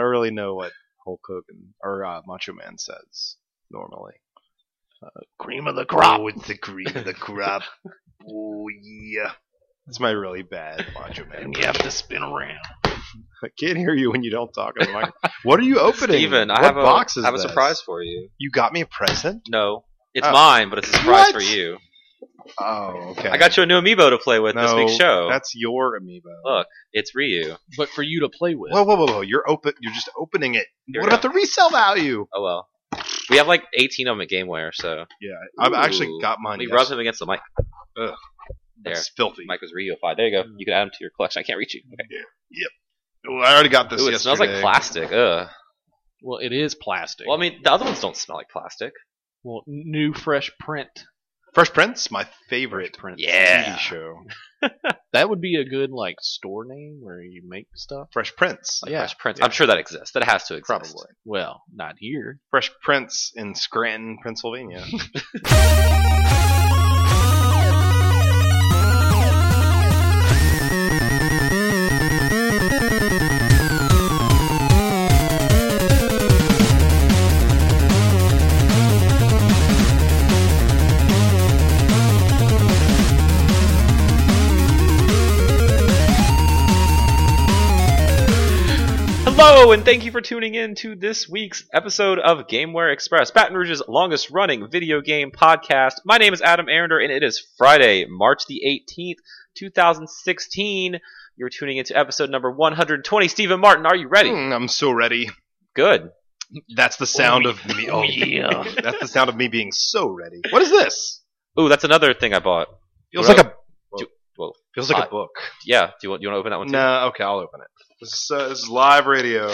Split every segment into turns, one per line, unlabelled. really know what Hulk Hogan or uh, Macho Man says normally. Uh, cream of the crop.
Oh, it's the cream of the crop. oh yeah.
That's my really bad Macho Man.
And you have to spin around.
I can't hear you when you don't talk. on the mic. what are you opening?
Steven,
what
I have a,
box is
I have a
this?
surprise for you.
You got me a present?
No. It's
Oh.
mine, but it's a surprise
What?
for you.
Oh, okay.
I got you a new amiibo to play with this
No,
week's show.
That's your amiibo.
Look, it's Ryu.
but for you to play with.
Whoa, whoa, whoa, whoa! You're open. You're just opening it.
Here
what
we
about the resale value?
Oh well. We have like 18 of them at GameWare, so
Yeah, I've
Ooh.
actually got mine.
we
yes-
rubbed them against the mic. there.
It's filthy.
Mic was Ryuified. There you go. You can add them to your collection. I can't reach you. Okay.
Ooh, I already got this.
Ooh, it smells like
yesterday.
plastic. Ugh.
Well, it is plastic.
Well, I mean, the other ones don't smell like plastic.
Well, new fresh print.
Fresh Prince, my
Fresh
favorite
print.
TV show.
That would be a good like store name where you make stuff.
Fresh Prince.
Like
Yeah.
Fresh Prince.
Yeah.
I'm sure that exists. That has to exist.
Probably.
Well, not here.
Fresh Prince in Scranton, Pennsylvania.
Hello, and thank you for tuning in to this week's episode of GameWare Express, Baton Rouge's longest running video game podcast. My name is Adam Arender, and it is Friday, March the 18th, 2016. You're tuning into episode number 120. Stephen Martin, are you ready?
Mm, I'm so ready.
Good.
That's the sound of me.
Oh
Oh,
yeah.
that's the sound of me being so ready. What is this?
Ooh, that's another thing I bought.
Feels
What
like a
Do- whoa.
feels like
Uh,
a book.
Yeah, do you want, you want to open that one too?
Nah, okay, I'll open it. This is, uh, this is live radio.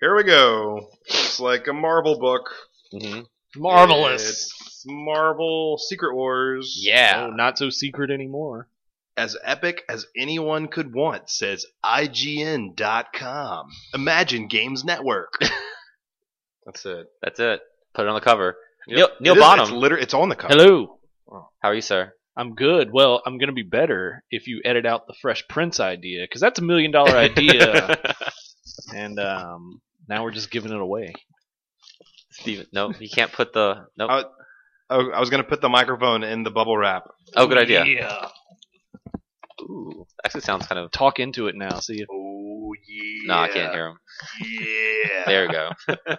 Here we go. It's like a Marvel book.
Mm-hmm.
Marvelous.
It's Marvel Secret Wars.
Yeah.
Oh, not so secret anymore.
As epic as anyone could want, says IGN.com. Imagine Games Network. That's it.
That's it. Put it on the cover.
Yep.
Neil, Neil
It is-
Bonham,
It's, liter- it's on the
Uh,
cover.
Hello.
how are you, sir?
I'm good. Well, I'm gonna be better if you edit out the Fresh Prince idea because that's a million dollar idea, and um, now we're just giving it away.
Steven, no, you can't put the. Nope.
I- Oh, I was gonna put the microphone in the bubble wrap.
oh, good idea.
Yeah.
Ooh, actually sounds kind of.
Talk into it now. See if
Oh yeah.
No, I can't hear him.
Yeah.
There we go.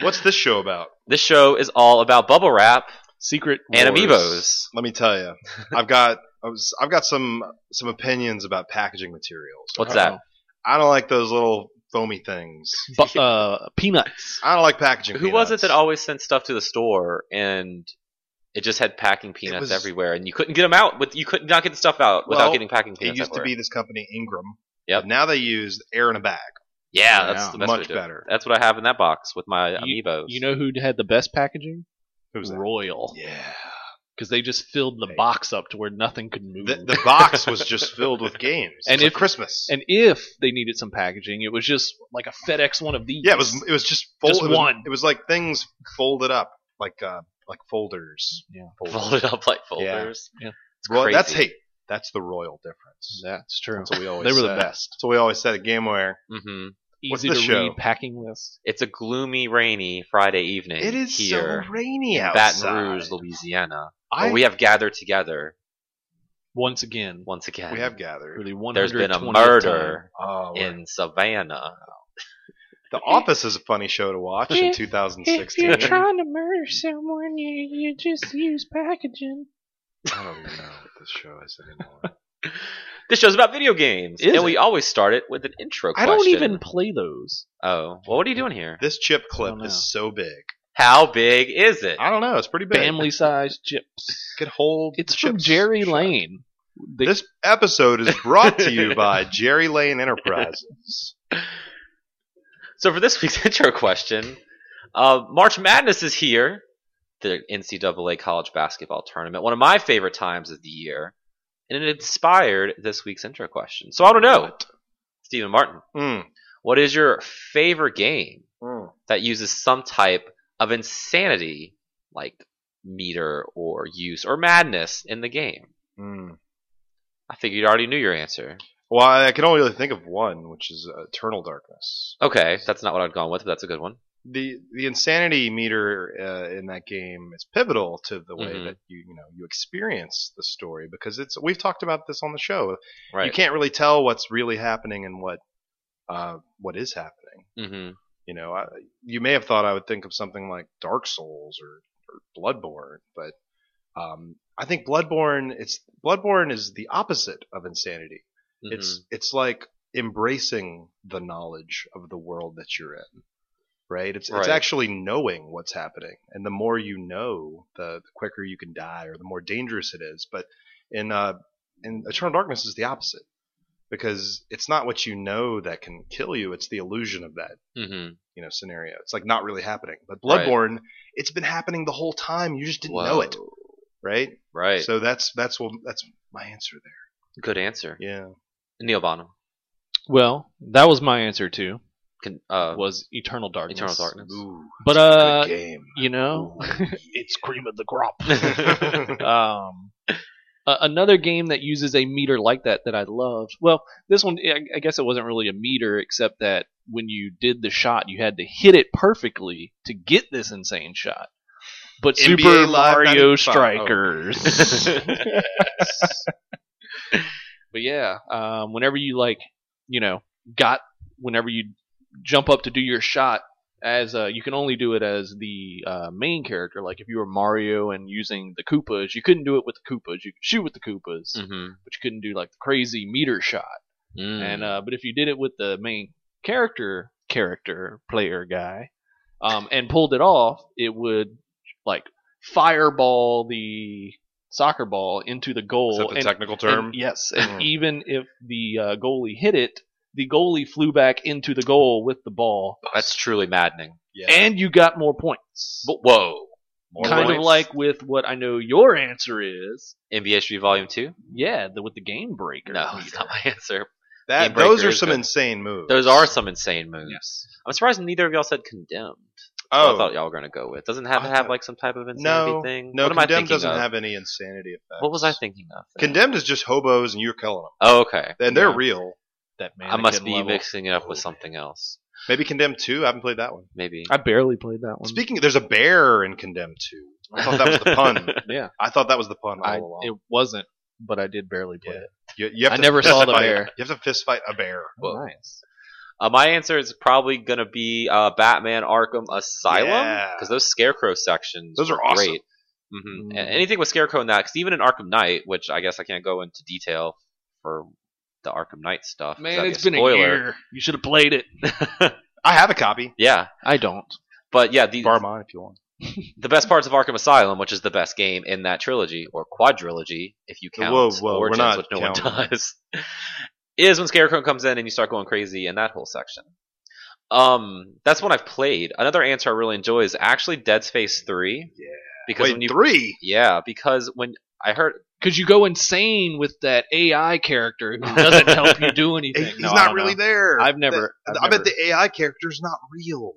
What's this show about?
this show is all about bubble wrap
secret
and
Wars.
amiibos.
Let me tell you, I've got I was, I've got some some opinions about packaging materials.
What's that?
I don't like those little foamy things.
Bu- uh, peanuts.
I don't like packaging.
Who was it
peanuts.
that always sent stuff to the store and it just had packing peanuts
was-
everywhere, and you couldn't get them out. With you could not get the stuff out without
Well,
getting packing
It
peanuts.
used to
everywhere.
be this company Ingram.
Yep.
Now they use air in a bag.
Yeah, that's
Yeah,
the best way
much
to do it.
better.
That's what I have in that box with my
You-
amiibos.
You know who had the best packaging?
Who's that?
Royal,
Yeah.
because they just filled the box up to where nothing could move.
The, the box was just filled with games.
And
And if
if-
Christmas.
and if they needed some packaging, it was just like a FedEx one of these.
yeah, it was it was just folded.
Just
it was,
one.
It was like things folded up, like uh, like folders.
Yeah.
folded up like folders.
Yeah.
Roy-
crazy.
that's hey, that's the royal difference.
That's true.
That's what we always
They were the
said.
best.
That's what we always said at GameWare.
hmm
What's
Easy to
this show?
read packing list.
It's a gloomy, rainy Friday evening.
It is
here,
so rainy
in
outside.
Baton Rouge, Louisiana.
I-
where we have gathered together
Once again,
once again.
we have gathered.
really one.
There's been a murder
Oh, we're-
in Savannah.
The Office is a funny show to watch in 2016.
to murder someone, you, you just use packaging.
I don't even know what this show is anymore.
This show's about video games,
Is
and
it?
we always start it with an intro.
I
Question.
don't even play those.
Oh, well, what are you doing here?
This chip
I
clip
don't know.
is so big.
How big is it?
I don't know. It's pretty big.
Family sized chips.
could hold.
It's
chips.
from Jerry Lane. They-
This episode is brought to you by Jerry Lane Enterprises.
So for this week's intro question, uh, March Madness is here, the NCAA college basketball tournament, one of my favorite times of the year, and it inspired this week's intro question. So I don't know, Stephen Martin,
Mm.
what is your favorite game
Mm.
that uses some type of insanity, like meter or use or madness in the game?
Mm.
I figured you already knew your answer.
Well, I can only really think of one, which is uh, Eternal Darkness.
Okay, that's not what I'd gone with, but that's a good one.
the the insanity meter uh, in that game is pivotal to the way
Mhm.
that you you know you experience the story because it's we've talked about this on the show.
Right.
You can't really tell what's really happening and what uh, what is happening.
Mm-hmm.
You know, I, you may have thought I would think of something like Dark Souls or, or Bloodborne, but um, I think Bloodborne it's Bloodborne is the opposite of insanity.
Mm-hmm.
It's it's like embracing the knowledge of the world that you're in. Right? It's
Right.
it's actually knowing what's happening. And the more you know, the, the quicker you can die or the more dangerous it is. But in uh in Eternal Darkness is the opposite. Because it's not what you know that can kill you, it's the illusion of that,
mm-hmm.
you know, scenario. It's like not really happening. But
Right.
Bloodborne, it's been happening the whole time. You just didn't know it. Right?
Right.
So that's that's what that's my answer there.
good answer.
Yeah.
Neil Bonham.
Well, that was my answer too.
Can, uh,
Was Eternal Darkness.
Eternal Darkness.
Ooh,
But uh,
good game.
you know,
it's cream of the crop.
um, a- another game that uses a meter like that that I love. Well, this one, I I guess it wasn't really a meter, except that when you did the shot, you had to hit it perfectly to get this insane shot. But
NBA
Super
Live
Mario
95.
Strikers.
Oh,
but yeah, um, whenever you like, you know, got whenever you jump up to do your shot. As uh, you can only do it as the uh, main character. Like if you were Mario and using the Koopas, you couldn't do it with the Koopas. You could shoot with the Koopas,
Mhm.
but you couldn't do like the crazy meter shot.
Mm.
And uh, but if you did it with the main character, character player guy, um, and pulled it off, it would like fireball the soccer ball into the
Is that
goal.
the
and-
technical term?
and- yes,
Mm.
and even if the uh, goalie hit it, the goalie flew back into the goal with the ball,
that's truly maddening.
yeah.
and you got more points.
But whoa,
More
kind of
points.
like with what I know your answer is.
NBA Street Volume Two?
Yeah, the, with the game breaker.
No,
meter.
it's not my answer.
that.
Game Breaker
Those are
is
some
good.
insane moves.
Those are some insane moves.
Yes.
I'm surprised neither of y'all said condemned. Oh, I
Oh
thought y'all were gonna go with. Doesn't it have
I
to have
thought-
like some type of insanity
no,
thing.
no.
what am I
Condemned
thinking
doesn't
of?
have any insanity effect.
what was I thinking of?
Condemned is just hobos, and you're killing
Oh, okay.
them, and they're
Yeah.
real.
That
I must
mannequin
be
level.
mixing it up with something else.
Maybe Condemned Two. I haven't played that one.
Maybe.
I barely played that one.
Speaking, there's a bear in Condemned Two. I thought that was the pun.
yeah,
I thought that was the pun all
I,
along.
it wasn't, but I did barely play
Yeah.
it.
you, you have
I
to
never
fist
saw the
fight-
bear.
You have to fist fight a bear.
nice.
Uh, my answer is probably gonna be uh, Batman Arkham Asylum
Yeah.
because those Scarecrow sections
Those are
were
awesome.
great. hmm
Mm.
And anything with Scarecrow in that, because even in Arkham Knight, which I guess I can't go into detail for the Arkham Knight stuff. 'cause
Man,
that'd be
it's been a year. You should have played it.
I have a copy.
Yeah,
I don't.
but yeah, the
Borrow mine if you want.
the best parts of Arkham Asylum, which is the best game in that trilogy or quadrilogy, if you count
Whoa, whoa, we're
Origins,
not
which no one does, is when Scarecrow comes in and you start going crazy in that whole section. Um, that's one I've played. Another answer I really enjoy is actually Dead Space Three.
Yeah.
because
Wait,
when you
three.
yeah, because when I heard
Because you go insane with that AI character who doesn't help you do anything.
He's
No, I
not
don't
really
know.
there.
I've never.
That-
I've
I bet
never-
the AI character's not real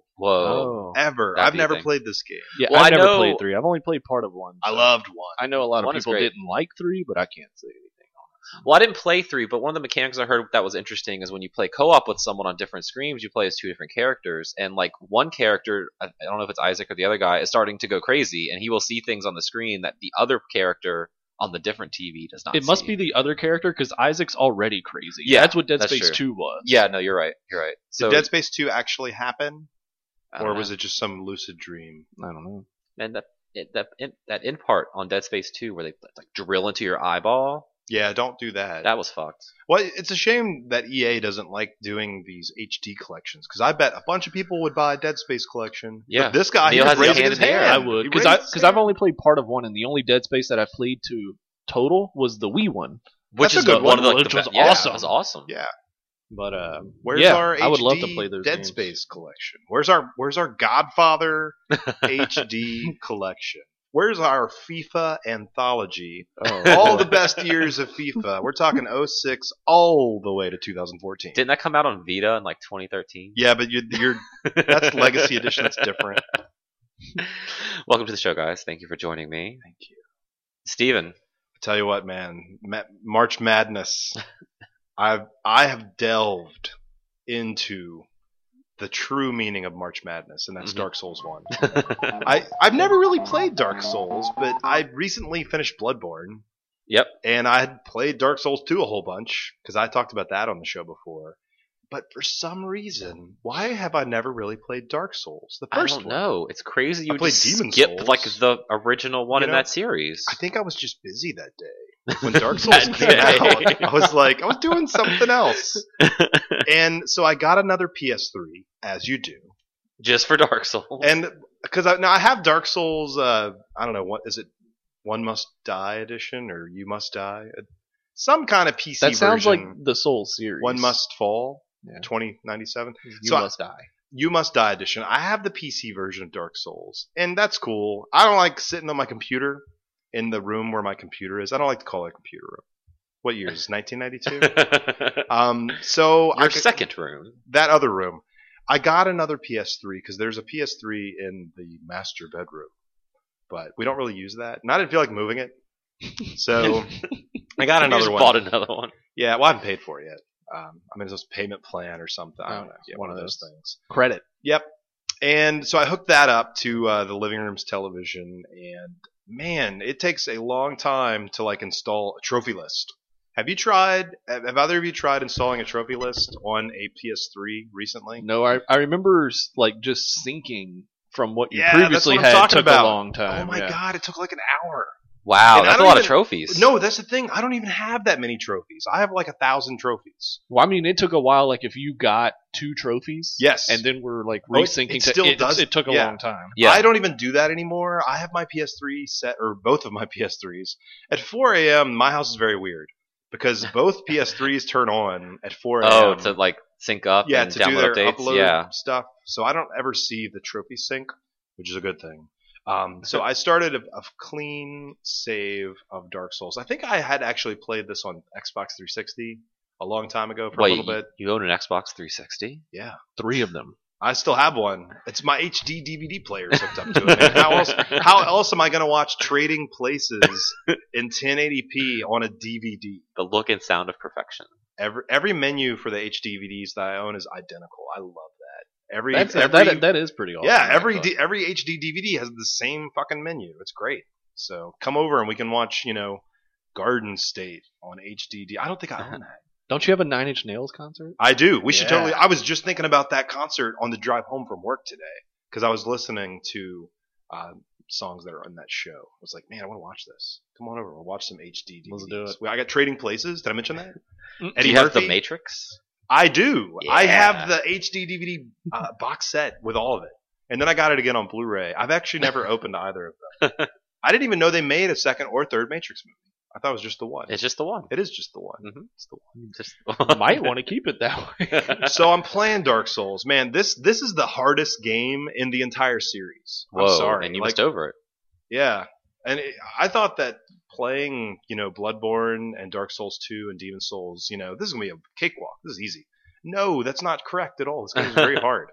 Oh.
whoa,
ever.
That'd
I've
be a
never
thing.
played this game.
Yeah,
Well, I
I've never
know-
played three. I've only played part of one.
I
so-
loved one.
I know a lot of
One is
people
great.
didn't like three, but I can't say anything.
well, I didn't play three, but one of the mechanics I heard that was interesting is when you play co-op with someone on different screens, you play as two different characters, and like one character, I I don't know if it's Isaac or the other guy, is starting to go crazy, and he will see things on the screen that the other character on the different TV does not.
It must be
see.
the other character because Isaac's already crazy.
Yeah,
that's what Dead
that's
Space
true.
Two was.
Yeah, no, you're right. You're right. So,
Did Dead Space 2 actually happen? Or was
it
it just some lucid dream?
I don't know.
and that it, that in, that end part on Dead Space Two where they like drill into your eyeball?
Yeah, don't do that.
That was fucked.
well, it's a shame that EA doesn't like doing these HD collections because I bet a bunch of people would buy a Dead Space collection.
Yeah.
But this guy,
Neil
he's
has his
raising
hand
his
in the
hand.
air.
I
He
would because
raised
I
his
because I've
hand.
only played part of one, and the only Dead Space that I played to total was the Wii one.
Which
That's
is
a good
the- one of the,
one,
like,
which
the
was
be- yeah,
awesome.
It was awesome.
Yeah.
But uh,
Where's
yeah,
our
I would love to
HD
play those
Dead
games.
Space collection? Where's our Where's our Godfather HD collection? Where's our FIFA anthology?
Oh.
all the best years of FIFA. We're talking 06 all the way to 2014.
Didn't that come out on Vita in like 2013?
yeah, but you're, you're that's Legacy Edition. That's different.
Welcome to the show, guys. Thank you for joining me.
Thank you.
Steven,
Tell you what, man, Ma- March Madness. I've I have delved into the true meaning of March Madness, and that's
Mhm.
Dark Souls One. I I've never really played Dark Souls, but I recently finished Bloodborne,
yep.
and I had played Dark Souls Two a whole bunch because I talked about that on the show before. But for some reason, why have I never really played Dark Souls? The
I
first
don't
one.
know. It's crazy. You
I
would
played
just
Demon
skip
Souls.
like the original
You
one in
know,
that series.
I think I was just busy that day. When Dark Souls came out, I was like, I was doing something else. and so I got another PS3, as you do.
just for Dark Souls.
And because I, now I have Dark Souls, uh, I don't know, what is it? One Must Die edition or You Must Die? Some kind of PC
That sounds like
version.
the Soul series.
One Must Fall,
Yeah.
2097.
You
so I-
must die.
You Must Die edition. I have the PC version of Dark Souls, and that's cool. I don't like sitting on my computer in the room where my computer is. I don't like to call it a computer room. What year is 1992? um, so I
Your
could-
second room.
that other room. I got another PS3 because there's a PS3 in the master bedroom, but we don't really use that, and I didn't feel like moving it. So I got
You
another
just
one.
Bought another one.
Yeah, well, I haven't paid for it yet. Um, I'm in this payment plan or something. I
Oh,
don't know.
yeah,
one of those things.
Credit.
Yep. And so I hooked that up to uh, the living room's television, and man, it takes a long time to like install a trophy list. Have you tried? Have have either of you tried installing a trophy list on a PS3 recently?
No, I I remember s- like just sinking from what you
Yeah, that's
previously
what I'm
had
talking
took
about.
a long time.
oh my
yeah.
god, it took like an hour.
Wow,
And I
that's a
don't
lot of
even-
trophies.
No, that's the thing. I don't even have that many trophies. I have like a thousand trophies.
Well, I mean, it took a while. Like if you got two trophies,
Yes.
and then we're like
Oh, it-
resyncing.
it
to-
still
it,
does-
It took a
yeah.
long time.
Yeah.
I don't even do that anymore. I have my PS3 set, or both of my PS3s. At 4 a.m., my house is very weird because both PS3s turn on at 4 a.m.
oh, to like sync up
yeah,
and
to do their
download updates.
upload
Yeah.
stuff. So I don't ever see the trophy sync, which is a good thing. Um, so I started a, a clean save of Dark Souls. I think I had actually played this on Xbox 360 a long time ago for
Wait,
a little
you-
bit.
you own an Xbox 360?
Yeah.
Three of them.
I still have one. It's my HD DVD player is hooked up to it. man. How else? How else am I going to watch Trading Places in 1080p on a DVD?
The look and sound of perfection.
Every every menu for the HDVDs that I own is identical. I love that. Every
That's
every
that, that is pretty awesome.
yeah every
actually.
D, every HD DVD has the same fucking menu. It's great. So come over and we can watch you know Garden State on HDD. I don't think
Uh-huh.
I own that.
Don't you have a Nine Inch Nails concert?
I do. We should
Yeah.
totally. I was just thinking about that concert on the drive home from work today because I was listening to uh, songs that are on that show. I was like, man, I want to watch this. Come on over. We'll watch some HD.
Let's do
DVDs." Well, I got Trading Places. Did I mention that?
Mm.
Eddie
do you have
Murphy?
the Matrix?
I do. I
Yeah.
have the HD DVD uh, box set with all of it, and then I got it again on Blu-ray. I've actually never opened either of them. I didn't even know they made a second or third Matrix movie. I thought it was just the one.
It's just the one.
It is just the one.
Mhm.
It's the one.
Just
Might want to keep it that way.
so I'm playing Dark Souls, man. This this is the hardest game in the entire series.
Whoa,
I'm sorry,
and you
like
missed over it.
yeah, and it, I thought that playing you know Bloodborne and Dark Souls two and Demon Souls, you know, this is gonna be a cakewalk. This is easy. No, that's not correct at all. This game is very hard.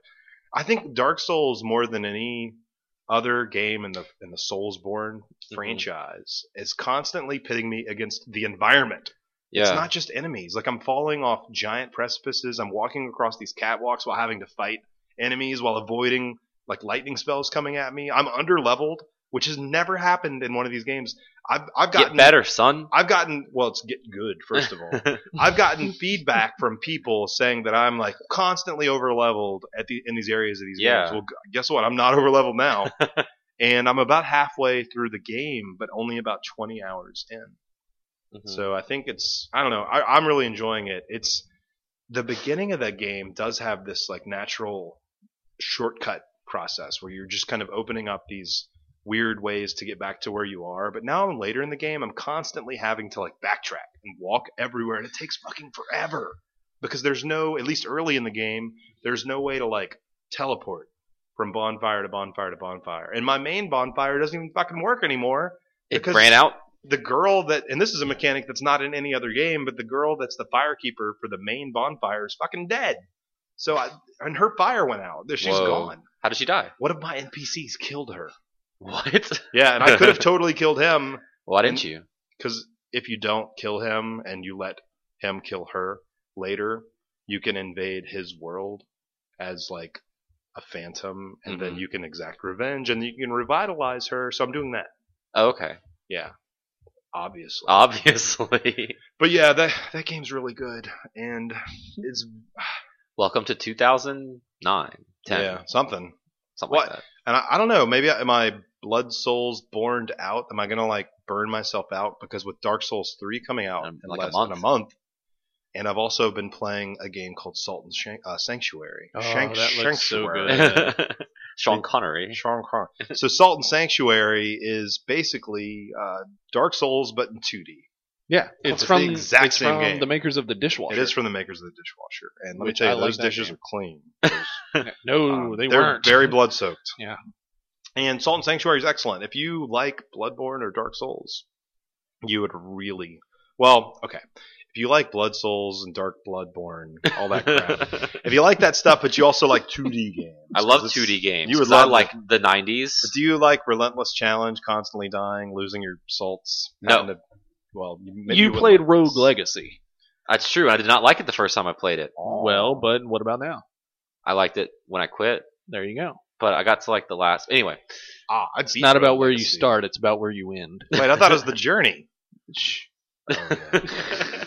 I think Dark Souls more than any other game in the in the Soulsborne
Mm-hmm.
franchise is constantly pitting me against the environment.
Yeah.
It's not just enemies. Like I'm falling off giant precipices. I'm walking across these catwalks while having to fight enemies while avoiding like lightning spells coming at me. I'm under leveled, which has never happened in one of these games. I've I've gotten
Get better, son.
I've gotten well, it's get good first of all. I've gotten feedback from people saying that I'm like constantly over leveled at the in these areas of these
Yeah.
games. Well, g- guess what? I'm not over leveled now, and I'm about halfway through the game, but only about 20 hours in.
Mm-hmm.
So I think it's I don't know I, I'm really enjoying it. It's the beginning of that game does have this like natural shortcut process where you're just kind of opening up these weird ways to get back to where you are. But now I'm later in the game, I'm constantly having to like backtrack and walk everywhere, and it takes fucking forever because there's no at least early in the game there's no way to like teleport from bonfire to bonfire to bonfire, and my main bonfire doesn't even fucking work anymore
it
because-
ran out.
the girl that and this is a mechanic that's not in any other game but the girl that's the firekeeper for the main bonfire is fucking dead so I, and her fire went out There- She's
Whoa.
gone
How did she die?
what if my npcs killed her
What?
yeah and i could have totally killed him
Why didn't you?
because if you don't kill him and you let him kill her later, you can invade his world as like a phantom, and then you can exact revenge, and you can revitalize her. So I'm doing that.
Oh, Okay,
Yeah, obviously.
obviously.
but yeah, that that game's really good, and it's
Welcome to 2009, 10,
yeah something.
something
What?
like that.
And I, I don't know. Maybe I, am I blood souls borned out? Am I gonna like burn myself out? Because with Dark Souls three coming out
In
in,
like a
less than a
month.
month, and I've also been playing a game called Salt and Shank, uh, Sanctuary.
Oh, that looks so
Sanctuary.
good.
Sean Connery.
Sean Connery. so Salt and Sanctuary is basically uh, Dark Souls but in 2D.
Yeah,
It's
it's
the
from
exact
it's
same
from
game.
the makers of the dishwasher.
It is from the makers of the dishwasher, and let
Which
me
I
tell you,
like
those
that
dishes
game.
are clean.
no,
Um,
they
they're
weren't.
very blood soaked.
Yeah.
And Salt and Sanctuary is excellent. If you like Bloodborne or Dark Souls, you would really well. Okay, if you like Blood Souls and Dark Bloodborne, all that crap. if you like that stuff, but you also like 2D games,
I love
'cause
2D
it's-
games.
you would
'cause I
love
like the 90s.
Do you like relentless challenge, constantly dying, losing your salts?
No.
having to- well, maybe
you
wouldn't
played
like
Rogue
this.
Legacy.
That's true. I did not like it the first time I played it.
Well, but what about now?
I liked it when I quit,
There you go.
but I got to like the last. Anyway,
Ah, I'd
It's
beat
not
Rogue
about where you
Legacy.
start; it's about where you end.
Wait, I thought it was the journey.
Shh.
Oh, yeah.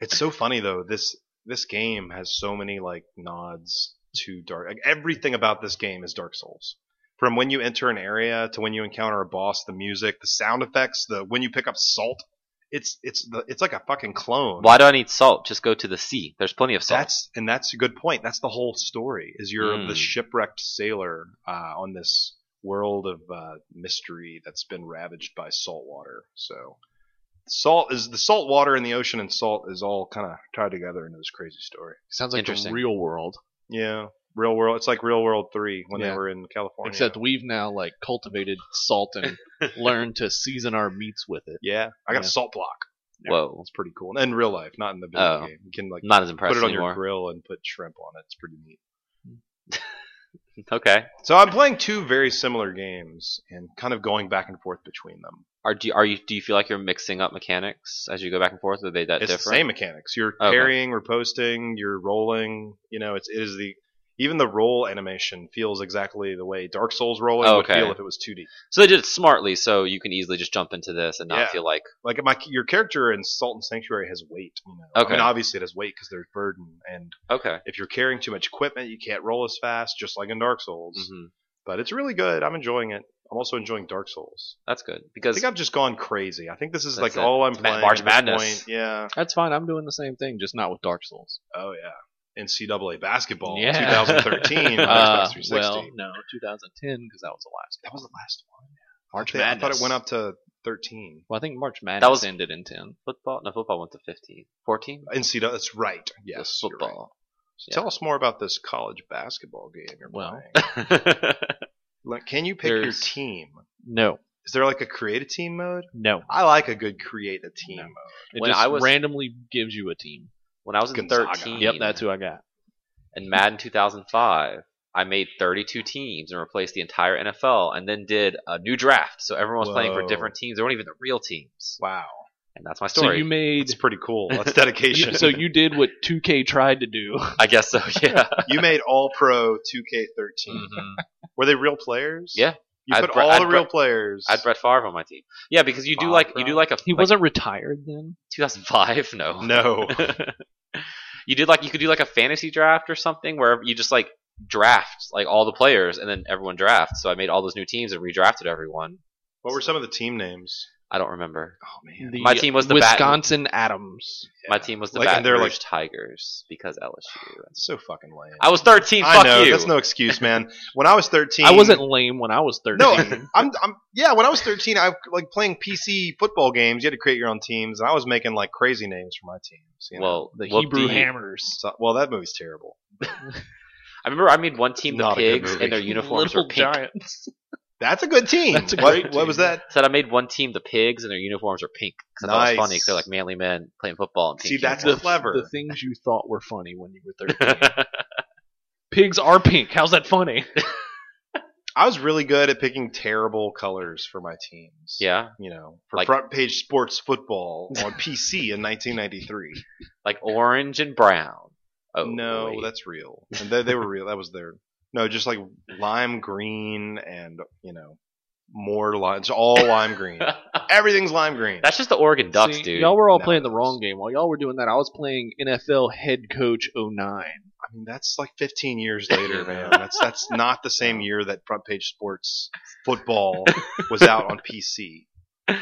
It's so funny though. This this game has so many like nods to Dark. Like, everything about this game is Dark Souls. From when you enter an area to when you encounter a boss, the music, the sound effects, the when you pick up salt, it's it's the, it's like a fucking clone.
why do I need salt? Just go to the sea. There's plenty of salt.
That's and that's a good point. That's the whole story. Is you're
Mm.
the shipwrecked sailor uh, on this world of uh, mystery that's been ravaged by salt water. So salt is the salt water in the ocean, and salt is all kind of tied together into this crazy story.
Sounds like the
Interesting.
real world,
Yeah, real world. It's like Real World Three when
Oh, Yeah.
they were in California.
except we've now like cultivated salt and learned to season our meats with it.
yeah, I got
Yeah.
a salt block.
Whoa,
It's pretty cool. In real life, not in the video
Oh.
game. You can like
not as
put
impressed
it on your
anymore.
grill and put shrimp on it. It's pretty neat.
Okay.
So I'm playing two very similar games and kind of going back and forth between them.
Are do you, are you do you feel like you're mixing up mechanics as you go back and forth? Are they that
it's the
different?
same mechanics. You're
Okay.
parrying, reposting, you're rolling. You know, it's it is the even the roll animation feels exactly the way Dark Souls rolling would
Okay.
feel if it was 2D.
So they did it smartly, so you can easily just jump into this and not
Yeah.
feel like
Like my your character in Salt and Sanctuary has weight. You know,
Okay.
I mean obviously it has weight because there's burden, and
okay.
if you're carrying too much equipment, you can't roll as fast, just like in Dark Souls.
hmm
But it's really good. I'm enjoying it. I'm also enjoying Dark Souls.
That's good
I
because
think I've just gone crazy. I think this is like
That's it.
all I'm
It's Ma-
playing.
March
at this
Madness.
point. Yeah.
That's fine. I'm doing the same thing, just not with Dark Souls.
Oh yeah. NCAA basketball,
Yeah.
2013. on
Uh,
Xbox 360.
well, no, 2010 because that was the last.
That was the last one.
March
I thi- I thought
Madness.
it went up to 13.
Well, I think March Madness
was-
ended in 10.
football. No, football went to 15, 14.
NCAA, that's right. Yes,
Yes,
you're right.
football.
So Tell us more about this college basketball game you're
Well.
playing. Like, Can you pick your
There's-
team?
No,
Is there like a create a team mode?
no.
I like a good create a team
No.
mode.
It
When
just
I was-
randomly gives you a team.
when I was in
Gonzaga.
13,
Yep, that's who I got.
in Madden 2005, I made 32 teams and replaced the entire NFL, and then did a new draft. So everyone was playing for
Whoa.
different teams. They weren't even the real teams,
Wow,
and that's my
So
story.
you made.
it's pretty cool. That's
you-
dedication.
so you did what 2K tried to do.
I guess so. Yeah.
you made All Pro 2K13.
Mm.
Were they real players?
Yeah.
you
I'd
put
Bre-
all
I'd
the
Bre-
real players.
I had Brett Favre on my team. Yeah, because you do
Bob
like you
Brown.
do like a
He
like
wasn't retired then.
2005. No,
no,
you did like you could do like a fantasy draft or something where you just like draft like all the players and then everyone drafts. So I made all those new teams and redrafted everyone.
what were some of the team names?
I don't remember.
Oh man,
My team was the Bat-
Wisconsin Adams.
My team was the
Like, and
Baton
they're,
Rouge
like-
Tigers because LSU.
that's so fucking lame.
I was 13.
I
fuck
know
you.
that's no excuse, man. When I was 13,
I wasn't lame when I was 13.
No, I'm, I'm. Yeah, when I was 13, I like playing PC football games. You had to create your own teams, and I was making like crazy names for my teams. You know?
well,
the
well,
Hebrew
the-
Hammers.
So- well, that movie's terrible.
I remember I made one team the
Not a good
pigs
movie.
and their uniforms
Little
were pink.
Giants.
That's a good team.
That's a
what,
great team.
What was that?
Said I made one team the pigs and their uniforms were pink. 'Cause I thought it was
Nice.
funny because they're like manly men playing football. And pink
See, that's
uniforms.
clever.
The things you thought were funny when you were 13. Pigs are pink. How's that funny?
I was really good at picking terrible colors for my teams.
Yeah,
You know, for
Like-
front page sports football on PC in 1993.
like orange and brown. Oh
no,
boy.
that's real. And they, they were real. That was their. No, just like lime green and, you know, more lime. It's all lime green. Everything's lime green.
that's just the Oregon Ducks,
See,
dude.
Y'all were all
No,
playing the
it's-
wrong game. While y'all were doing that, I was playing NFL Head Coach 09.
I mean, that's like 15 years later, man. That's that's not the same year that Front Page Sports Football was out on PC,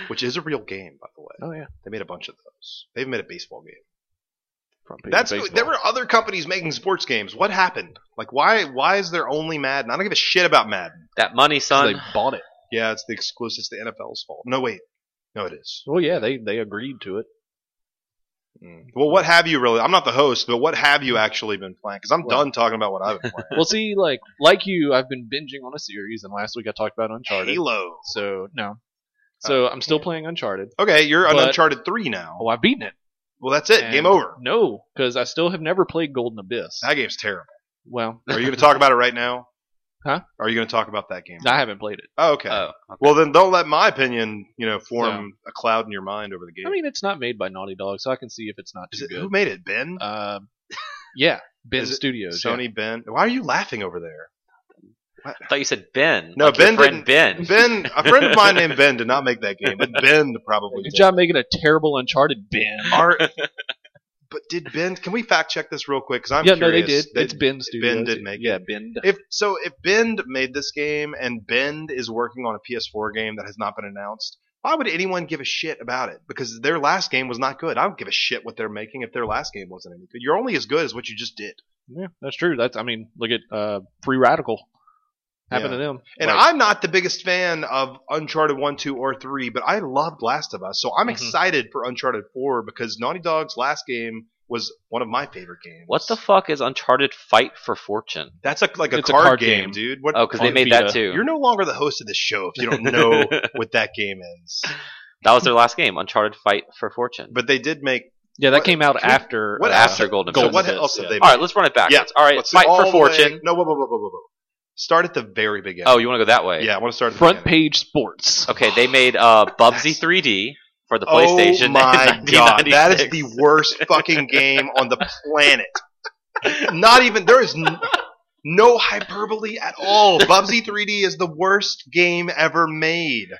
which is a real game, by the way.
Oh yeah,
They made a bunch of those. They've made a baseball game.
Front page
That's
of baseball.
there were other companies making sports games. What happened? Like, why why is there only Madden? I don't give a shit about Madden.
that money, son.
they bought it.
Yeah, it's the exclusive. It's the NFL's fault. No, wait, no, it is.
Well, yeah, they they agreed to it. Hmm.
Mm. Well, what have you really? I'm not the host, but what have you actually been playing? Because I'm
Well-
done talking about what I've been playing.
Well, see, like like you, I've been binging on a series, and last week I talked about Uncharted.
Halo.
So no, so I'm still playing Uncharted.
Okay, you're on
But-
Uncharted three now.
Oh, I've beaten it.
Well, that's it. Game
And
over.
No, because I still have never played Golden Abyss.
That game's terrible.
well,
Are you going to talk about it right now?
Huh?
Are you going to talk about that game?
I haven't played it.
Oh, okay.
oh, okay.
well, then don't let my opinion, you know, form a cloud in your mind over the game.
I mean, it's not made by Naughty Dog, so I can see if it's not
Is
too
it-
good.
who made it? Ben?
Uh, yeah, Ben
Is it
Studios. yeah.
Sony Ben? Why are you laughing over there?
I thought you said Ben.
No,
like your
Ben
friend Ben.
Ben, a friend of mine named Ben did not make that game, but Ben probably
Good
did.
job making a terrible Uncharted, Ben.
Are- but did Ben? Can we fact check this real quick? Because I'm
yeah,
curious.
no, they did.
That-
it's Ben Studios.
did make
yeah, Ben.
If so, if Bend made this game and Bend is working on a PS4 game that has not been announced, why would anyone give a shit about it? Because their last game was not good. I don't give a shit what they're making if their last game wasn't any good. You're only as good as what you just did.
Yeah, that's true. That's I mean, look at uh, Free Radical. Happened to them.
And
Like,
I'm not the biggest fan of Uncharted 1, 2, or 3, but I loved Last of Us, so I'm
Mhm.
excited for Uncharted 4 because Naughty Dog's last game was one of my favorite games.
What the fuck is Uncharted Fight for Fortune?
That's a, like a
It's a
card,
card
game,
game.
dude. What,
Oh, because they
On
made
Vita.
that too.
You're no longer the host of this show if you don't know what that game is.
That was their last game, Uncharted Fight for Fortune.
But they did make
yeah, that
what-
came out
what-
after.
what
uh,
after Golden
So
Golden
Abyss.
what
Abyss,
else have
yeah.
they
All
made?
right, let's run it backwards. All right,
Let's
Fight
do all
for
the
Fortune.
way- No, whoa, whoa, whoa, whoa, whoa, whoa. Start at the very beginning.
Oh, you want to go that way?
yeah, I want to start at
Front
the beginning.
Page Sports.
Okay, they made uh, Bubsy 3D for the
Oh
PlayStation.
my
in
god, that is
1996.
the worst fucking game on the planet. Not even there is n- no hyperbole at all. Bubsy 3D is the worst game ever made.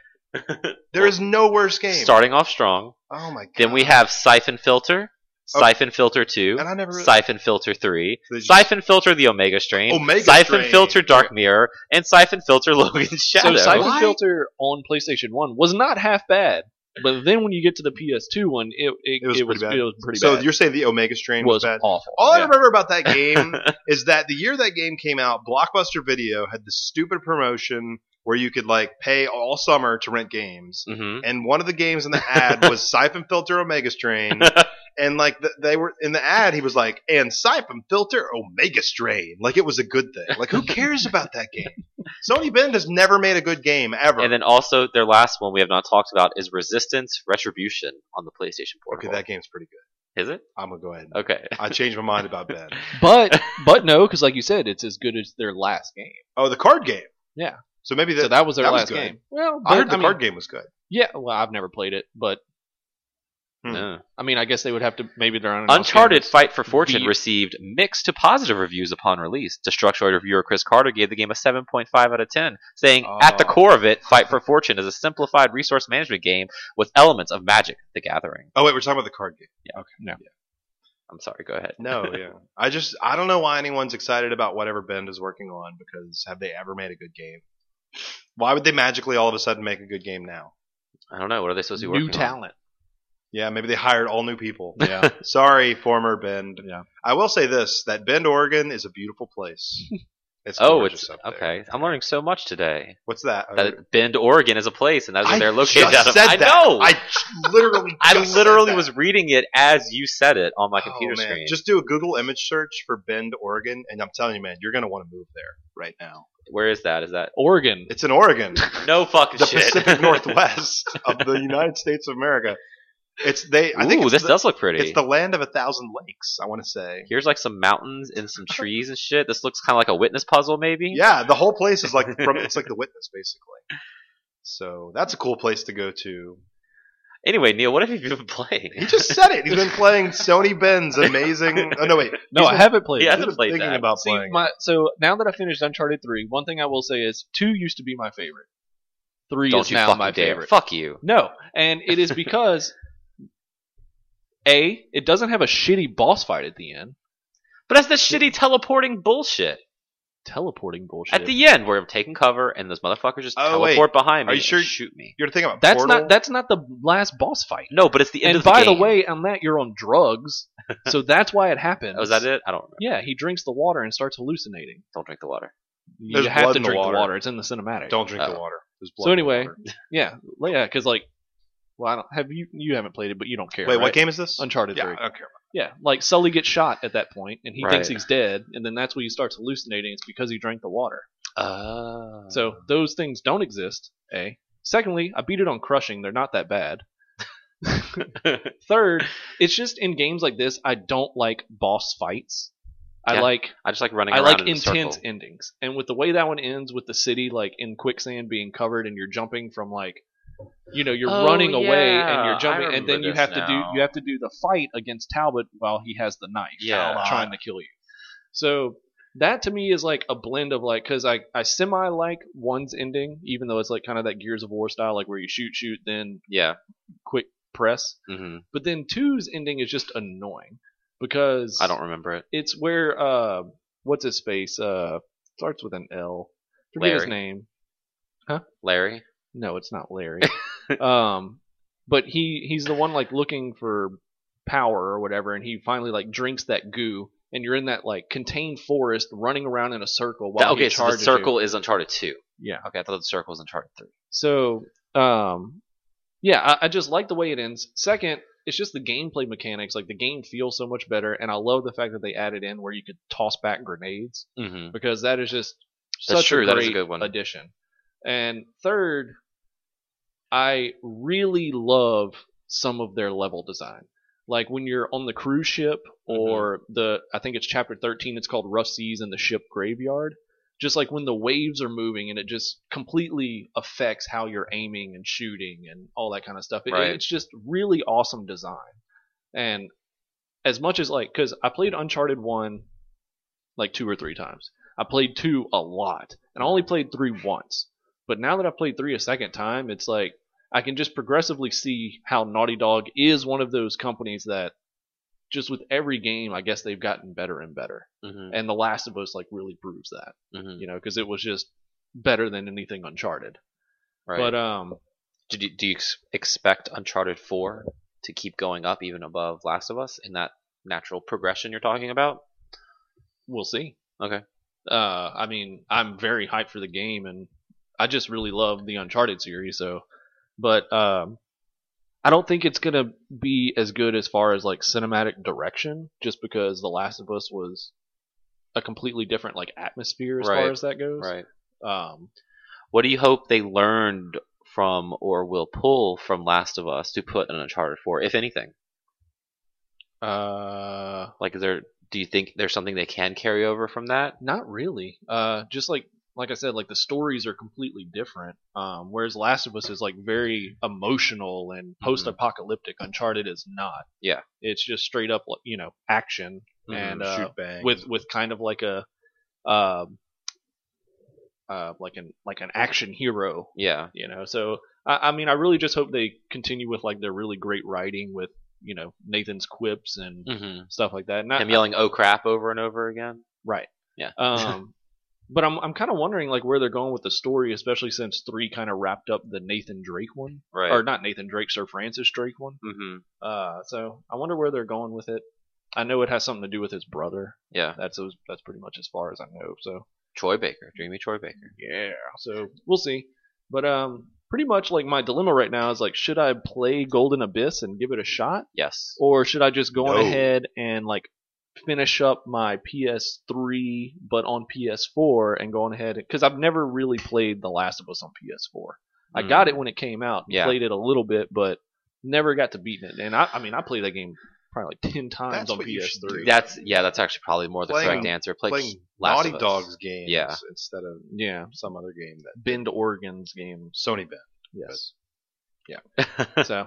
There is no worse game.
Starting off strong.
Oh my god.
Then we have Siphon Filter,
Oh.
Siphon Filter 2,
and I never really-
Siphon Filter 3,
Did you-
Siphon Filter The Omega Strain,
Omega
Siphon
Strain.
Filter Dark Mirror, and Siphon Filter Logan's
So
Shadow.
Siphon
Why-
Filter on PlayStation One was not half bad, but then when you get to the PS2 one, it it,
It was
it
pretty bad.
it was pretty
so
bad.
you're saying the Omega Strain was,
was
bad?
awful.
All I
Yeah.
remember about that game is that the year that game came out, Blockbuster Video had this stupid promotion where you could like pay all summer to rent games.
hmm
And one of the games in the ad was Siphon Filter Omega Strain, and like the, they were in the ad, he was like, "And Siphon Filter Omega Strain," like it was a good thing. Like who cares about that game? Sony Bend has never made a good game ever.
And then also their last one we have not talked about is Resistance Retribution on the PlayStation
okay,
Portable.
that game's pretty good.
Is it?
I'm gonna go ahead. and
Okay.
I changed my mind about Ben.
But but no, because like you said, it's as good as their last game.
Oh, the card game.
Yeah.
So maybe
So
that.
that was their
that was
last
good.
game. Well,
I heard
but,
the
mean,
card game was good.
Yeah, well, I've never played it, but
Hmm.
Yeah.
I mean, I guess they would have to maybe their own
Uncharted Fight for Fortune
The-
received mixed to positive reviews upon release. Destructoid reviewer Chris Carter gave the game a 7.5 out of 10, saying, At the
Oh.
core of it, Fight for Fortune is a simplified resource management game with elements of Magic the Gathering.
Oh wait, we're talking about the card game.
I'm sorry, go ahead.
No, yeah. I just I don't know why anyone's excited about whatever Bend is working on because have they ever made a good game? Why would they magically all of a sudden make a good game now?
I don't know. What are they supposed to be working
new
on?
talent.
Yeah, maybe they hired all new people.
Yeah.
Sorry, former Bend.
Yeah.
I will say this: that Bend, Oregon, is a beautiful place. It's
Oh,
gorgeous
it's
up there.
okay. I'm learning so much today.
What's that?
That Bend, Oregon is a place, and that's where
I
they're located.
just
out of.
said
I
that.
know.
I j- literally,
I
just said
literally
that.
was reading it as you said it on my
Oh,
computer
man.
screen.
Just do a Google image search for Bend, Oregon, and I'm telling you, man, you're gonna want to move there right now.
Where is that? Is that
Oregon.
It's in Oregon.
no fucking
the
shit?
Pacific Northwest of the United States of America. It's they. I think
Ooh,
it's
this
the,
does look pretty.
it's the land of a thousand lakes. I want to say.
Here's like some mountains and some trees and shit. This looks kind of like a witness puzzle, maybe.
Yeah, the whole place is like from it's like the witness basically. So that's a cool place to go to.
Anyway, Neil, what have you been playing?
He just said it. He's been playing Sony Ben's amazing. Oh no, wait.
No, I haven't played. it.
Yeah, I
He's
haven't
been
played
thinking
that.
about
See,
playing.
my, so now that I finished Uncharted three, one thing I will say is two used to be my favorite. 3
Don't
is
you
now
fucking
my
dare.
favorite.
Fuck you.
No, and it is because a it doesn't have a shitty boss fight at the end.
But that's that shitty teleporting bullshit.
Teleporting bullshit.
At the end, where I'm taking cover and those motherfuckers just
Oh, wait.
teleport behind me
Are you
and
sure-
shoot me.
You're thinking about
that's
Portal?
not that's not the last boss fight.
No, but it's the end
And
of the
by the,
game.
way, on that you're on drugs, so that's why it happens.
Oh, is that it? I don't remember.
Yeah, he drinks the water and starts hallucinating.
Don't drink the water.
There's
you have
blood
to
in the
drink
water.
It's in the cinematic.
Don't drink the
Oh.
water. There's blood
So
in the
anyway,
water.
Yeah, well, yeah, because like, well, I don't have you. You haven't played it, but you don't care.
wait,
right?
what game is this?
Uncharted
yeah,
three.
I don't care.
Yeah, like Sully gets shot at that point, and he
Right.
thinks he's dead, and then that's when he starts hallucinating. It's because he drank the water.
Oh.
So those things don't exist. A. Secondly, I beat it on crushing. They're not that bad. Third, it's just in games like this, I don't like boss fights. I
Yeah.
like
I just like running
I
around
like
in a circle.
intense endings. And with the way that one ends with the city like in quicksand being covered and you're jumping from like you know, you're
Oh,
running away
yeah.
and you're
I
jumping and
remember
then you
this
have to
now.
do you have to do the fight against Talbot while he has the knife
Yeah.
Talbot trying to kill you. So that to me is like a blend of like because I, I semi like one's ending even though it's like kind of that Gears of War style like where you shoot shoot then
Yeah.
quick press
hmm
but then two's ending is just annoying because
I don't remember it.
it's where uh what's his face uh starts with an L. Forget his
Larry.
name.
Larry.
No, it's not Larry. um, but he he's the one like looking for power or whatever, and he finally like drinks that goo, and you're in that like contained forest running around in a circle while he
okay, so the
charges you.
circle is Uncharted two.
Yeah.
Okay, I thought the circle was Uncharted three.
So, um, yeah, I, I just like the way it ends. Second, it's just the gameplay mechanics. Like the game feels so much better, and I love the fact that they added in where you could toss back grenades.
Mm-hmm.
because that is just
That's
such
true,
a
that
great
is a good one.
addition. And third, I really love some of their level design. Like when you're on the cruise ship
Mm-hmm.
or the I think it's chapter 13 it's called Rough Seas and the Ship Graveyard. Just like when the waves are moving and it just completely affects how you're aiming and shooting and all that kind of stuff. It-
Right.
It's just really awesome design. And as much as like cuz I played Uncharted 1 like two or three times. I played two a lot, and I only played three once. But now that I've played three a second time, it's like I can just progressively see how Naughty Dog is one of those companies that just with every game, I guess they've gotten better and better.
Mm-hmm.
And The Last of Us like really proves that,
Mm-hmm.
you know, because it was just better than anything Uncharted.
Right.
But um,
Did you, do you ex- expect Uncharted 4 to keep going up even above Last of Us in that natural progression you're talking about?
we'll see.
Okay.
Uh, I mean, I'm very hyped for the game, and I just really love the Uncharted series. So, but um, I don't think it's gonna be as good as far as like cinematic direction, just because The Last of Us was a completely different like atmosphere as
Right.
far as that goes. Um,
What do you hope they learned from or will pull from Last of Us to put in Uncharted 4, if anything?
uh,
Like, is there? Do you think there's something they can carry over from that?
not really. Uh, just like like I said, like the stories are completely different. Um, whereas Last of Us is like very emotional and post-apocalyptic. Uncharted is not.
Mm-hmm. Yeah.
it's just straight up, like, you know, action
Mm-hmm.
and uh,
Shoot bang.
with with kind of like a, um, uh, like an like an action hero,
Yeah.
you know. So I, I mean, I really just hope they continue with like their really great writing with you know Nathan's quips and
Mm-hmm.
stuff like that. And I-
Him yelling "Oh crap" over and over again.
Right.
Yeah.
Um, but I'm I'm kind of wondering like where they're going with the story, especially since three kind of wrapped up the Nathan Drake one,
Right.
or not Nathan Drake, Sir Francis Drake one.
mm-hmm.
Uh, so I wonder where they're going with it. I know it has something to do with his brother.
Yeah.
That's as- that's pretty much as far as I know. So
Troy Baker, dreamy Troy Baker.
yeah. So we'll see. But um, pretty much like my dilemma right now is like, should I play Golden Abyss and give it a shot,
Yes.
or should I just go on
No.
ahead and like finish up my PS3 but on PS4 and go on ahead because I've never really played The Last of Us on PS4. I
Mm.
Hmm.
got it when it came out, and
Yeah.
played it a little bit, but never got to beating it. And I, I mean, I played that game probably like ten times
That's
on
what you should
PS3.
do.
That's yeah. That's actually probably more the
Playing-
correct answer. Play
playing
Last
Naughty
of Us.
Dog's games
Yeah.
instead of
yeah,
some other game that
Bend Oregon's game.
Sony banned.
Yes.
Dog.
so,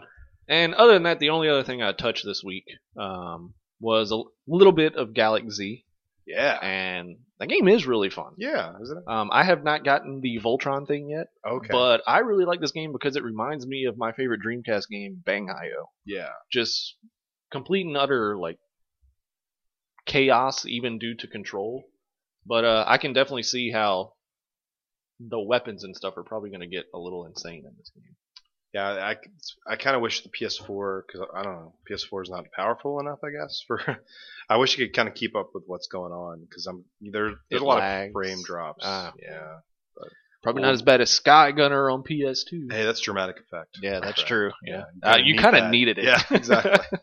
and other than that, the only other thing I touched this week um, was a l- little bit of Galaxy,
Yeah.
and that game is really fun.
Yeah, isn't it?
Um, I have not gotten the Voltron thing yet,
Okay.
but I really like this game because it reminds me of my favorite Dreamcast game, Bang IO.
yeah.
Just complete and utter like chaos, even due to control. But uh, I can definitely see how the weapons and stuff are probably going to get a little insane in this game.
Yeah, I, I kind of wish the PS4 because I don't know PS4 is not powerful enough, I guess. For I wish you could kind of keep up with what's going on because I'm there. There's
It
a lot
lags.
of frame drops.
Ah.
yeah.
Probably not as bad as Sky Gunner on PS2.
Hey, that's dramatic effect.
Yeah, that's
Right.
true. Yeah,
Yeah,
uh,
you
you
need
kind
that.
of needed it.
Yeah, exactly.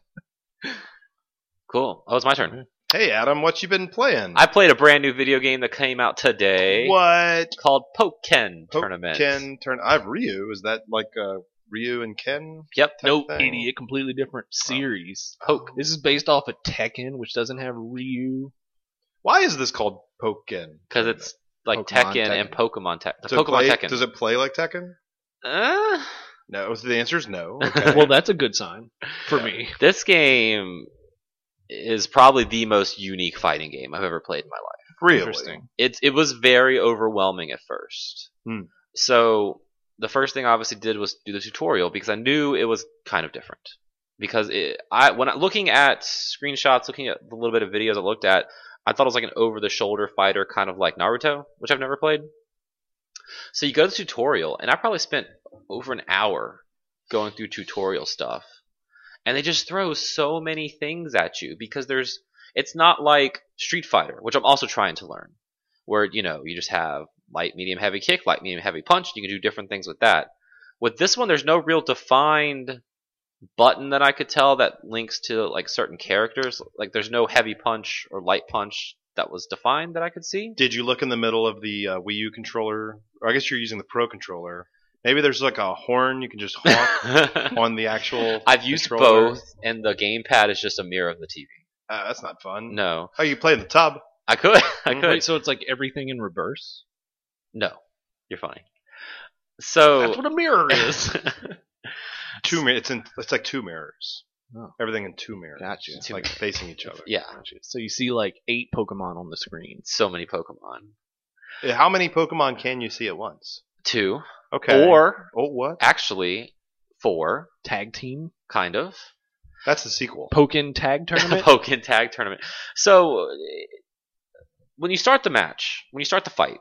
cool. Oh, it's my turn.
hey, Adam, what you been playing?
I played a brand new video game that came out today
what
called Pokken Tournament.
Ken turn? I have Ryu. Is that like uh, Ryu and Ken?
Yep.
type
No
thing?
idiot, completely different series.
Poke.
This is based off of Tekken, which doesn't have Ryu.
Why is this called Pokken?
Because it's like
Pokemon
Tekken,
Tekken.
and Pokemon Tekken.
Does it
Pokemon
play-
Tekken.
Does it play like Tekken?
Uh,
No. oh, The answer is no. Okay.
Well, that's a good sign for me.
this game is probably the most unique fighting game I've ever played in my life.
really?
Interesting.
It it was very overwhelming at first.
Hmm.
So the first thing I obviously did was do the tutorial because I knew it was kind of different. Because it, I when I, looking at screenshots, looking at the little bit of videos I looked at, I thought it was like an over-the-shoulder fighter, kind of like Naruto, which I've never played. So you go to the tutorial, and I probably spent over an hour going through tutorial stuff, and they just throw so many things at you because there's it's not like Street Fighter, which I'm also trying to learn, where you know you just have light, medium, heavy kick, light, medium, heavy punch. You can do different things with that. With this one, there's no real defined button that I could tell that links to like certain characters. Like there's no heavy punch or light punch that was defined that I could see.
Did you look in the middle of the uh, Wii U controller? Or I guess you're using the Pro controller. Maybe there's like a horn you can just honk on the actual.
I've used
controller.
both, and the gamepad is just a mirror of the TV.
Uh, that's not fun.
No,
Oh, you play in the tub?
I could, I could.
Wait, so it's like everything in reverse.
No, you're funny. So
That's what a mirror is.
Two. mir- It's in. It's like two mirrors.
Oh.
Everything in two mirrors.
Gotcha.
It's like facing each other.
yeah,
so you see like eight Pokemon on the screen.
so many Pokemon.
Yeah, How many Pokemon can you see at once?
Two
Okay.
or
oh, what?
actually four,
Tag team,
kind of.
That's the sequel.
Pokken Tag Tournament.
Pokemon Tag Tournament. So uh, when you start the match, when you start the fight,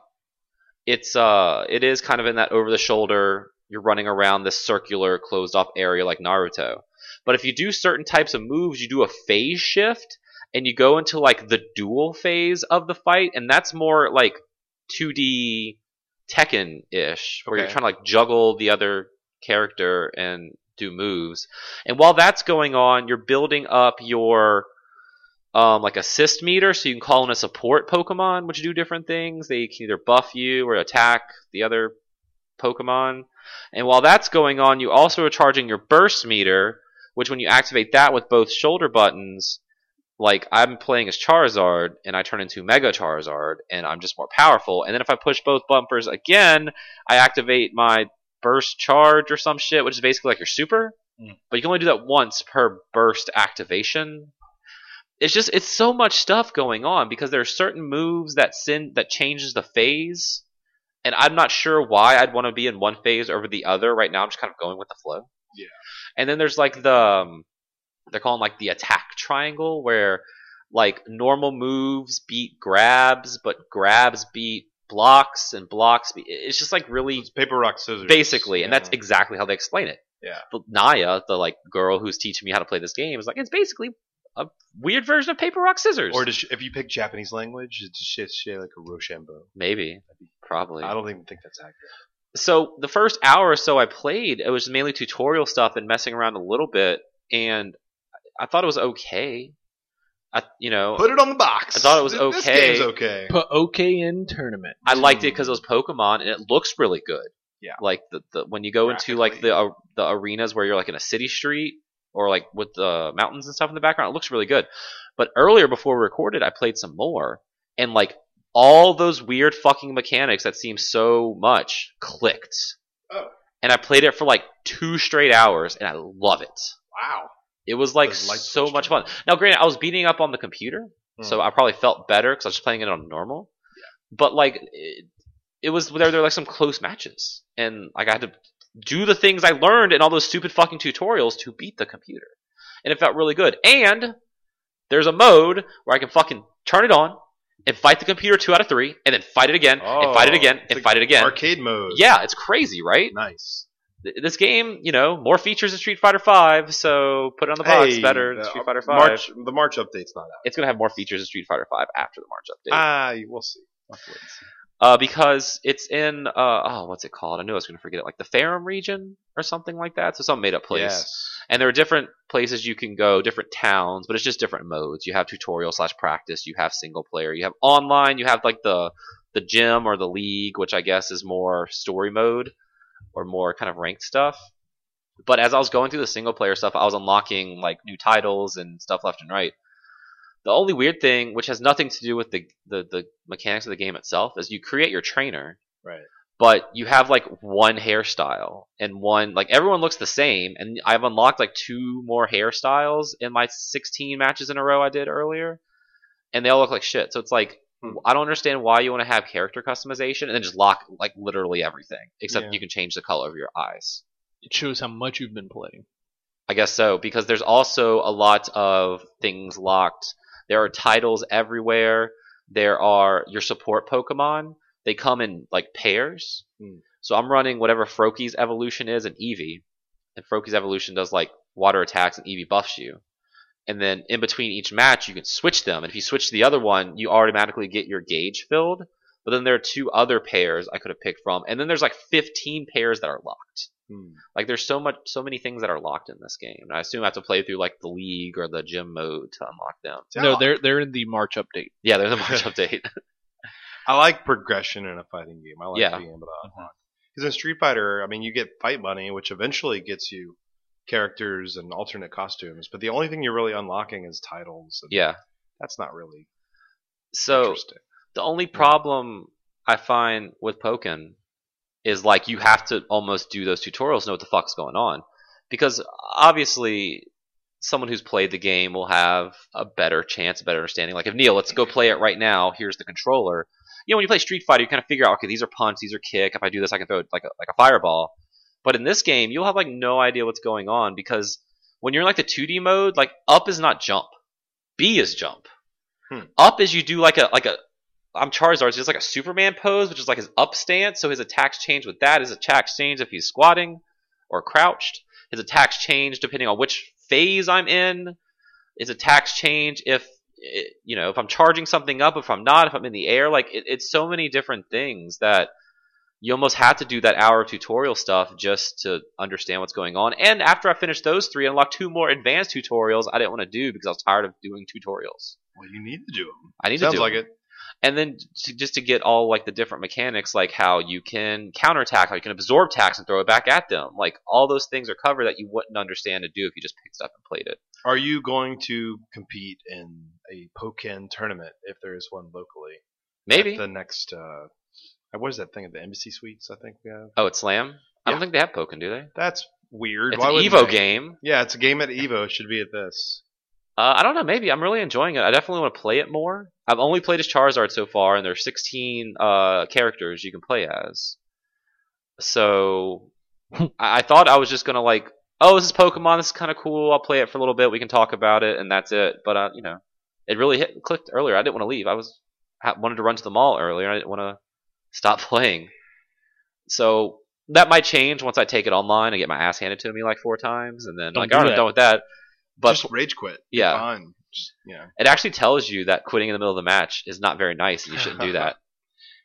it's uh, it is kind of in that over the shoulder. You're running around this circular closed off area like Naruto. But if you do certain types of moves, you do a phase shift and you go into like the dual phase of the fight, and that's more like 2D Tekken ish, where you're
Okay.
trying to like juggle the other character and do moves. And while that's going on, you're building up your um, like assist meter, so you can call in a support Pokemon, which do different things. They can either buff you or attack the other Pokemon. And while that's going on, you also are charging your burst meter, which when you activate that with both shoulder buttons, like I'm playing as Charizard and I turn into Mega Charizard and I'm just more powerful. And then if I push both bumpers again, I activate my burst charge or some shit, which is basically like your super. But you can only do that once per burst activation. It's just it's so much stuff going on because there are certain moves that send that changes the phase. And I'm not sure why I'd want to be in one phase over the other. Right now I'm just kind of going with the flow.
Yeah.
And then there's like the um, they're calling like the attack triangle where like normal moves beat grabs, but grabs beat blocks and blocks beat, it's just like really
It's paper, rock, scissors.
basically, and
Yeah.
that's exactly how they explain it.
Yeah.
The, Naya, the like girl who's teaching me how to play this game, is like it's basically a weird version of paper rock scissors.
Or does she, if you pick Japanese language, it's just it's shit like a Rochambeau.
maybe, probably.
I don't even think that's accurate.
so the first hour or so I played, it was mainly tutorial stuff and messing around a little bit, and I thought it was okay. I, you know,
Put it on the box.
I thought it was
Th- This
okay.
game's okay.
Pokken Tournament.
I liked it because it was Pokemon and it looks really good.
Yeah.
Like the, the when you go into like the uh, the arenas where you're like in a city street or like with the mountains and stuff in the background, it looks really good. But earlier before we recorded, I played some more and like all those weird fucking mechanics that seem so much clicked.
Oh.
And I played it for like two straight hours and I love it.
Wow.
It was like
Those light
so
switch
much fun.
turns.
Now, granted, I was beating up on the computer,
Hmm.
so I probably felt better because I was just playing it on normal. But like, it, it was there. There were like some close matches, and like I had to do the things I learned in all those stupid fucking tutorials to beat the computer, and it felt really good. And there's a mode where I can fucking turn it on and fight the computer two out of three, and then fight it again, and fight it
Oh,
again,
it's
and
like
fight it again.
Arcade mode.
Yeah, it's crazy, right?
Nice.
Th- This game, you know, more features than Street Fighter Five, so put it on the box.
Hey,
better than
the
Street Fighter Five
March. The March update's not out.
it's going to have more features in Street Fighter Five after the March update,
Ah, we'll see.
uh, because it's in uh, oh, what's it called? I knew I was going to forget it, like the Farum region or something like that. So some made up place,
Yes.
and there are different places you can go, different towns, but it's just different modes. You have tutorial slash practice, you have single player, you have online, you have like the the gym or the league, which I guess is more story mode or more kind of ranked stuff. But as I was going through the single player stuff, I was unlocking like new titles and stuff left and right. The only weird thing, which has nothing to do with the, the, the mechanics of the game itself, is you create your trainer,
Right.
but you have like one hairstyle and one like everyone looks the same. And I've unlocked like two more hairstyles in my 16 matches in a row I did earlier, and they all look like shit. So it's like
Hmm.
I don't understand why you want to have character customization and then just lock like literally everything except
Yeah.
you can change the color of your eyes.
It shows how much you've been playing.
I guess so, because there's also a lot of things locked. There are titles everywhere. There are your support Pokemon. They come in like pairs.
Hmm.
So I'm running whatever Froakie's evolution is and Eevee. And Froakie's evolution does like water attacks and Eevee buffs you. And then in between each match, you can switch them. And if you switch to the other one, you automatically get your gauge filled. But then there are two other pairs I could have picked from. And then there's like 15 pairs that are locked.
Hmm.
Like there's so much, so many things that are locked in this game. And I assume I have to play through like the league or the gym mode to unlock them.
No,
Yeah.
they're they're in the March update.
Yeah, there's a March update.
I like progression in a fighting game. I like
Yeah.
being able to unlock. Because in Street Fighter, I mean, you get fight money, which eventually gets you characters and alternate costumes. But the only thing you're really unlocking is titles. And
Yeah.
That's not really
So
interesting.
the only problem I find with Pokken is like you have to almost do those tutorials to know what the fuck's going on, because obviously someone who's played the game will have a better chance, a better understanding. Like if Neil, let's go play it right now. Here's the controller. You know, when you play Street Fighter, you kind of figure out, okay, these are punch, these are kick. If I do this, I can throw it like a, like a fireball. But in this game, you'll have like no idea what's going on because when you're in like the 2D mode, like up is not jump, B is jump.
Hmm.
Up is you do like a like a I'm Charizard, so he has like a Superman pose, which is like his up stance. So his attacks change with that. His attacks change if he's squatting or crouched. His attacks change depending on which phase I'm in. His attacks change if eh, you know if I'm charging something up, if I'm not, if I'm in the air. Like it, it's so many different things that you almost have to do that hour of tutorial stuff just to understand what's going on. And after I finished those three, I unlocked two more advanced tutorials I didn't want to do because I was tired of doing tutorials.
Well, you need to do them.
I need
Sounds
to do
like
them
it.
and then to, just to get all like the different mechanics like how you can counterattack how you can absorb attacks and throw it back at them like all those things are covered that you wouldn't understand to do if you just picked it up and played it
Are you going to compete in a Pokken tournament if there is one locally?
maybe
At the next, uh, what is that thing at the Embassy Suites? I think we have.
oh it's slam i don't
Yeah.
think they have Pokken, do they
That's weird.
it's
Why
an
wouldn't
evo
they?
game
Yeah, it's a game at Evo. It should be at this.
uh, i don't know maybe i'm really enjoying it i definitely want to play it more i've only played as charizard so far and there's 16 uh, characters you can play as so I-, I thought i was just gonna like oh this is pokemon this is kind of cool i'll play it for a little bit we can talk about it and that's it but uh, you know it really hit clicked earlier i didn't want to leave i was ha- wanted to run to the mall earlier and i didn't want to stop playing so that might change once i take it online and get my ass handed to me like four times and then
Don't
like
do
all right, i'm
that.
done with that but
Just rage quit.
yeah
Fine. Just, yeah.
it actually tells you that quitting in the middle of the match is not very nice and you shouldn't do that.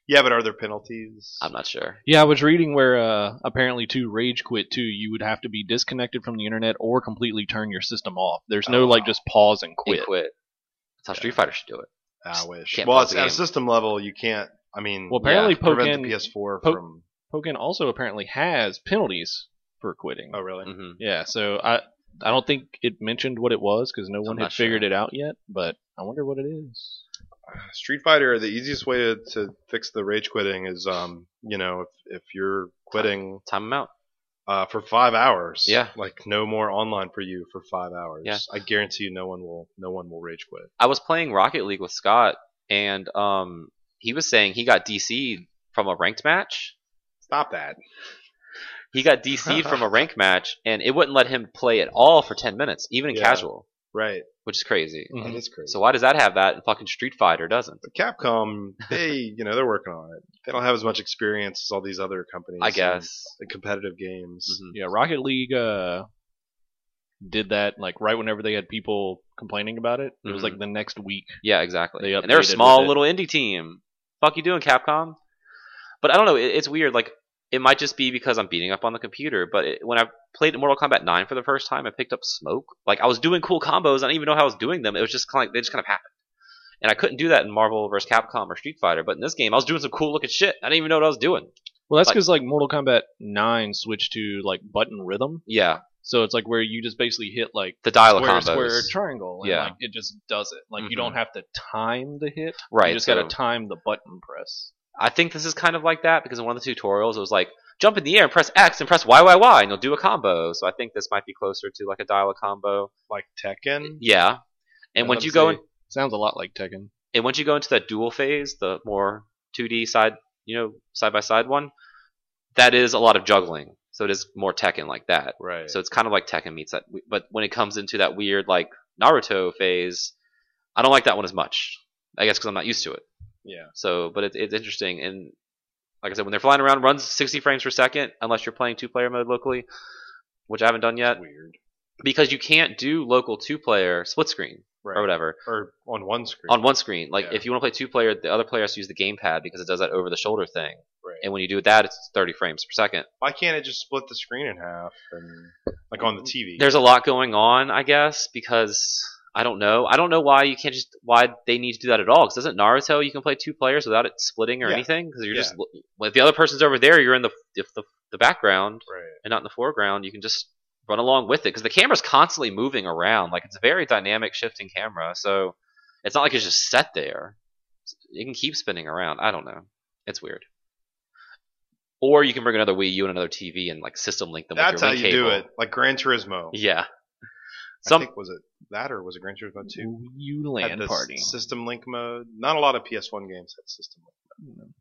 Yeah, but are there penalties?
I'm not sure.
Yeah, I was reading where uh, apparently to rage quit too, you would have to be disconnected from the internet or completely turn your system off. There's no
Oh,
like
wow.
just pause and quit.
Quit. quit. That's how Street Fighter should do it.
I wish.
Can't
Well,
pause
it's
the
at a
game.
system level. You can't. I mean,
Well, apparently
prevent
Pokken-
the PS4
Po-
from.
Hogan also apparently has penalties for quitting.
Oh, really?
hmm
Yeah, so I I don't think it mentioned what it was because no one
not
had figured it out yet. But I wonder what it is.
Street Fighter, the easiest way to, to fix the rage quitting is, um, you know, if, if you're quitting
Time him out.
uh, for five hours,
Yeah.
like no more online for you for five hours.
Yeah.
I guarantee you, no one will, no one will rage quit.
I was playing Rocket League with Scott, and um, he was saying he got DC'd from a ranked match.
Stop that.
He got DC'd from a ranked match, and it wouldn't let him play at all for 10 minutes, even in
Yeah. Mm.
casual,
Right.
which is crazy.
Mhm.
That is crazy.
Mm-hmm. So why does that have that and fucking Street Fighter doesn't?
But Capcom, they, you know, they're working on it. They don't have as much experience as all these other companies.
I
in-
guess.
In, competitive games.
Mhm.
Yeah, Rocket League uh, did that like right whenever they had people complaining about it. It was
Mhm.
like the next week.
Yeah, exactly.
They
and they're
updated
a small
with it.
little indie team. Fuck you doing, Capcom? But I don't know. It, it's weird. Like it might just be because I'm beating up on the computer. But it, when I played Mortal Kombat 9 for the first time, I picked up smoke. Like I was doing cool combos. I didn't even know how I was doing them. It was just kind of like, they just kind of happened. And I couldn't do that in Marvel vs. Capcom or Street Fighter. But in this game, I was doing some cool looking shit. I didn't even know what I was doing.
Well, that's
Like-
because like Mortal Kombat Nine switched to like button rhythm,
Yeah,
so it's like where you just basically hit like
the dial
square,
combos.
square, triangle, and
Yeah.
like it just does it. Like
Mhm.
you don't have to time the hit.
right.
You just
so-
gotta time the button press.
I think this is kind of like that because in one of the tutorials it was like jump in the air and press X and press Y Y Y and you'll do a combo. So I think this might be closer to like a dial a combo.
Like Tekken.
Yeah. And
Yeah,
once
let
you
me
go
see.
in,
Sounds a lot like Tekken.
and once you go into that dual phase, the more 2D side, you know, side by side one, that is a lot of juggling. So it is more Tekken like that.
Right.
So it's kind of like Tekken meets that. But when it comes into that weird like Naruto phase, I don't like that one as much. I guess because I'm not used to it.
yeah.
So, but it's it's interesting. And like I said, when they're flying around, runs 60 frames per second, unless you're playing two player mode locally, which I haven't done yet,
Weird.
because you can't do local two player split screen
Right.
or whatever
Or on one screen.
on one screen. Like
Yeah.
if you want to play two player, the other player has to use the gamepad because it does that over the shoulder thing.
Right.
And when you do that, it's 30 frames per second.
Why can't it just split the screen in half and like on the TV?
Mm, There's a lot going on, I guess, because. I don't know. I don't know why you can't just why they need to do that at all. Because doesn't Naruto you can play two players without it splitting or
Yeah.
anything? Because you're
Yeah.
just if the other person's over there, you're in the if the, the background.
right.
and not in the foreground, you can just run along with it because the camera's constantly moving around. Like it's a very dynamic shifting camera, so it's not like it's just set there. It can keep spinning around. I don't know. It's weird. Or you can bring another Wii U and another TV and like system link them.
That's
with
how
your
you
link
do
cable.
it. Like Gran Turismo.
Yeah.
I
Some
think was it that or was it Gran Turismo Two?
You
Had
land
this
party.
System Link mode. Not a lot of PS1 games had System Link.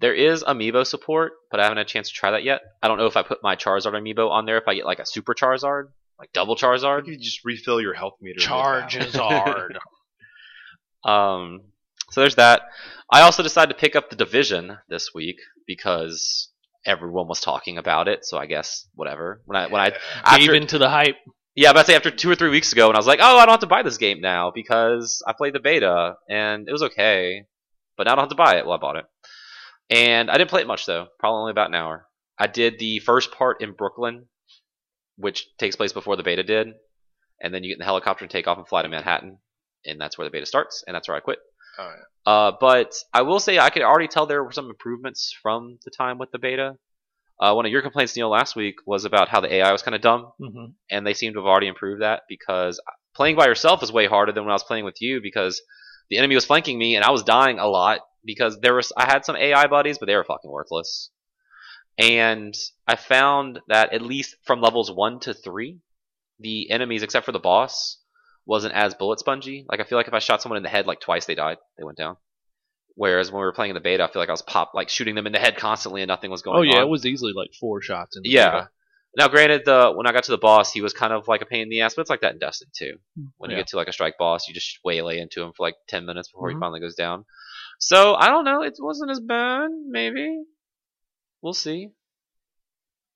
there is amiibo support, but I haven't had a chance to try that yet. I don't know if I put my Charizard amiibo on there. If I get like a Super Charizard, like double Charizard,
Like you just refill your health meter. with that.
Charges hard.
Mm-hmm.
Um, so there's that. I also decided to pick up the division this week because everyone was talking about it. So I guess whatever. When I when I
Gave
after,
into the hype.
yeah, I'm about to say after two or three weeks ago, and I was like, oh, I don't have to buy this game now because I played the beta and it was okay, but now I don't have to buy it. Well, I bought it, and I didn't play it much though. Probably only about an hour. I did the first part in Brooklyn, which takes place before the beta did, and then you get in the helicopter and take off and fly to Manhattan, and that's where the beta starts, and that's where I quit.
Oh,
Uh, but I will say I could already tell there were some improvements from the time with the beta. Uh, one of your complaints, Neil, last week was about how the AI was kind of dumb,
Mhm.
and they seem to have already improved that because playing by yourself is way harder than when I was playing with you because the enemy was flanking me and I was dying a lot because there was I had some AI buddies, but they were fucking worthless. And I found that at least from levels one to three, the enemies, except for the boss, wasn't as bullet spongy. Like I feel like if I shot someone in the head like twice, they died. They went down. Whereas when we were playing in the beta, I feel like I was pop like shooting them in the head constantly and nothing was going
Oh
on.
yeah, it was easily like four shots. In the
Yeah.
beta.
Now, granted, the when I got to the boss, he was kind of like a pain in the ass, but it's like that in Destiny too. When you
Yeah.
get to like a strike boss, you just waylay into him for like ten minutes before he
Mhm.
finally goes down. So I don't know. It wasn't as bad. Maybe we'll see.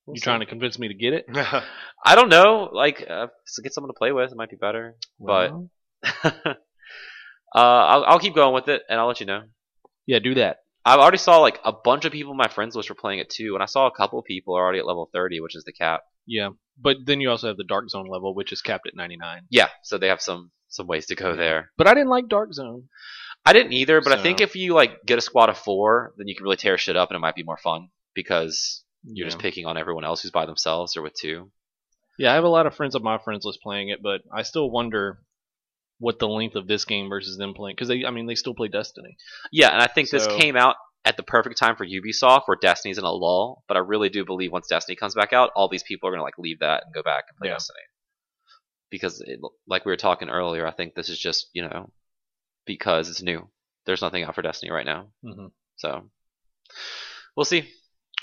You trying to convince me to get it?
yeah.
I don't know. Like, uh, so get someone to play with. It might be better. But-
Well,
uh, I'll, I'll keep going with it, and I'll let you know.
yeah, do that.
I already saw like a bunch of people my friends list were playing it too, and I saw a couple people already at level thirty, which is the cap.
Yeah, but then you also have the Dark Zone level, which is capped at 99.
Yeah, so they have some some ways to go there.
But I didn't like Dark Zone.
I didn't either, but I think
So-
if you like get a squad of four, then you can really tear shit up, and it might be more fun. because you're
yeah.
just picking on everyone else who's by themselves or with two.
Yeah, I have a lot of friends on my friends list playing it, but I still wonder what the length of this game versus them playing because they, I mean, they still play Destiny.
Yeah, and I think this
So-
came out at the perfect time for Ubisoft, where Destiny's in a lull. But I really do believe once Destiny comes back out, all these people are gonna like leave that and go back and play
Yeah.
Destiny. Because, it, like we were talking earlier, I think this is just you know because it's new. There's nothing out for Destiny right now,
Mhm.
so we'll see.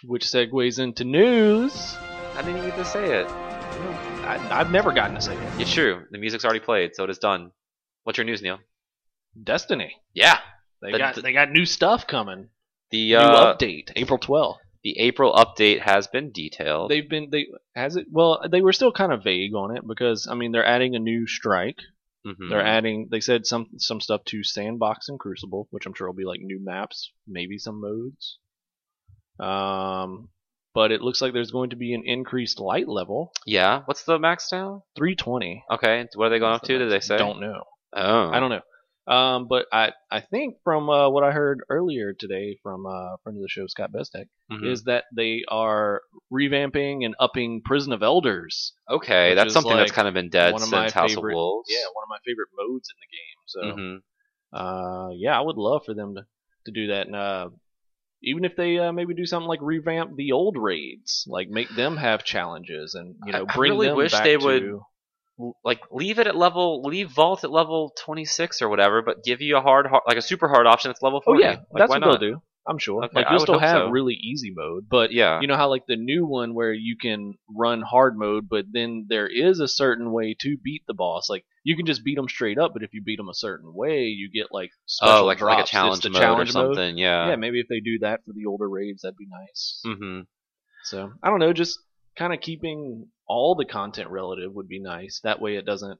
Which segues into news.
I didn't even get to say it.
I, I've never gotten to say it.
It's true. The music's already played, so it is done. What's your news, Neil?
Destiny.
Yeah,
They
The-
got
the-
they got new stuff coming.
the uh,
new update, April 12th.
the April update has been detailed.
They've been they has it well they were still kind of vague on it because I mean they're adding a new strike.
Mhm.
They're adding they said some some stuff to Sandbox and Crucible, which I'm sure will be like new maps, maybe some modes. Um but it looks like there's going to be an increased light level,
yeah. What's the max now?
320.
Okay, what are they going up to? Did they say?
Don't know.
Oh,
I don't know. Um, but I, I think from uh, what I heard earlier today from uh, friend of the show Scott Bestek
Mhm.
is that they are revamping and upping Prison of Elders.
okay,
which
that's
is
something that's
like
kind of been dead
one of
since
my
House
favorite-
of Wolves.
Yeah, one of my favorite modes in the game. So uh,
Mhm.
yeah, I would love for them to, to do that. And uh, even if they uh, maybe do something like revamp the old raids, like make them have challenges and you
I-
know
I
bring
really
them
wish
back
they
to-
would Like leave it at level, leave Vault at level twenty six or whatever, but give you a hard, har like a super hard option that's level
Oh
forty.
yeah,
Like,
that's
why
what they'll
not?
do. I'm sure.
Okay,
like
I
you'll
would
still
hope
have
so.
really easy mode, but
Yeah,
You know how like the new one where you can run hard mode, but then there is a certain way to beat the boss. Like you can just beat them straight up, but if you beat them a certain way, you get like special
oh, like
drops.
like a
It's
challenge
the
mode or
challenge mode.
something.
Yeah,
Yeah.
maybe if they do that for the older raids, that'd be nice.
hmm
So I don't know, just kind of keeping all the content relative would be nice. That way, it doesn't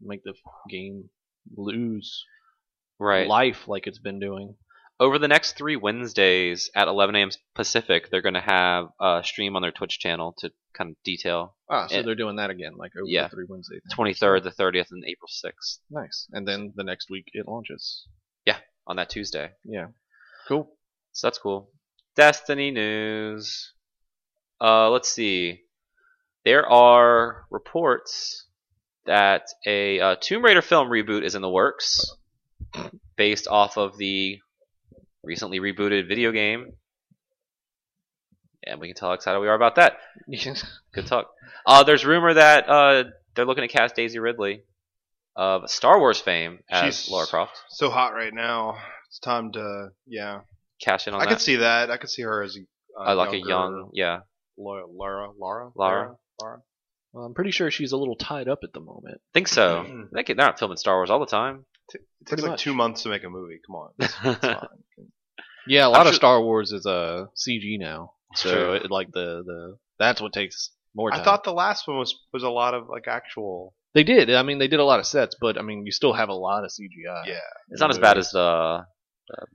make the game lose
Right.
life like it's been doing.
over the next three Wednesdays at 11 a.m. Pacific, they're going to have a stream on their Twitch channel to kind of detail
Ah, so
Yeah.
they're doing that again, like over
Eh. Yeah.
the three Wednesday. thing.
23rd, the 30th, and April 6th
Nice. And then the next week it launches.
on that Tuesday.
Yeah. Cool.
So that's cool. Destiny news. Uh, let's see. There are reports that a uh, Tomb Raider film reboot is in the works, based off of the recently rebooted video game. And we can tell how excited we are about that. Good talk. Uh, there's rumor that uh, they're looking to cast Daisy Ridley of Star Wars fame as
She's-
Lara Croft.
So hot right now. It's time to yeah.
Cash in on
I
that.
could see that. I could see her as a,
uh, like a
younger
young, yeah.
Laura, Laura, Laura,
Lara.
Lara.
Well, I'm pretty sure she's a little tied up at the moment.
Think
Mm-hmm.
so. they could, they're not filming Star Wars all the time.
It takes
Pretty
like
much.
two months to make a movie. Come on, it's, it's fine.
Yeah, a
lot
lot
of
of Star Wars is uh, CG now.
true.
So it, like the, the that's what takes more time.
I thought the last one was was a lot of like actual.
they did. I mean, they did a lot of sets, but I mean, you still have a lot of CGI.
Yeah.
It's not as bad as uh, the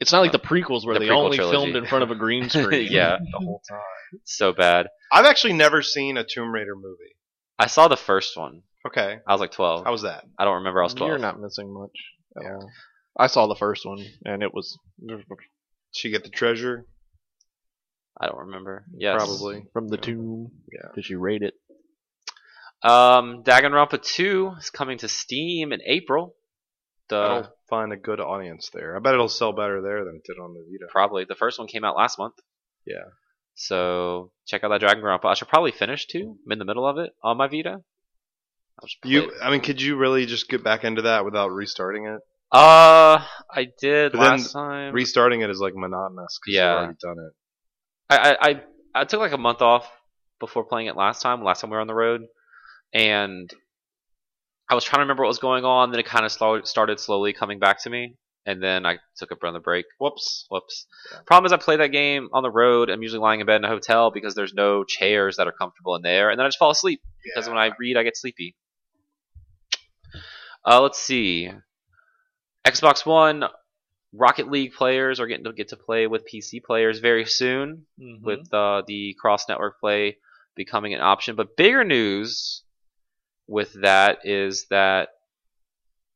It's not like Uh, the prequels where
The
they
prequel
only
trilogy.
filmed in front of a green screen.
yeah
The whole time.
so bad.
I've actually never seen a Tomb Raider movie.
I saw the first one.
Okay,
I was like 12.
how was that?
I don't remember. I was 12.
You're not missing much. at
Yeah.
all. I saw the first one, and it was
Did she get the treasure?
I don't remember. Yes.
Probably.
from the tomb.
Yeah.
Did you rate it?
Um, Danganronpa 2 is coming to Steam in April.
I
The
don't find a good audience there. I bet it'll sell better there than it did on the Vita.
probably the first one came out last month.
Yeah.
So check out that Danganronpa. I should probably finish two. I'm in the middle of it on my Vita. I'll just play
You,
it.
I mean, could you really just get back into that without restarting it?
Uh, I did
But then
last time.
Restarting it is like monotonous. 'cause
Yeah.
you've already done it.
I, I, I I took like a month off before playing it last time. Last time we were on the road, and I was trying to remember what was going on. Then it kind of slow, started slowly coming back to me, and then I took a brother break. Whoops, whoops. Problem is, I play that game on the road. I'm usually lying in bed in a hotel because there's no chairs that are comfortable in there, and then I just fall asleep because when I read, I get sleepy. Uh, let's see. Xbox One Rocket League players are getting to get to play with PC players very soon
Mm-hmm.
with
Mm-hmm.
uh, the cross network play becoming an option. But bigger news with that is that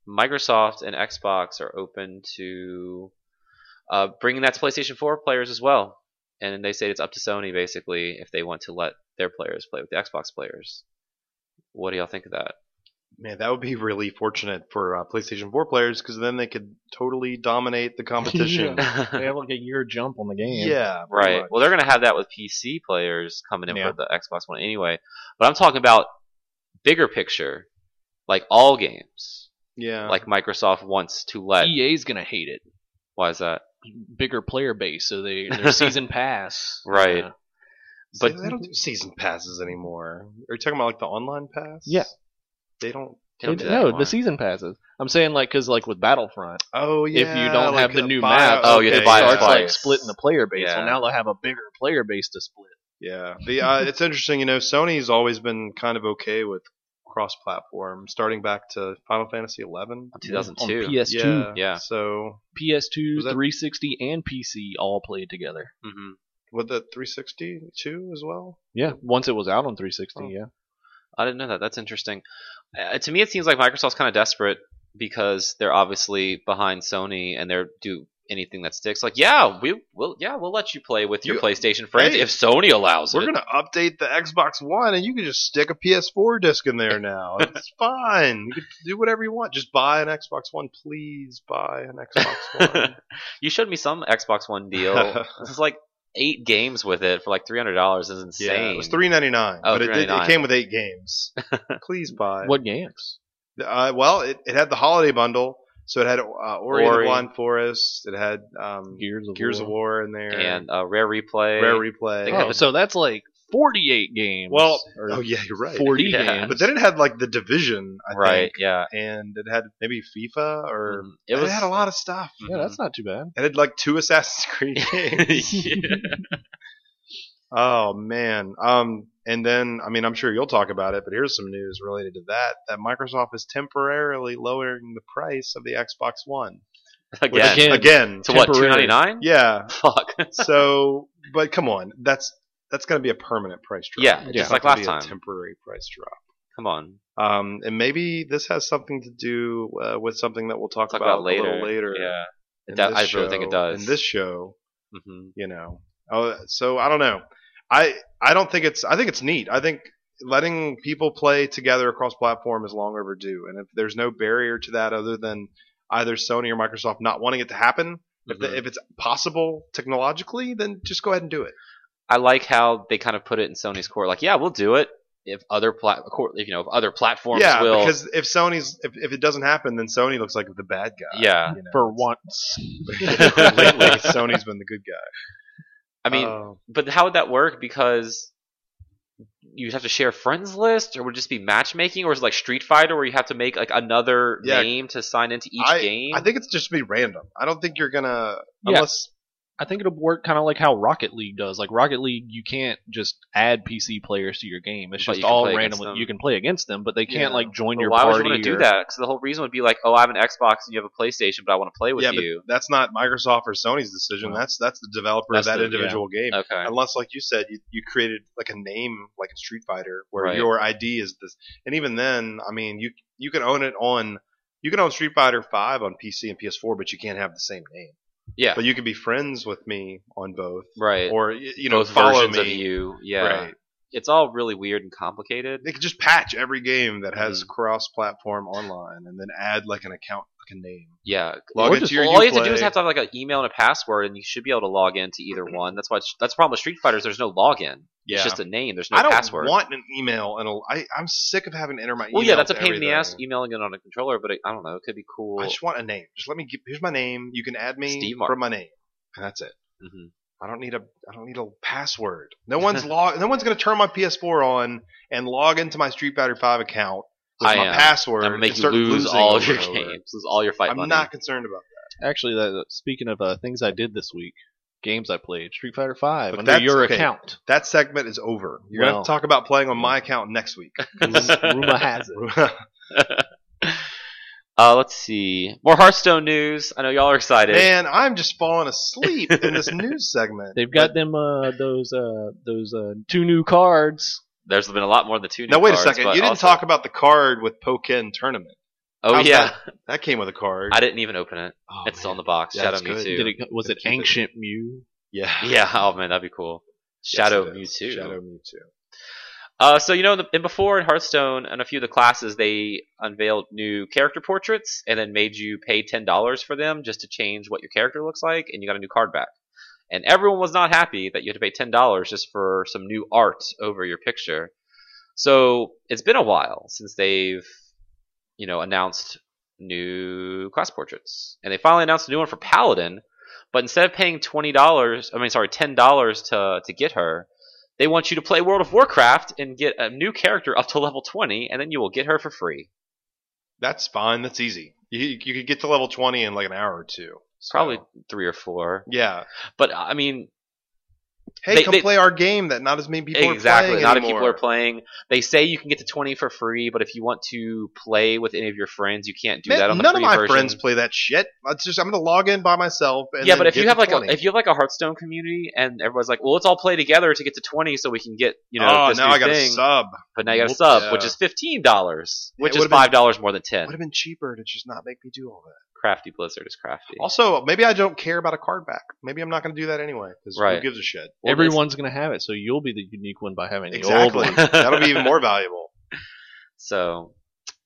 Microsoft and Xbox are open to uh, bringing that to PlayStation 4 players as well. and they say it's up to Sony basically if they want to let their players play with the Xbox players. What do y'all think of that?
Man, that would be really fortunate for uh, PlayStation 4 players because then they could totally dominate the competition.
Yeah. They have like a year jump on the game.
yeah, pretty
right.
much.
Well, they're going to have that with PC players coming in
Yeah.
for the Xbox One anyway. But I'm talking about bigger picture, like all games,
yeah.
like Microsoft wants to let.
EA's E gonna hate it.
Why is that?
Bigger player base, so they their season pass.
Right.
uh,
but
but-
they don't do season passes anymore. Are you talking about like the online pass?
Yeah.
They don't.
They don't
it-
do that
no,
anymore.
the season passes. I'm saying like because like with Battlefront,
Oh yeah.
if you don't have the new map,
Oh, you have to
it
buy a
starts like
place.
splitting the player base.
Yeah.
Well, now they'll have a bigger player base to split.
Yeah, the uh, it's interesting. You know, Sony's always been kind of okay with cross-platform, starting back to Final Fantasy XI.
Oh, 2002.
on PS2,
Yeah,
Yeah.
So
PS2,
Was that-
360, and PC all played together.
Mhm.
with the 360 too as well.
Yeah, once it was out on 360.
Oh.
Yeah,
I didn't know that. That's interesting. Uh, to me, it seems like Microsoft's kind of desperate because they're obviously behind Sony and they're do anything that sticks. Like, yeah, we will. Yeah, we'll let you play with your
You-
PlayStation friends
Hey,
if Sony allows
We're
it.
gonna update the Xbox One, and you can just stick a PS4 disc in there now. It's fine. You can do whatever you want. Just buy an Xbox One, please. Buy an Xbox One.
you showed me some Xbox One deal. this is like eight games with it for like three hundred dollars. Is insane.
Yeah, it was three ninety nine,
Oh,
but it, did, it
$3.99.
came with eight games. Please buy.
what games?
Uh, well, it, it had the holiday bundle, so it had uh, Ori, and
Ori.
the Blind Forest. It had um, Gears,
Gears of
of
War.
War in there
and uh, rare replay.
Rare
They
Replay.
had
Oh,
Oh,
so that's like 48 games.
Well,
or
yeah, you're right.
40
Yeah.
games.
But then it had like the Division, I
right?
think,
Yeah,
and it had maybe FIFA or
Mhm. it was.
had a lot of stuff.
Mhm.
yeah, that's not too bad.
It had like two Assassin's Creed games.
Yeah.
Oh man. Um and then I mean I'm sure you'll talk about it, but here's some news related to that that Microsoft is temporarily lowering the price of the Xbox One.
Again,
Again.
Again.
to what two
Temporary.
ninety nine?
Yeah.
Fuck.
So but come on, that's that's going to be a permanent price drop.
Yeah,
It's
just
not
like
gonna
last
be
time.
a temporary price drop.
Come on.
Um and maybe this has something to do uh, with something that we'll talk,
Talk
about,
about later.
a little later.
Yeah.
in
do-
this
I really think it
show-
does.
In this show,
hmm
you know. Oh, so I don't know. I I don't think it's. I think it's neat. I think letting people play together across platform is long overdue. And if there's no barrier to that other than either Sony or Microsoft not wanting it to happen, if,
Mm-hmm.
the, if it's possible technologically, then just go ahead and do it.
I like how they kind of put it in Sony's court. Like, yeah, we'll do it if other plat, court- if, you know, if other platforms
yeah,
will.
because if Sony's if, if it doesn't happen, then Sony looks like the bad guy.
yeah,
you know.
For once.
lately Sony's been the good guy.
I mean,
Uh,
but how would that work? Because you'd have to share friends list, or would it just be matchmaking, or is it like Street Fighter where you have to make like another
Yeah.
name to sign into each game?
I think it's just be random. I don't think you're gonna
Yeah.
unless
I think it'll work kind of like how Rocket League does. Like Rocket League, you can't just add PC players to your game. It's
But
just
you can
all
play against
randomly.
them.
You can play against them, but they can't
Yeah.
like join
But
your
why would you
party.
want to do
or-
that? Because the whole reason would be like, oh, I have an Xbox and you have a PlayStation, but I want to play with
yeah,
you.
but that's not Microsoft or Sony's decision.
Well,
that's that's the developer
that's
of that
the-
individual game.
Okay.
Unless, like you said, you, you created like a name, like in Street Fighter, where
Right.
your ID is this. And even then, I mean, you you can own it on you can own Street Fighter Five on PC and PS4, but you can't have the same name.
Yeah.
But you can be friends with me on both,
Right.
or y- you know,
Both
follow
versions
me.
of you. Yeah.
Right.
It's all really weird and complicated.
They could just patch every game that has
Mm-hmm.
cross-platform online, and then add like an account, like a name.
Yeah,
Log
Or
into
just-
your
all you have to do
Uplay.
is have to have like an email and a password, and you should be able to log into either one. That's why. That's the problem with Street Fighters. There's no login. It's just a name. There's no
I don't
password.
want an email, and a, I, I'm sick of having to enter my email.
well, yeah, that's a
to
pain in the ass
everything.
emailing it on a controller, but it, I don't know. It could be cool.
I just want a name. Just let me. Give, here's my name. You can add me
Steve Martin.
from my name, and that's it.
Mhm.
I don't need a. I don't need a password. No one's log. No one's gonna turn my PS4 on and log into my Street Fighter Five account with
I
my
am.
password.
I'm gonna make
and
you
start
lose
losing
all
over
your
and over.
games, lose all your fight
I'm
money.
not concerned about
Actually, that, speaking of uh, things I did this week, games I played, Street Fighter Five
Look,
under
that's-
your
okay.
account.
that. That segment is over. You're gonna
Well.
have to talk about playing on my account next week.
Rumor has it.
Uh, let's see. More Hearthstone news. I know y'all are excited.
Man, I'm just falling asleep in this news segment.
They've got them uh, those uh, those uh, two new cards.
There's been a lot more than two.
Now
new
wait a
cards,
second.
but
You didn't
also-
talk about the card with Pokken tournament.
Oh
How's
yeah,
That came with a card.
I didn't even open it.
Oh,
It's still in
man.
the box.
Yeah,
Shout
it's
out me
good.
too.
Did it, was it
Keep it.
Ancient Mew?
Yeah.
Yeah. Oh man, that'd be cool. Shadow
it is.
Mewtwo.
Shadow Mewtwo.
Uh, so you know, in the, in before in Hearthstone and a few of the classes, they unveiled new character portraits and then made you pay ten dollars for them just to change what your character looks like, and you got a new card back. And everyone was not happy that you had to pay ten dollars just for some new art over your picture. So it's been a while since they've, you know, announced new class portraits, and they finally announced a new one for Paladin. But instead of paying twenty dollars, I mean, sorry, ten dollars to to get her, they want you to play World of Warcraft and get a new character up to level 20, and then you will get her for free.
That's fine. That's easy. You, you could get to level 20 in like an hour or two. So-
Probably three or four.
Yeah.
But, I mean,
Hey,
They-
come
they-
play our game that not as many people are
exactly.
playing
Not if
anymore.
people are playing. They say you can get to 20 for free, but if you want to play with any of your friends, you can't do
Man,
that on the
none
free
of my
version.
friends play that shit. I just, I'm gonna log in by myself. And
yeah,
then
but if
get
you have
to
like
20.
a if you have like a Hearthstone community and everyone's like, well, let's all play together to get to 20 so we can get you know
oh,
this
now
new
I got
thing.
a sub.
But now you got a
Whoops.
sub,
Yeah.
which is fifteen dollars,
It
which is
would've been-
five dollars more than ten.
Would have been cheaper to just not make me do all that.
Crafty Blizzard is crafty.
Also, maybe I don't care about a card back. Maybe I'm not gonna do that anyway. Because
Right.
who gives a shit?
Well, it's-
Everyone's going to have it, so you'll be the unique one by having the old
Exactly.
one.
That'll be even more valuable.
So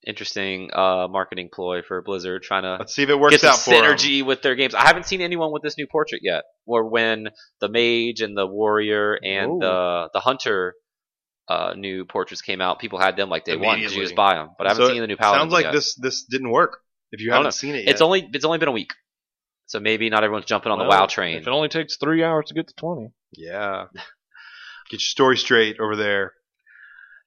interesting uh, marketing ploy for Blizzard trying to
Let's see if it works
get
out
some
for 'em.
synergy with their games. I haven't seen anyone with this new portrait yet, or when the mage and the warrior and
Whoa.
the the hunter uh, new portraits came out, people had them like day one because you
Immediately.
just buy them. But I haven't
So
seen the new paladin.
Sounds like
yet.
this this didn't work. If you
I don't
haven't seen it yet,
It's only it's only been a week, so maybe not everyone's jumping on the
Well,
WoW train.
If it only takes three hours to get to 20.
yeah. Get your story straight over there.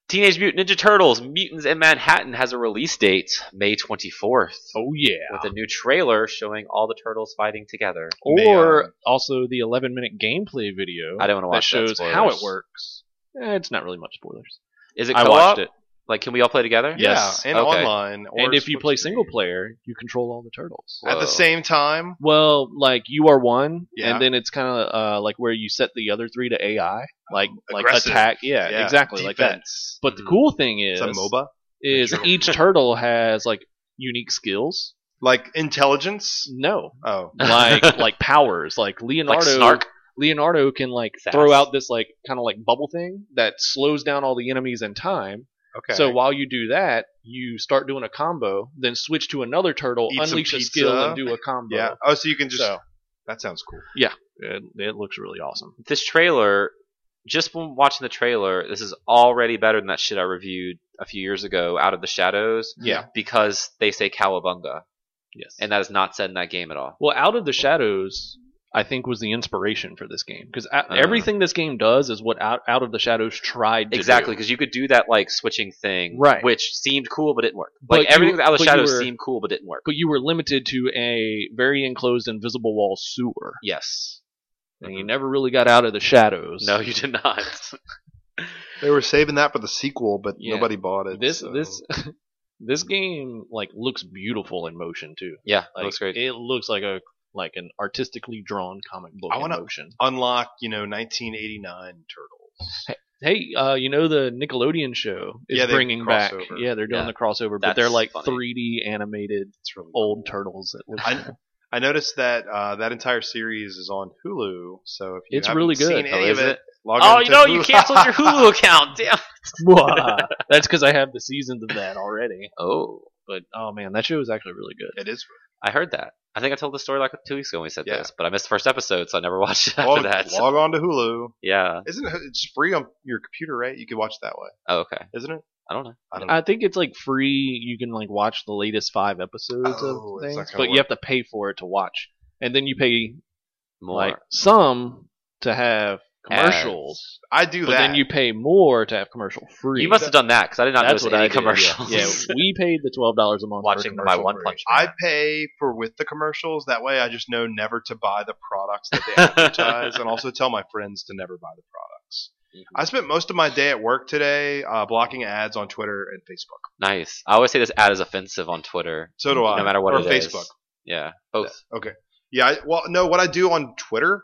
Teenage Mutant Ninja Turtles: Mutants in Manhattan has a release date, May twenty fourth,
Oh, yeah.
with a new trailer showing all the turtles fighting together.
They,
Or
um,
also the 11 minute gameplay video
I don't want
that
to watch
shows
spoilers.
how it works. Eh, it's not really much spoilers.
Is it
I
co-op?
watched it.
Like, can we all play together?
Yes.
Yeah, and
Okay.
online. Or
and if you
split
play
screen.
single player, you control all the turtles.
at
Whoa.
the same time,
Well, like you are one,
Yeah.
and then it's kind of uh, like where you set the other three to AI, like like
Oh, aggressive.
attack. Yeah,
Yeah,
exactly like that.
defense. Mm-hmm.
But the
Mhm.
cool thing is,
It's a MOBA.
is
Turtle.
each turtle has like unique skills.
Like intelligence.
No,
Oh,
like like powers. Like
Like
Leonardo,
Snark.
Leonardo can like
Sass.
throw out this like kind of like bubble thing that slows down all the enemies in time.
okay.
So while you do that, you start doing a combo, then switch to another turtle,
Eat some
unleash a
pizza.
skill, and do a combo.
yeah. Oh, so you can just.
uh, So
That sounds cool.
it, it looks really awesome.
This trailer, just from watching the trailer, this is already better than that shit I reviewed a few years ago, Out of the Shadows,
Yeah.
because they say Cowabunga,
Yes.
and that is not said in that game at all.
Well, Out of the Shadows, I think, was the inspiration for this game because
Uh.
everything this game does is what Out, Out of the Shadows tried to
Exactly,
do.
because you could do that like switching thing,
Right.
Which seemed cool but didn't work.
But
like everything
you-
with Out of the
but you
Shadows
were-
seemed cool but didn't work.
But you were limited to a very enclosed, invisible wall sewer,
Yes.
and you never really got out of the shadows.
No, you did not.
They were saving that for the sequel, but
Yeah.
nobody bought it.
this
so-
this this game like looks beautiful in motion too.
yeah,
Like,
looks great.
It looks like a like an artistically drawn comic book
I
in
wanna-
motion.
unlock, you know, 1989 turtles.
Hey, uh, you know the Nickelodeon show is
Yeah, they
bringing back.
crossover.
Yeah, they're doing
Yeah.
the crossover, but
That's
they're like
funny.
3D animated
It's really
old
cool.
turtles. That look
I, I noticed that uh, that entire series is on Hulu, so if you
It's
haven't
really good.
seen
Oh,
any
is
of it,
it?
log
Oh,
on
you
to
know, you
Hulu.
canceled your Hulu account. Damn.
Mwah. That's because I have the seasons of that already.
Oh,
But oh man, that show is actually really good.
It is
I heard that. I think I told the story like two weeks ago when we said
Yeah. Oh,
this, but I missed the first episode, so I never watched it after
log,
that.
log on to Hulu.
Yeah.
Isn't it? It's free on your computer, right? You can watch it that way,
Oh, okay.
isn't it?
I don't know.
I don't know.
I think it's like free. You can like watch the latest five episodes
Oh,
of
it's
things,
not gonna
but you
work.
have to pay for it to watch, and then you pay
More.
like some to have
Ads.
commercials,
I do
but
that.
then you pay more to have commercial free.
you must have done that because I did not
That's
notice
what
any
I did,
commercials.
Yeah. Yeah, we paid the twelve dollars a month for
Watching my
commercial
One
free.
Punch
I pay for with the commercials. That way, I just know never to buy the products that they advertise, and also tell my friends to never buy the products. I spent most of my day at work today uh, blocking ads on Twitter and Facebook.
nice. I always say this ad is offensive on Twitter,
So do I.
no matter what
or
it is.
Facebook.
Yeah, both.
Yeah, I, well, no, what I do on Twitter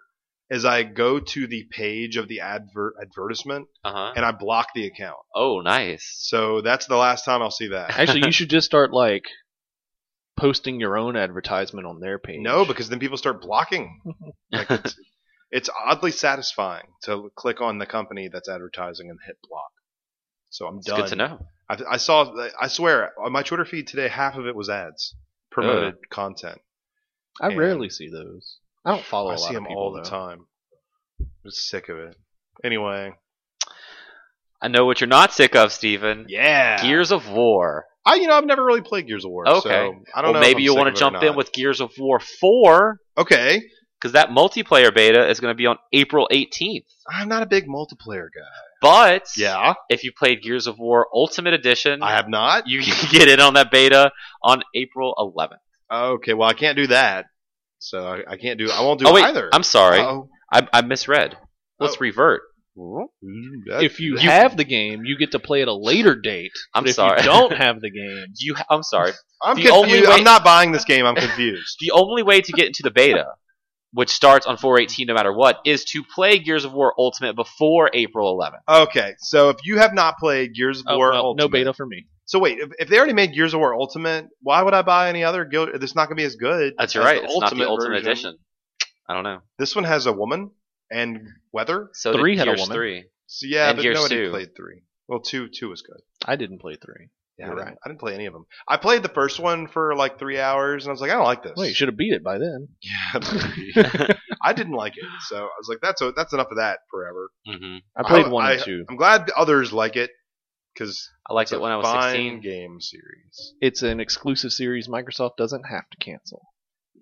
is I go to the page of the advert advertisement
Uh huh.
and I block the account.
Oh, nice.
So that's the last time I'll see that.
Actually, you should just start like posting your own advertisement on their page.
no, because then people start blocking. Like it's, it's oddly satisfying to click on the company that's advertising and hit block. So I'm
It's
done.
good to know.
I, I saw. I swear on my Twitter feed today, half of it was ads, promoted content.
I
And-
rarely see those. I don't follow.
I
a lot
see
of
them
people,
all the
though.
time. I'm sick of it. Anyway,
I know what you're not sick of, Steven.
yeah.
Gears of War.
I you know I've never really played Gears of War. So
Okay.
I don't know.
well,
if
maybe
I'm
you'll
sick
want
of
to
it or
jump in
not.
with Gears of War 4
Okay,
because that multiplayer beta is going to be on April 18th.
I'm not a big multiplayer guy.
But
Yeah,
if you played Gears of War Ultimate Edition,
I have not.
you can get in on that beta on April 11th.
Okay, well I can't do that. So I, I can't do. I won't do
oh wait,
either.
I'm sorry,
Uh-oh.
I, I misread. Let's
Oh.
revert.
Ooh, that-
If you have the game, you get to play at a later date.
I'm
but if
sorry.
you don't have the game,
You, I'm sorry.
I'm
the
confused.
only way-
I'm not buying this game. I'm confused.
The only way to get into the beta, which starts on 418 no matter what, is to play Gears of War Ultimate before April 11th.
okay, so if you have not played Gears of
oh,
War
well,
Ultimate,
no beta for me.
So wait, if, if they already made Gears of War Ultimate, why would I buy any other? Guild? It's not going to be as good.
That's
as
right.
the
It's not the Ultimate
version.
Edition. I don't know.
This one has a woman and weather.
So
Three
did
had a
Gears
woman.
Three.
So yeah,
And
but
Gears
nobody
2.
played three. Well, two two was good.
I didn't play three.
Yeah,
You're
I, didn't,
right.
I didn't play any of them. I played the first one for like three hours, and I was like, I don't like this.
Well, you should have beat it by then.
Yeah, I didn't like it, so I was like, that's a, that's enough of that forever.
hmm
I played
I-
one and two.
I'm glad others like it because
I liked it when I was
fine
16.
game series.
It's an exclusive series Microsoft doesn't have to cancel.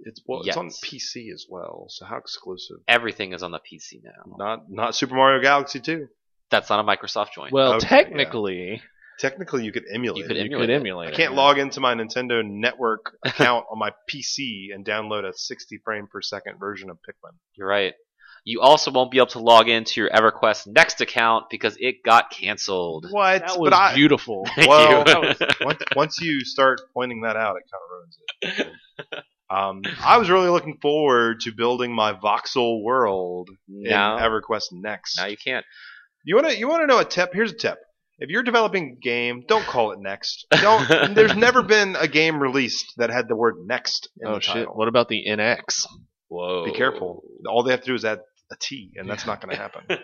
It's well, it's on
Yes.
PC as well. So how exclusive?
Everything is on the PC now.
Not not Super Mario Galaxy two.
That's not a Microsoft joint.
Well,
Okay,
technically,
Technically, you could emulate.
You could
it.
you
emulate
could
it.
emulate.
I can't
it.
log into my Nintendo Network account on my PC and download a 60 frame per second version of Pikmin.
You're right. You also won't be able to log into your EverQuest Next account because it got canceled.
What?
That
but
was
I,
beautiful.
Thank
Well,
you.
that once, once you start pointing that out, it kind of ruins it. Um, I was really looking forward to building my voxel world in
now,
EverQuest Next.
now you can't.
You want to you want to know a tip? Here's a tip. If you're developing a game, don't call it Next. Don't. there's never been a game released that had the word Next in
Oh
the
shit!
title.
What about the NX?
Whoa.
Be careful. All they have to do is add a T, and that's not going to happen.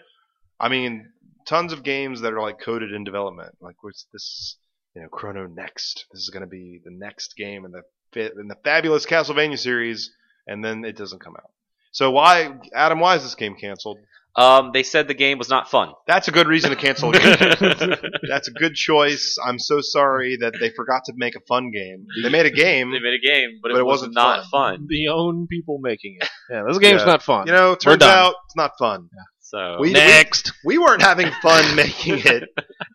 I mean, tons of games that are like coded in development, like what's this? You know, Chrono Next. This is going to be the next game in the fa- in the fabulous Castlevania series, and then it doesn't come out. So why, Adam? Why is this game canceled?
Um, they said the game was not fun.
That's a good reason to cancel. a game. That's a good choice. I'm so sorry that they forgot to make a fun game. They made a game.
They made a game, but,
But
it,
it
was
wasn't
not fun.
The own people making it. Yeah, this game's
Yeah.
not fun.
You know,
We're
turns
done.
out it's not fun.
So
We-
Next.
we weren't having fun making it.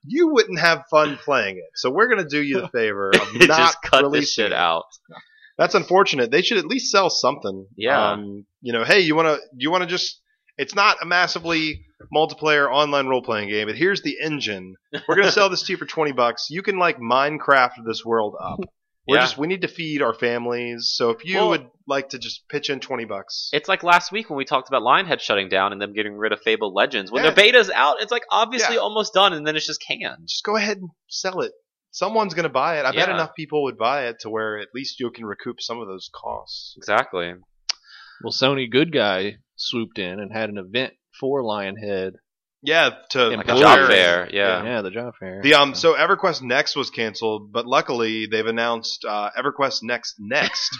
You wouldn't have fun playing it. So we're gonna do you the favor of not
just cut this
releasing
shit
it.
out.
That's unfortunate. They should at least sell something.
Yeah.
Um, you know, hey, you wanna you wanna just it's not a massively multiplayer online role playing game, but here's the engine. We're gonna sell this to you for twenty bucks. You can like Minecraft this world up. We're
Yeah.
just we need to feed our families. So if you
Well-
would like to just pitch in twenty bucks.
It's like last week when we talked about Lionhead shutting down and them getting rid of Fable Legends. When
Yeah.
the beta's out, it's like obviously almost done, and then it's just canned.
just go ahead and sell it. Someone's going to buy it. I bet
Yeah.
enough people would buy it to where at least you can recoup some of those costs.
Exactly.
Well, Sony good guy swooped in and had an event for Lionhead.
Yeah, to
Like
Like
Employers.
a job fair. Yeah.
Yeah, the job fair.
The um, so EverQuest Next was canceled, but luckily they've announced uh, EverQuest Next next,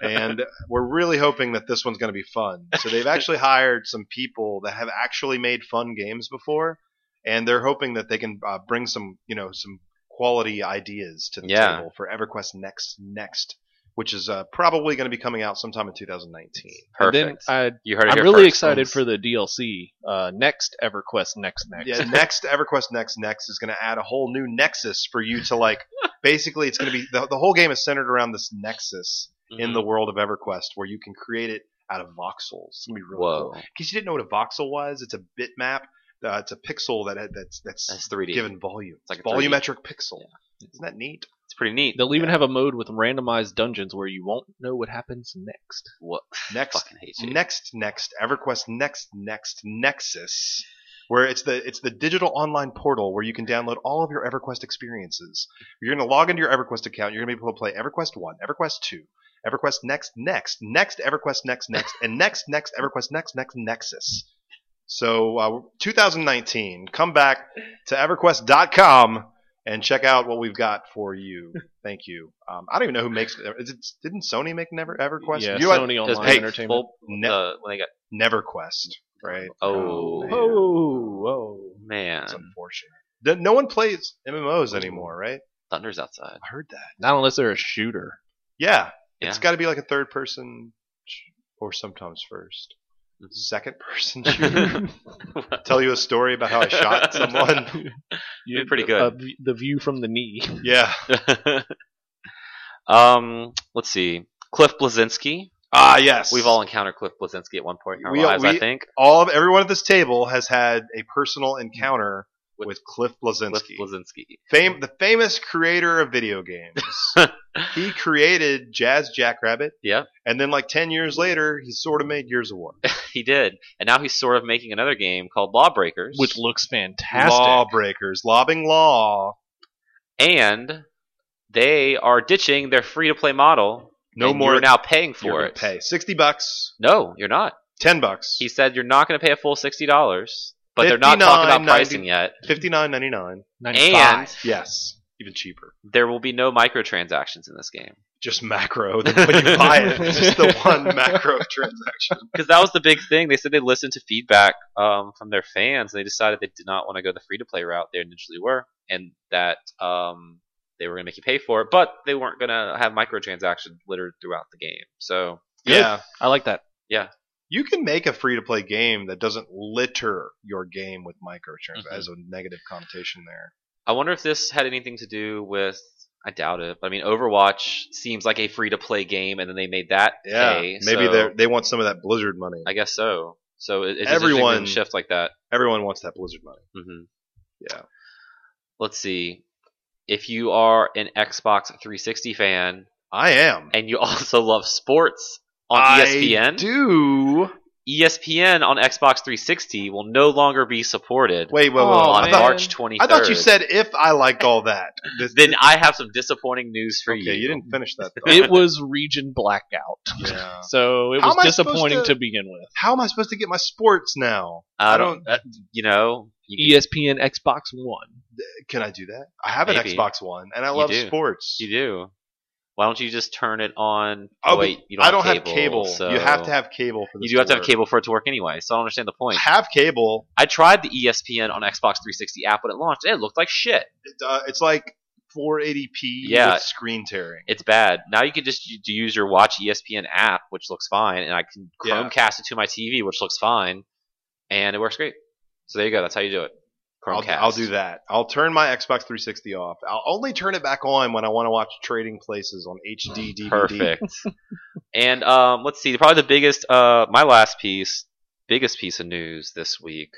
and we're really hoping that this one's going to be fun. So they've actually hired some people that have actually made fun games before, and they're hoping that they can uh, bring some, you know, some quality ideas to the
Yeah.
table for EverQuest Next next, which is uh, probably going to be coming out sometime in 2019.
And
Perfect.
Then I,
you heard it
I'm
here
really
first.
excited for the DLC. Uh, next EverQuest, next next.
Yeah, next EverQuest Next Next is going to add a whole new nexus for you to like. basically, it's going to be the, the whole game is centered around this nexus
Mm-hmm.
in
Mm.
the world of EverQuest where you can create it out of voxels. It's going to be really cool.
whoa.
In case you didn't know what a voxel was, it's a bitmap. Uh, it's a pixel that that's that's,
That's 3D.
given volume. It's
like
like
a 3D.
volumetric pixel. Isn't that neat?
It's pretty neat.
They'll even have a mode with randomized dungeons where you won't know what happens next.
What?
Next,
Fucking hate you.
next, next, EverQuest, next, next, Nexus, where it's the it's the digital online portal where you can download all of your EverQuest experiences. You're gonna log into your EverQuest account. You're gonna be able to play EverQuest One, EverQuest Two, EverQuest Next, Next, Next, EverQuest Next, Next, and Next, Next, EverQuest Next, Next, Nexus. So uh, 2019, come back to EverQuest.com and check out what we've got for you. Thank you. Um, I don't even know who makes it. Is it- Didn't Sony make Never EverQuest?
yeah,
you know what?
Sony
Just
Online
hey,
Entertainment.
full-
Ne-
uh, when they got
NeverQuest, right?
Oh.
man.
Oh, whoa.
man,
It's unfortunate. Th- No one plays MMOs anymore, right?
thunder's outside.
I heard that.
Not unless they're a shooter.
Yeah. It's
Yeah.
got to be like a third person sh- or sometimes 1st
Mhm.
Second person shooter. Tell you a story about how I shot someone.
You-
Be pretty
uh,
good.
uh, v- the view from the knee.
yeah.
um, let's see. Cliff Blazinski.
Ah, yes.
We've all encountered Cliff Blazinski at one point in our
We-
lives, I
we-
think.
all of everyone at this table has had a personal encounter with,
With-
Cliff
Cliff
Blazinski,
Blazinski.
Fam- the famous creator of video games. he created Jazz Jackrabbit.
Yeah.
And then, like ten years later, he sort of made Gears of War.
He did, and now he's sort of making another game called Lawbreakers,
which looks fantastic.
Lawbreakers, lobbing law.
and they are ditching their free-to-play model.
No
and
more
You're now paying for
you're gonna
it.
Pay sixty bucks,
No, you're not.
ten bucks,
He said you're not going to pay a full sixty dollars, but they're not talking about
59.90.
pricing yet.
fifty nine ninety nine.
95.
And
Yes, even cheaper.
there will be no microtransactions in this game
Just macro when you buy it. It's just the one macro transaction.
because that was the big thing. They said they listened to feedback um, from their fans, and they decided they did not want to go the free to play route they initially were, and that um, they were going to make you pay for it, but they weren't going to have microtransactions littered throughout the game. So
Good.
Yeah.
I like that.
you can make a free to play game that doesn't litter your game with microtransactions.
Mhm.
As a negative connotation there.
I wonder if this had anything to do with. I doubt it. But I mean, Overwatch seems like a free to play game, and then they made that
Yeah,
pay.
maybe
so
they they want some of that Blizzard money.
I guess so. So it, it's
Everyone-
everyone shift like that.
Everyone wants that Blizzard money.
hmm
Yeah.
Let's see. If you are an Xbox 360 fan
I am
and you also love sports on E
I
ESPN,
Do
E ESPN on Xbox 360 will no longer be supported
wait, wait, wait.
Oh,
I,
on
thought,
man.
March 23rd.
I thought you said if I liked all that. This,
Then I have some disappointing news for
okay,
you.
you. didn't finish that. Thought.
It was region blackout.
Yeah.
So it
How
was
am I supposed
disappointing
to-
to begin with.
How am I supposed to get my sports now?
I don't. uh, you know.
E
You,
ESPN Xbox One.
Can I do that? I have an
Maybe.
Xbox One, and I love
do.
sports.
you do. Why don't you just turn it on?
Oh, but
wait, you don't
I don't
have cable. so
you have to have cable for this.
You do have to have
work.
cable for it to work anyway. So I don't understand the point.
Have cable,
I tried the E ESPN on Xbox 360 app when it launched. and It looked like shit.
It, uh, it's like 480p
Yeah.
with screen tearing.
It's bad. Now you can just u- use your Watch E ESPN app, which looks fine, and I can
Yeah.
Chromecast it to my TV, which looks fine, and it works great. So there you go. That's how you do it.
I'll,
Chromecast.
I'll do that. I'll turn my Xbox 360 off. I'll only turn it back on when I want to watch Trading Places on HD DVD.
Perfect. and um, let's see. Probably the biggest, uh, my last piece, biggest piece of news this week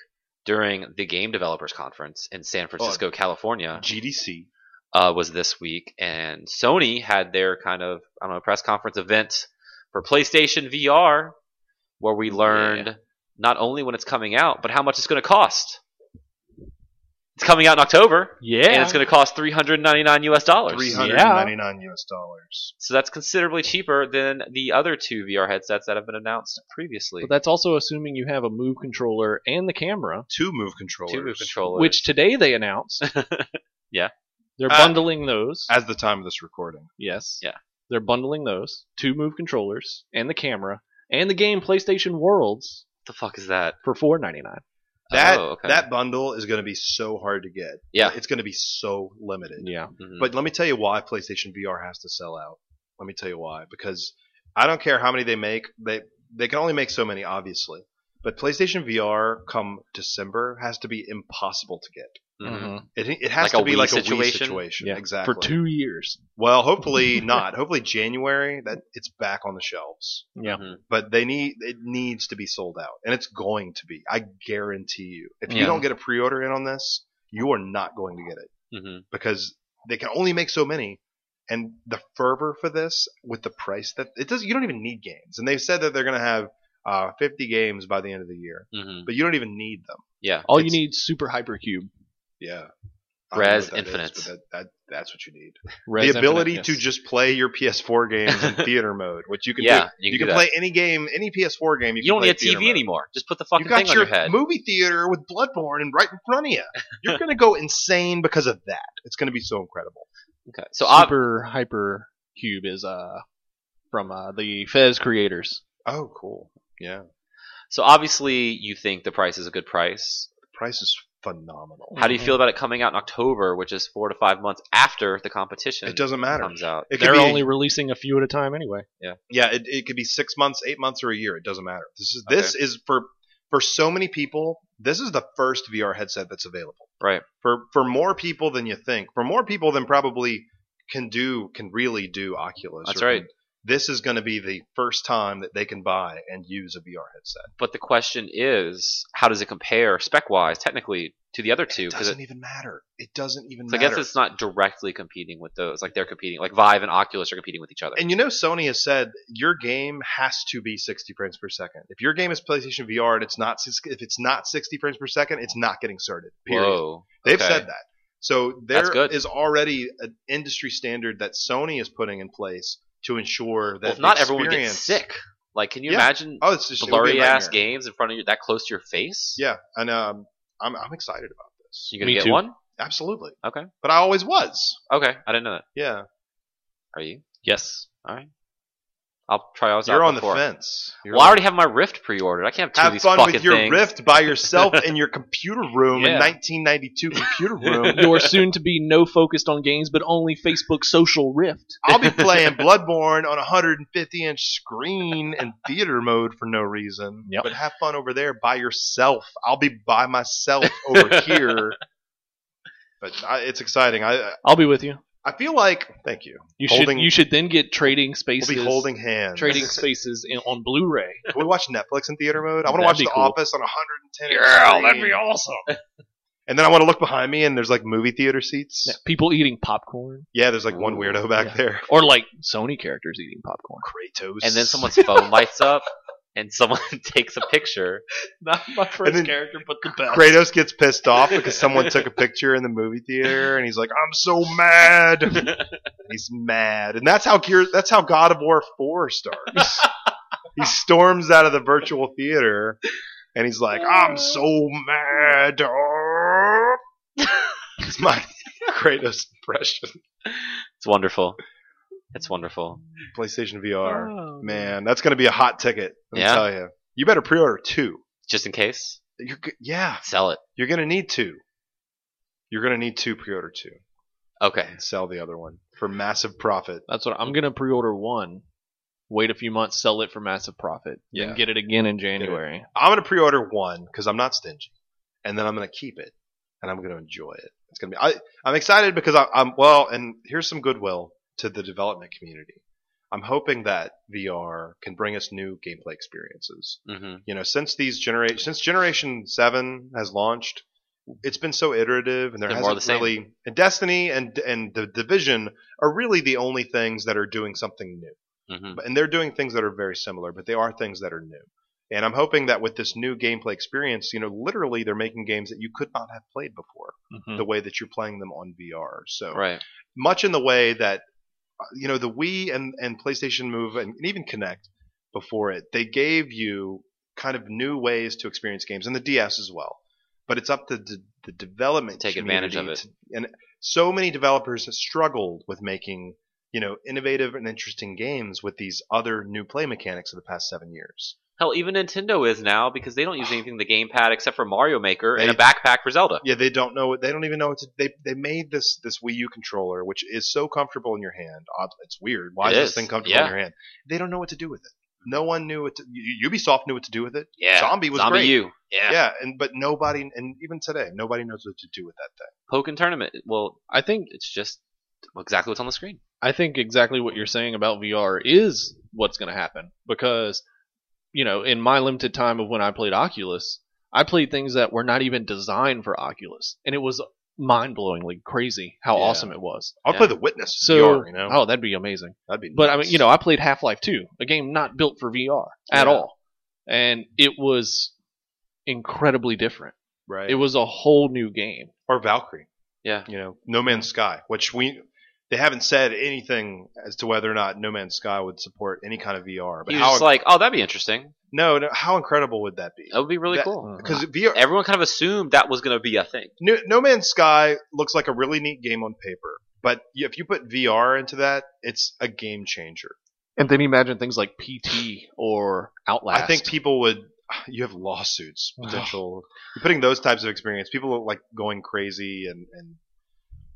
during the Game Developers Conference in San Francisco, California.
GDC.
uh, was this week, and Sony had their kind of I don't know press conference event for PlayStation VR, where we learned not only when it's coming out, but how much it's going to cost. It's coming out in October,
Yeah.
and it's going to cost 399 US dollars.
399 US dollars.
So that's considerably cheaper than the other two VR headsets that have been announced previously.
but that's also assuming you have a move controller and the camera,
Two move controllers.
Two move controllers.
which today they announced.
Yeah.
They're
Uh,
bundling those.
As the time of this recording.
yes.
Yeah.
They're bundling those. Two move controllers and the camera and the game PlayStation Worlds
the fuck is that?
for four ninety nine.
That
Oh, okay.
that bundle is going to be so hard to get.
Yeah.
It's going to be so limited.
Yeah.
Mhm.
But let me tell you why PlayStation VR has to sell out. Let me tell you why. Because I don't care how many they make. They they can only make so many, obviously. But PlayStation VR come December has to be impossible to get.
Mhm.
Mm-hmm.
It, it has
Like
to
a
be
Wii
like a Wii
situation?
situation.
Yeah,
Exactly.
For two years.
well, hopefully not. Hopefully January that it's back on the shelves.
Yeah.
Mhm.
But they need it needs to be sold out, and it's going to be. I guarantee you. If you
Yeah.
don't get a pre-order in on this, you are not going to get it
Mhm.
because they can only make so many. And the fervor for this with the price that it does, you don't even need games. And they've said that they're going to have uh, 50 games by the end of the year,
Mhm.
but you don't even need them.
Yeah.
All you
It's-
need is Super Hypercube.
Yeah. I don't know
Res
what that is,
Infinite.
but that, that That's what you need.
Res
the
Infinite,
ability
yes.
to just play your PS4 games in theater mode, which you can
yeah,
do.
you
You,
can, do
can
that.
play any game, any PS4 game. You,
You,
can
don't
play
need a
in theater
TV
mode.
anymore. Just put the fucking
You've got
thing on
your
your head.
movie theater with Bloodborne and right in front of you. You're gonna go insane because of that. It's gonna be so incredible.
Okay. So uh, ob-
Super Hyper Cube is uh from uh, the Fez creators.
Oh, cool. Yeah,
so obviously you think the price is a good price.
the price is phenomenal.
How do you
Mhm.
feel about it coming out in October, which is four to five months after the competition?
It doesn't matter.
comes out.
It could
They're
be
only releasing a few at a time anyway.
yeah. It, it could be six months, eight months, or a year. It doesn't matter. This is this is for for so many people. This is the first VR headset that's available.
Right.
For for more people than you think. For more people than probably can do can really do Oculus.
That's
or can-
right.
This is going to be the first time that they can buy and use a VR headset.
But the question is, how does it compare spec wise, technically, to the other two?
It
Because
doesn't even matter. It doesn't even
so I
matter.
guess it's not directly competing with those. Like they're competing, like Vive and Oculus are competing with each other.
and you know, Sony has said your game has to be 60 frames per second. If your game is PlayStation VR and it's not sis- if it's not 60 frames per second, it's not getting started. Period.
Whoa.
They've
okay.
said that. So
That's
there
good.
is already an industry standard that Sony is putting in place to ensure that
Well, if
the
not everyone gets
experience-
sick. Like, can you
Yeah.
imagine
Oh, it's just it would be a
blurry ass
nightmare.
games in front of you that close to your face?
Yeah, and um, I'm I'm excited about this.
You gonna
Me
get
too.
one?
Absolutely.
Okay.
But I always was.
Okay, I didn't know that.
Yeah.
Are you? Yes. All right. I'll try ours
You're
out
on
before.
the fence. You're
Well, I
on-
already have my Rift pre-ordered. I can't have two of
have
these
fun
fucking
with your
things.
rift by yourself in your computer room
Yeah.
in 1992 computer room.
Your Um, soon to be no focused on games, but only Facebook social rift.
I'll be playing Bloodborne on a 150 inch screen in theater mode for no reason.
Yep.
But have fun over there by yourself. I'll be by myself over here. But I, it's exciting. I
I'll be with you.
I feel like thank you.
You
Holding-
should you should then get trading
We'll
spaces.
be holding hands.
trading spaces in, on Blu-ray.
Can we watch Netflix in theater mode? I want
That'd
to watch
be
The
cool.
Office on a 110. inch
Yeah,
screen.
that'd be awesome.
And then I want to look behind me and there's like movie theater seats. Yeah,
People eating popcorn,
there's like
Ooh,
one weirdo back
yeah.
there.
or like Sony characters eating popcorn.
Kratos.
And then someone's phone lights up, and someone takes a picture.
Not my first
then-
character, but the best.
Kratos gets pissed off because someone took a picture in the movie theater, and he's like, "I'm so mad." he's mad, and that's how Gear, that's how God of War Four starts. he storms out of the virtual theater, and he's like, "I'm so mad." it's my Kratos impression.
It's wonderful. It's wonderful.
PlayStation VR,
Oh.
man, that's gonna be a hot ticket. Let me
Yeah.
tell you, you better pre-order two.
Just in case,
You're, g- yeah,
sell it.
you're gonna need two. You're gonna need two pre-order two.
Okay.
and sell the other one for massive profit.
That's what I'm gonna pre-order one. Wait a few months, sell it for massive profit,
Yeah.
then get it again in January.
I'm gonna pre-order one because I'm not stingy, and then I'm gonna keep it and I'm gonna enjoy it. It's gonna be I I'm excited because I, I'm well, and here's some goodwill to the development community. I'm hoping that VR can bring us new gameplay experiences.
hmm
You know, since these generation since Generation Seven has launched, it's been so iterative, and there
They're more
hasn't
the same.
really and Destiny and and the Division are really the only things that are doing something new.
hmm
and they're doing things that are very similar, but they are things that are new. And I'm hoping that with this new gameplay experience, you know, literally they're making games that you could not have played before
Hmm.
the way that you're playing them on VR. So
Right.
much in the way that uh, you know the Wii and and PlayStation Move and, and even Connect before it, they gave you kind of new ways to experience games and the DS as well. But it's up to the, the development
Take
community
advantage of it.
to- and so many developers have struggled with making you know innovative and interesting games with these other new play mechanics of the past seven years.
Hell, even Nintendo is now because they don't use anything in the gamepad except for Mario Maker and a
They-
backpack for Zelda.
Yeah, they don't know. what They don't even know what to. They they made this this Wii U controller, which is so comfortable in your hand. Ob- It's weird. Why
It
is
is,
this thing comfortable
yeah.
in your hand? They don't know what to do with it. No one knew what to, U- U- Ubisoft knew what to do with it.
Yeah.
Zombie was
Zombie
great.
U. Yeah.
Yeah. and but nobody, and even today, nobody knows what to do with that thing.
Pokken tournament. Well,
I think
it's just exactly what's on the screen.
I think exactly what you're saying about VR is what's going to happen because you know, in my limited time of when I played Oculus, I played things that were not even designed for Oculus, and it was mind-blowingly crazy how
Yeah.
awesome it was.
I'll
Yeah.
play the Witness. in
So,
VR, you know,
oh, that'd be amazing.
that'd be.
But I mean,
nuts.
you know, I played Half Life 2, a game not built for VR at
Yeah.
all, and it was incredibly different.
right?
It was a whole new game.
or Valkyrie.
Yeah.
You know, No Man's Sky, which we they haven't said anything as to whether or not No Man's Sky would support any kind of VR. But
He's
how
just like, oh, that'd be interesting.
no, no, how incredible would that be?
That would be really
That-
cool.
Because VR,
Everyone kind of assumed that was going to be a thing.
no, no Man's Sky looks like a really neat game on paper, but if you put VR into that, it's a game changer.
And then imagine things like PT or Outlast.
I think people would. You have lawsuits potential. You're putting those types of experience, people are like going crazy and, and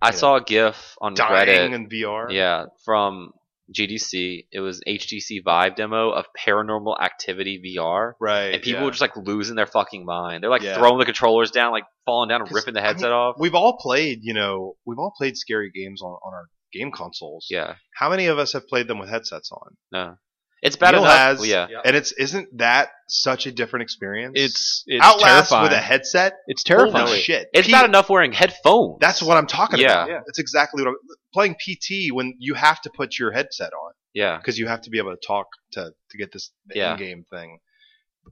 I
Yeah.
saw a GIF on Reddit.
dying in VR.
Yeah, from GDC. It was HTC Vive demo of Paranormal Activity VR.
right.
And people
yeah.
were just like losing their fucking mind. They're like
Yeah.
throwing the controllers down, like falling down and
'Cause,
ripping the
I mean,
headset off.
we've all played, you know, we've all played scary games on, on our game consoles.
Yeah,
How many of us have played them with headsets on?
no, it's bad
Neil
enough.
has,
well, yeah,
and it's isn't that such a different experience?
it's it's
Outlast
terrifying.
with a headset.
it's
Holy
terrifying.
shit!
it's
P-
bad enough wearing headphones.
That's what I'm talking
Yeah.
about. That's exactly what I'm playing PT when you have to put your headset on.
yeah,
because you have to be able to talk to to get this
Yeah.
in game thing.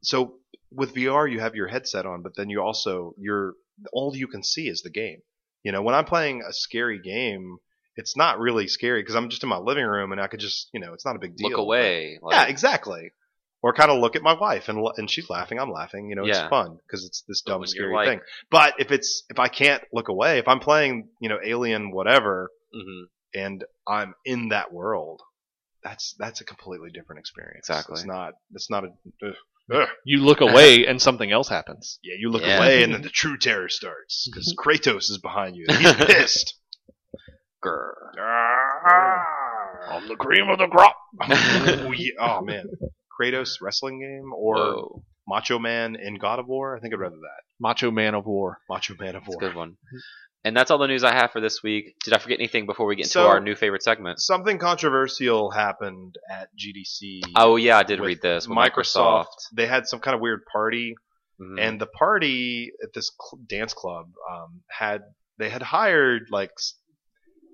So with VR, you have your headset on, but then you also you're all you can see is the game. You know, when I'm playing a scary game, it's not really scary because I'm just in my living room and I could just you know it's not a big deal.
look away.
But-
like-
yeah, exactly. Or kind of look at my wife and l- and she's laughing, I'm laughing. You know,
Yeah.
it's fun because it's this
But
dumb
when you're
scary
like-
thing. But if it's if I can't look away, if I'm playing you know Alien whatever,
mhm.
and I'm in that world, that's that's a completely different experience.
Exactly.
It's not. It's not a. ugh.
You look away and something else happens.
yeah, you look
Yeah.
away and then the true terror starts because Kratos is behind you. And he's pissed.
Grr.
I'm the cream of the crop.
oh, yeah. oh man, Kratos wrestling game or
Whoa,
Macho Man in God of War. I think I'd rather that.
Macho Man of War.
Macho Man of
that's
War.
a good one. And that's all the news I have for this week. Did I forget anything before we get into
So-
our new favorite segments?
Something controversial happened at GDC.
Oh yeah, I did
With
read this. with
Microsoft.
Microsoft.
They had some kind of weird party
Mhm.
and the party at this cl- dance club um, had they had hired like s-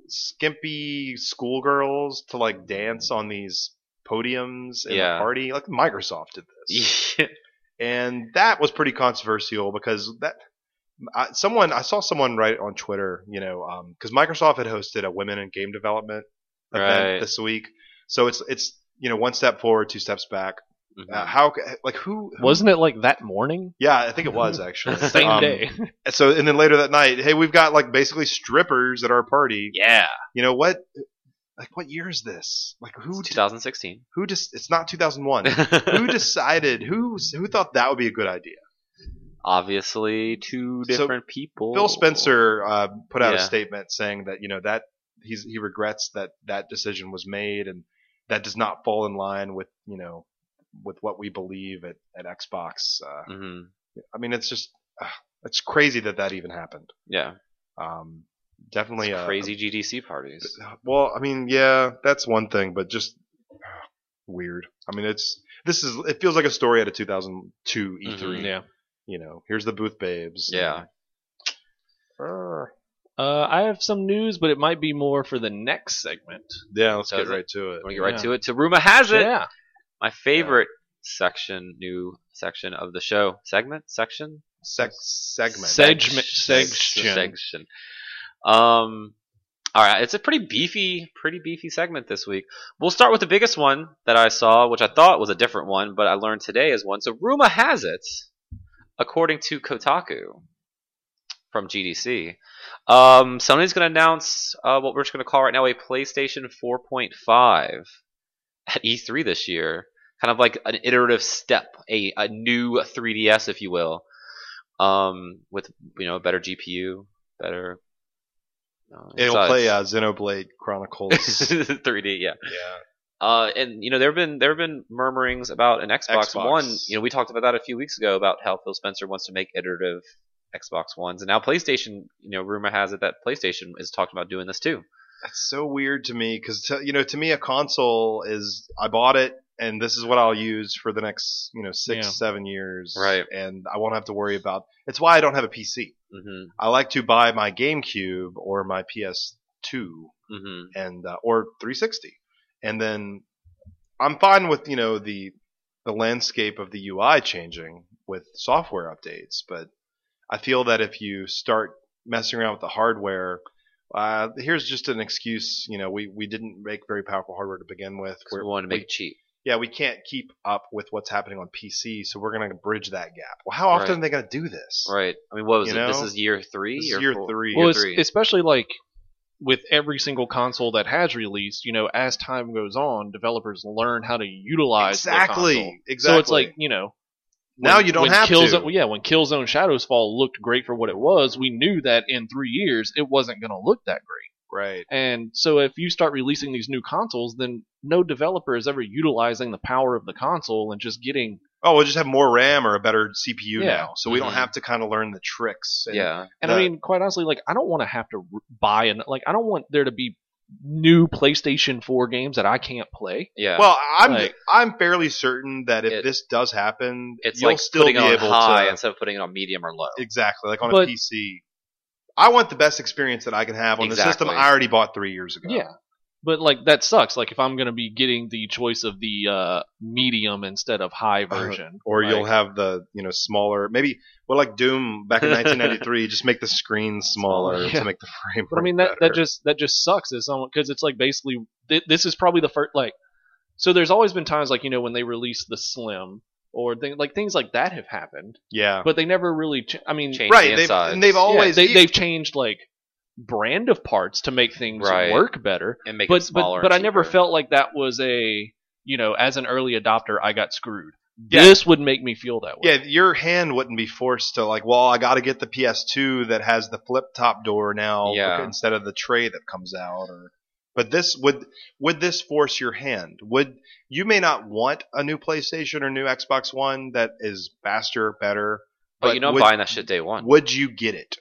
skimpy schoolgirls to like dance on these podiums in
Yeah.
the party like microsoft did this and that was pretty controversial because that I, someone i saw someone write on twitter you know because microsoft had hosted a women in game development event
Right.
this week so it's it's you know one step forward two steps back
Mhm.
uh, how c- like who
Wasn't it like that morning?
yeah i think it was actually
Same
Um,
day.
and so and then later that night, hey, we've got like basically strippers at our party.
yeah,
You know what? Like what year is this? Like who? d-
2016.
Who just? It's not 2001. who decided? Who who thought that would be a good idea?
Obviously, two
So,
different people.
Phil Spencer uh, put out a
Yeah.
statement saying that you know that he's he regrets that that decision was made and that does not fall in line with you know with what we believe at at Xbox. Uh,
hmm
I mean, it's just uh, it's crazy that that even happened.
Yeah,
Um, definitely
it's
a-
crazy GDC parties.
Well, I mean, yeah, that's one thing, but just ah, weird. I mean, it's this is it feels like a story out of 2002 E3.
Mhm.
yeah.
E You know, here's the booth babes.
Yeah.
Err.
Uh, I have some news, but it might be more for the next segment.
yeah, let's
Does
get
it?
right to it.
Want to get right
Yeah.
to it? To rumor has it.
Yeah.
My favorite section, new section of the show, segment, section,
Sex segment.
Seg-
section,
section.
section. Um. All right, it's a pretty beefy, pretty beefy segment this week. We'll start with the biggest one that I saw, which I thought was a different one, but I learned today is one. So rumor has it, according to Kotaku from GDC, um, Sony's going to announce uh, what we're just going to call right now a PlayStation 4.5 at E3 this year, kind of like an iterative step, a, a new 3DS, if you will, um, with you know a better GPU, better. uh,
It'll
such.
play uh, Xenoblade Chronicles.
3D, yeah.
yeah.
Uh, and you know there have been there have been murmurings about an Xbox,
Xbox.
One. You know we talked about that a few weeks ago about how Phil Spencer wants to make iterative Xbox Ones, and now PlayStation. You know rumor has it that PlayStation is talking about doing this too.
That's so weird to me because you know to me a console is I bought it and this is what I'll use for the next you know six
Yeah.
seven years
Right.
and I won't have to worry about. It's why I don't have a PC.
Mm-hmm.
I like to buy my GameCube or my PS2
Mm-hmm.
and uh, or 360, and then I'm fine with you know the the landscape of the UI changing with software updates, but I feel that if you start messing around with the hardware. Uh, here's just an excuse. You know, we, we didn't make very powerful hardware to begin with.
'Cause
We're,
we want to make it cheap.
yeah, we can't keep up with what's happening on PC, so we're going to bridge that gap. Well, how often
Right.
are they going to do this?
Right. I mean, what was it?
You
This
know?
is year three.
This
or
is year
four?
three.
Well,
Year
it's,
three.
especially like with every single console that has released, you know, as time goes on, developers learn how to utilize the console.
exactly. Exactly.
So it's like you know,
now you don't
when
have
Killzone,
to.
well, Yeah, when Killzone Shadows Fall looked great for what it was, we knew that in three years it wasn't going to look that great.
right.
And so if you start releasing these new consoles, then no developer is ever utilizing the power of the console and just getting.
Oh, we'll just have more RAM or a better CPU
Yeah. Mm-hmm.
now, so we don't
Mhm.
have to kind of learn the tricks. And
Yeah.
And I
That-
mean, quite honestly, like I don't want to have to r- buy and like I don't want there to be new PlayStation 4 games that I can't play.
Yeah.
Well, I'm
Like-
I'm fairly certain that if
It-
this does happen,
it's
you'll
like
still
putting
be
it on
able
high
to
instead of putting it on medium or low.
exactly like on
But-
a PC. I want the best experience that I can have on the system
Exactly.
I already bought three years ago.
Yeah. But like that sucks. Like if I'm going to be getting the choice of the uh, medium instead of high
Uh-huh.
version,
Or
like,
you'll have the you know smaller maybe well like Doom back in 1993 just make the screen smaller
Yeah.
to make the frame.
But I
rate
mean that that
better.
just that just sucks as someone because it's like basically th- this is probably the first like so there's always been times like you know when they released the slim or thing like things like that have happened
yeah
but they never really ch- I mean
Change
right
the
they've,
insides.
and they've
yeah,
always e-,
they they've changed like brand of parts to make things
Right.
work better
and make it
but
smaller.
but but I
and
never
cheaper.
felt like that was a you know as an early adopter I got screwed
Yeah.
this would make me feel that way
yeah your hand wouldn't be forced to like well I got to get the PS2 that has the flip top door now
Yeah.
instead of the tray that comes out or but this would would this force your hand would you may not want a new PlayStation or new Xbox One that is faster better
But, you know, I'm
would,
buying that shit day one.
would you get it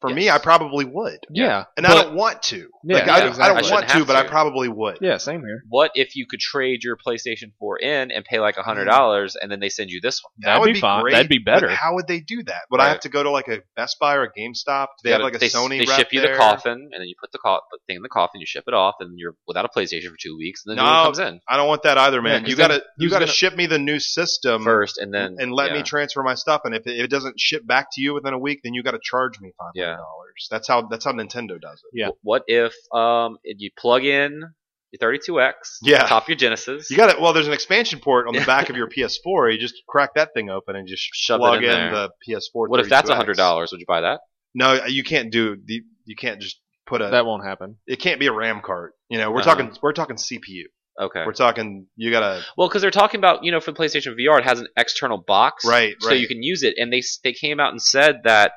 for me
Yes.
I probably would
yeah
and
but-
I don't want to.
Yeah,
like
yeah,
I, don't-
exactly.
I
I
don't
shouldn't
want to,
have
but I
to.
probably would.
yeah same here
what if you could trade your PlayStation 4 in and pay like hundred
Mm-hmm.
dollars, and then they send you this one?
That
That'd
would
be
be
fine.
great,
That'd be better.
But how would they do that? Would I
Right.
have to go to like a Best Buy or a GameStop? Do they have
gotta-
like a
s-
Sony
They
rep
ship you
there?
the coffin, and then you put the co- put the thing in the coffin. You ship it off, and you're without a PlayStation for two weeks, and then no,
No.
one comes in
I don't want that either,
Yeah,
man.
'cause
you
then
gotta you
who's
gotta
gonna-
ship me the new system
first, and then
um, and let
yeah.
me transfer my stuff. And if it, if it doesn't ship back to you within a week, then you gotta charge me five
Yeah.
hundred dollars. That's how that's how Nintendo does it.
Yeah.
Wh- What if um if you plug in your 32x,
Yeah.
top of your Genesis,
You got it. Well, there's an expansion port on the back of your PS4. You just crack that thing open and just
Shove it
plug
in there.
the PS4.
what if that's
32X.
hundred dollars? Would you buy that?
No, you can't do the. You can't just put a
that won't happen
it can't be a RAM card. You know, we're
Uh-huh.
talking we're talking CPU.
Okay.
We're talking you gotta
Well, because they're talking about you know for the PlayStation VR, it has an external box,
right
So
right.
you can use it, and they s- they came out and said that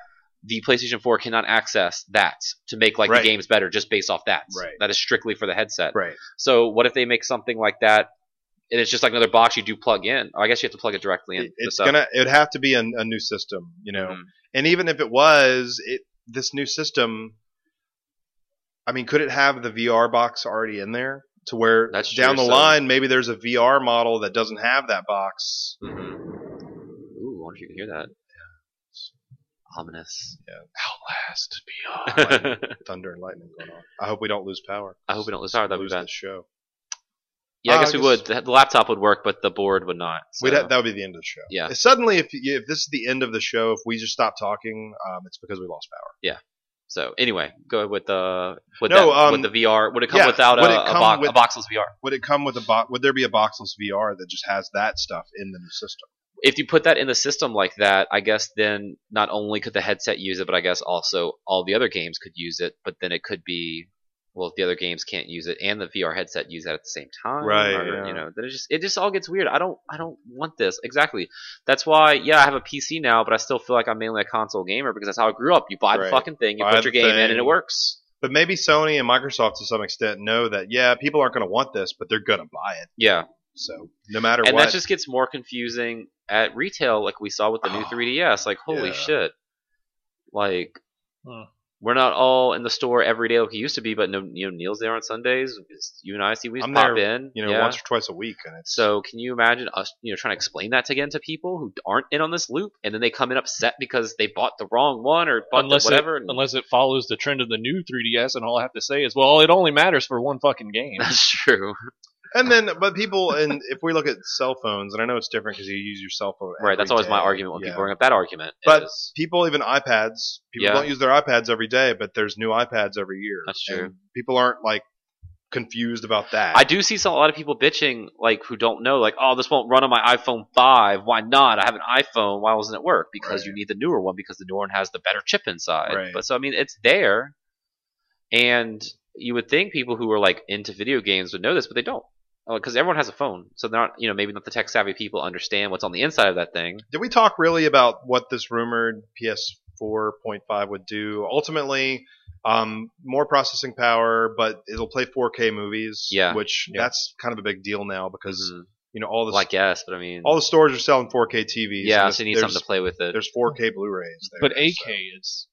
the PlayStation 4 cannot access that to make like
Right.
the games better just based off that.
Right.
That is strictly for the headset.
right.
So what if they make something like that? And it's just like another box you do plug in. Oh, I guess you have to plug it directly in.
It- it's
stuff.
gonna it'd have to be a, a new system. You know,
Mhm.
and even if it was it this new system, I mean, could it have the VR box already in there to where
That's true,
down the
so-
line maybe there's a VR model that doesn't have that box?
Mhm. Ooh, I wonder if you can hear that. Ominous.
outlast beyond
I
Thunder and lightning going on. I hope we don't lose power.
hope we don't lose power. That'd be
lose
bad.
this show.
Yeah, I
Uh,
guess we would. The the laptop would work, but the board would not. So.
We'd have, that would be the end of the show.
Yeah.
If suddenly, if you- if this is the end of the show, if we just stop talking, um, it's because we lost power.
so anyway, go ahead with the with,
No,
that,
um,
with the VR. Would it come
yeah,
without
would
a,
it
a,
come
box,
with-
a boxless VR?
Would it come with a box? Would there be a boxless VR that just has that stuff in the new system?
if you put that in the system like that, I guess then not only could the headset use it, but I guess also all the other games could use it. But then it could be, well, if the other games can't use it and the VR headset use that at the same time,
Right,
or,
yeah.
You know, then it just it just all gets weird. I don't I don't want this exactly. That's why yeah, I have a PC now, but I still feel like I'm mainly a console gamer because that's how I grew up. You buy the
Right.
fucking thing, you
Buy
put
the
your game in,
thing.
and it works.
But maybe Sony and Microsoft to some extent know that yeah, people aren't going to want this, but they're going to buy it.
Yeah,
So no matter
and
what,
that just gets more confusing at retail, like we saw with the new
Oh,
3DS. Like, holy
yeah.
shit! Like,
Hmm.
we're not all in the store every day like we used to be, but no, you know, Neil's there on Sundays. It's- You and I see we
I'm
pop
there,
in,
you know,
yeah.
once or twice a week, and it's
So, can you imagine us, you know, trying to explain that again to people who aren't in on this loop, and then they come in upset because they bought the wrong one or bought the
unless
whatever?
it,
and-
unless it follows the trend of the new 3ds and all i have to say is well it only matters for one fucking game
that's true.
And then, but people, and if we look at cell phones, and I know it's different because you use your cell phone.
Right, that's
every
always my
day.
argument when
Yeah.
people bring up that argument.
But-
is-
People, even iPads, people
Yeah.
don't use their iPads every day, but there's new iPads every year.
That's true.
And people aren't like confused about that.
I do see some, a lot of people bitching, like who don't know, like, oh, this won't run on my iPhone five. Why not? I have an iPhone. Why doesn't it work? Because
Right.
you need the newer one because the newer one has the better chip inside.
Right.
But so I mean, it's there, and you would think people who are like into video games would know this, but they don't, because everyone has a phone. So they're not, you know, maybe not the tech savvy people understand what's on the inside of that thing.
Did we talk really about what this rumored PS4.5 would do? Ultimately, um, more processing power, but it'll play 4K movies.
Yeah.
which
Yeah.
that's kind of a big deal now because
Mhm.
you know all the
Well, I guess, but I mean,
all the stores are selling 4K TVs.
yeah,
and
so you need
there's-
something to play with it.
There's 4K Blu-rays, there,
But
so-
8K is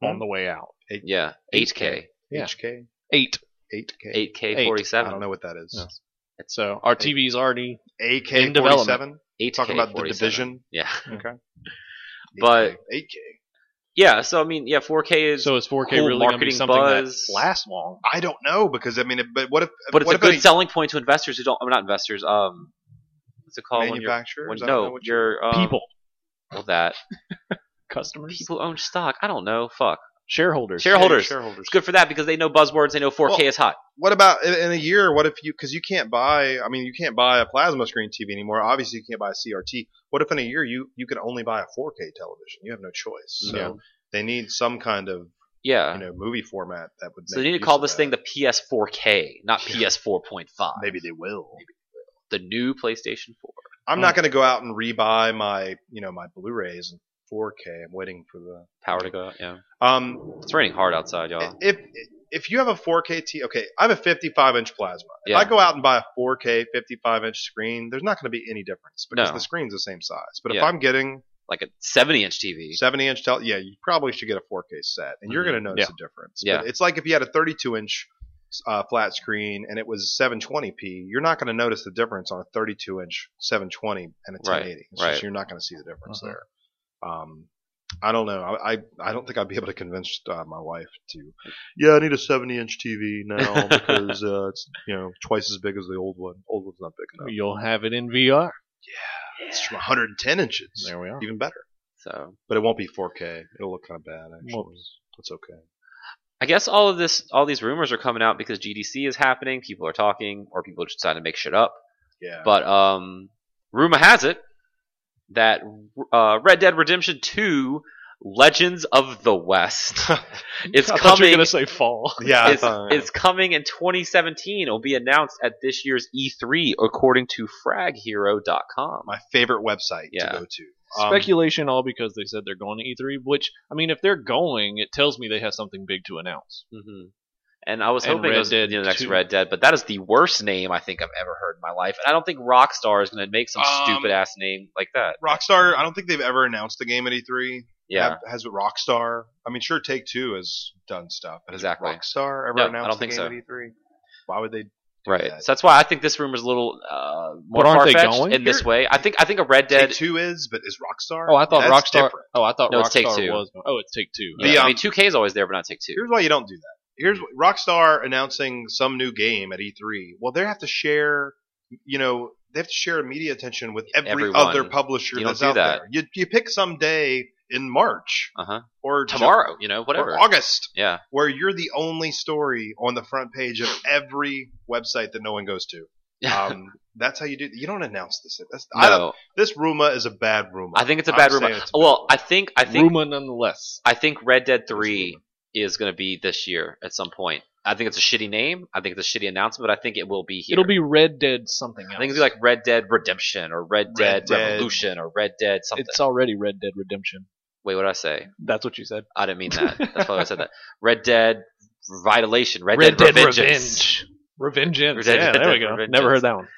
Hmm?
on the way out.
Yeah, 8K,
yeah.
HK,
Eight.
8K.
8K
I
47.
don't know what that is.
So our TV's already In
AK
development.
47.
8K
Talking about the
47.
division.
Yeah, But-
But 8K.
yeah. So I mean, yeah, 4K is
so is 4K
cool
really going to be
marketing
something
buzz.
that lasts long?
I don't know because I mean, it- but what if?
but it's
what
a
if
good
any
selling point to investors who don't. Well, not investors. Um, what's it called when you're
manufacturer?
when, no, your um,
People,
Well, that
customers,
people own stock. I don't know. Fuck.
shareholders.
Shareholders.
shareholders.
It's good for that because they know buzzwords. They know 4K
Well-
is hot.
What about in, in a year? What if you? Because you can't buy. I mean, you can't buy a plasma screen TV anymore. Obviously, you can't buy a CRT. What if in a year you you can only buy a 4K television? You have no choice. So
Yeah.
they need some kind of
Yeah.
you know movie format that would.
so
make
they need to
use
call
of
this
that.
thing the PS4K, not
Yeah.
PS4.5.
Maybe they will.
The new PlayStation 4.
I'm not going to go out and rebuy my you know my Blu-rays and 4K. I'm waiting for the.
Power to go. Yeah.
Um,
It's raining hard outside, y'all.
if if you have a 4K T, okay, I have a 55 inch plasma. If
Yeah.
I go out and buy a 4K 55 inch screen, there's not going to be any difference because
No.
the screen's the same size. But if
Yeah.
I'm getting
Like a 70 inch TV.
70 inch tele, yeah, you probably should get a 4K set, and you're
Mhm.
going to notice
Yeah.
a difference.
Yeah.
But it's like if you had a 32 inch uh, flat screen and it was 720p, you're not going to notice the difference on a 32 inch 720 and a
Right,
1080. It's
right.
just you're not going to see the difference
Uh-huh.
there. Um, I don't know. I, I I don't think I'd be able to convince uh, my wife to. Yeah, I need a 70 inch TV now because uh, it's you know twice as big as the old one. Old one's not big enough.
You'll have it in VR.
It's from 110 inches.
There we are.
Even better.
So
But it won't be 4K. It'll look kind of bad actually.
Whoops.
That's okay.
I guess all of this, all these rumors are coming out because GDC is happening. People are talking, or people just decided to make shit up.
Yeah.
But um, rumor has it that uh, Red Dead Redemption 2 Legends of the West is
I thought you were
coming.
gonna say fall.
yeah.
Is, is coming in 2017. It'll be announced at this year's E3, according to FragHero.com.
my favorite website
Yeah.
to go to. Um,
Speculation, all because they said they're going to E3. Which I mean, if they're going, it tells me they have something big to announce.
hmm And I was
And
hoping
Red
it was
Dead
the next
2.
Red Dead, but that is the worst name I think I've ever heard in my life. And I don't think Rockstar is going to make some
Um,
stupid ass name like that.
Rockstar, I don't think they've ever announced a game at E3.
Yeah.
Have- Has Rockstar? I mean, sure, Take Two has done stuff, but has
Exactly.
Rockstar ever
No, I
announced
don't
a
think
game
so.
at E3? Why would they? do
Right.
that?
So that's why I think this rumor's a little uh, more
But aren't
far
they
fetched in
going?
this way. I think I think a Red Dead.
Take Two is, but is Rockstar?
Oh, I thought
That's
Rockstar.
different.
Oh, I thought
No, it's
Rockstar
Take-Two.
was. Oh, it's Take Two.
The,
Yeah, I
um,
mean, 2K is always there, but not Take Two.
Here's why you don't do that. Here's wh- Rockstar announcing some new game at E3. Well, they have to share, you know, they have to share media attention with every
Everyone.
other publisher
You don't
that's
do
out
that.
there. You, you pick some day in March
Uh huh.
or Ju-
Tomorrow, you know,
or
whatever.
August
Yeah.
where you're the only story on the front page of every website that no one goes to. Um, that's how you do. You don't announce this. That's, I don't,
no,
this rumor is a bad rumor.
I think it's a
I'm
bad
saying
rumor.
it's a bad
well, I think I think
Rumor nonetheless.
I think Red Dead Three is going to be this year at some point. I think it's a shitty name. I think it's a shitty announcement, but I think it will be here.
It'll be Red Dead something else.
I think it'll be like Red Dead Redemption or Red Dead
Red Dead.
Revolution or Red Dead something.
it's already Red Dead Redemption.
Wait, what did I say?
That's what you said.
I didn't mean that. That's why I said that. Red Dead Revitalization. Red,
Red
Dead,
Dead
Revengeance.
Revenge.
Red
Revengeance.
Dead-
Yeah,
Red
there we
Dead
go.
Revengeance.
Never heard that one.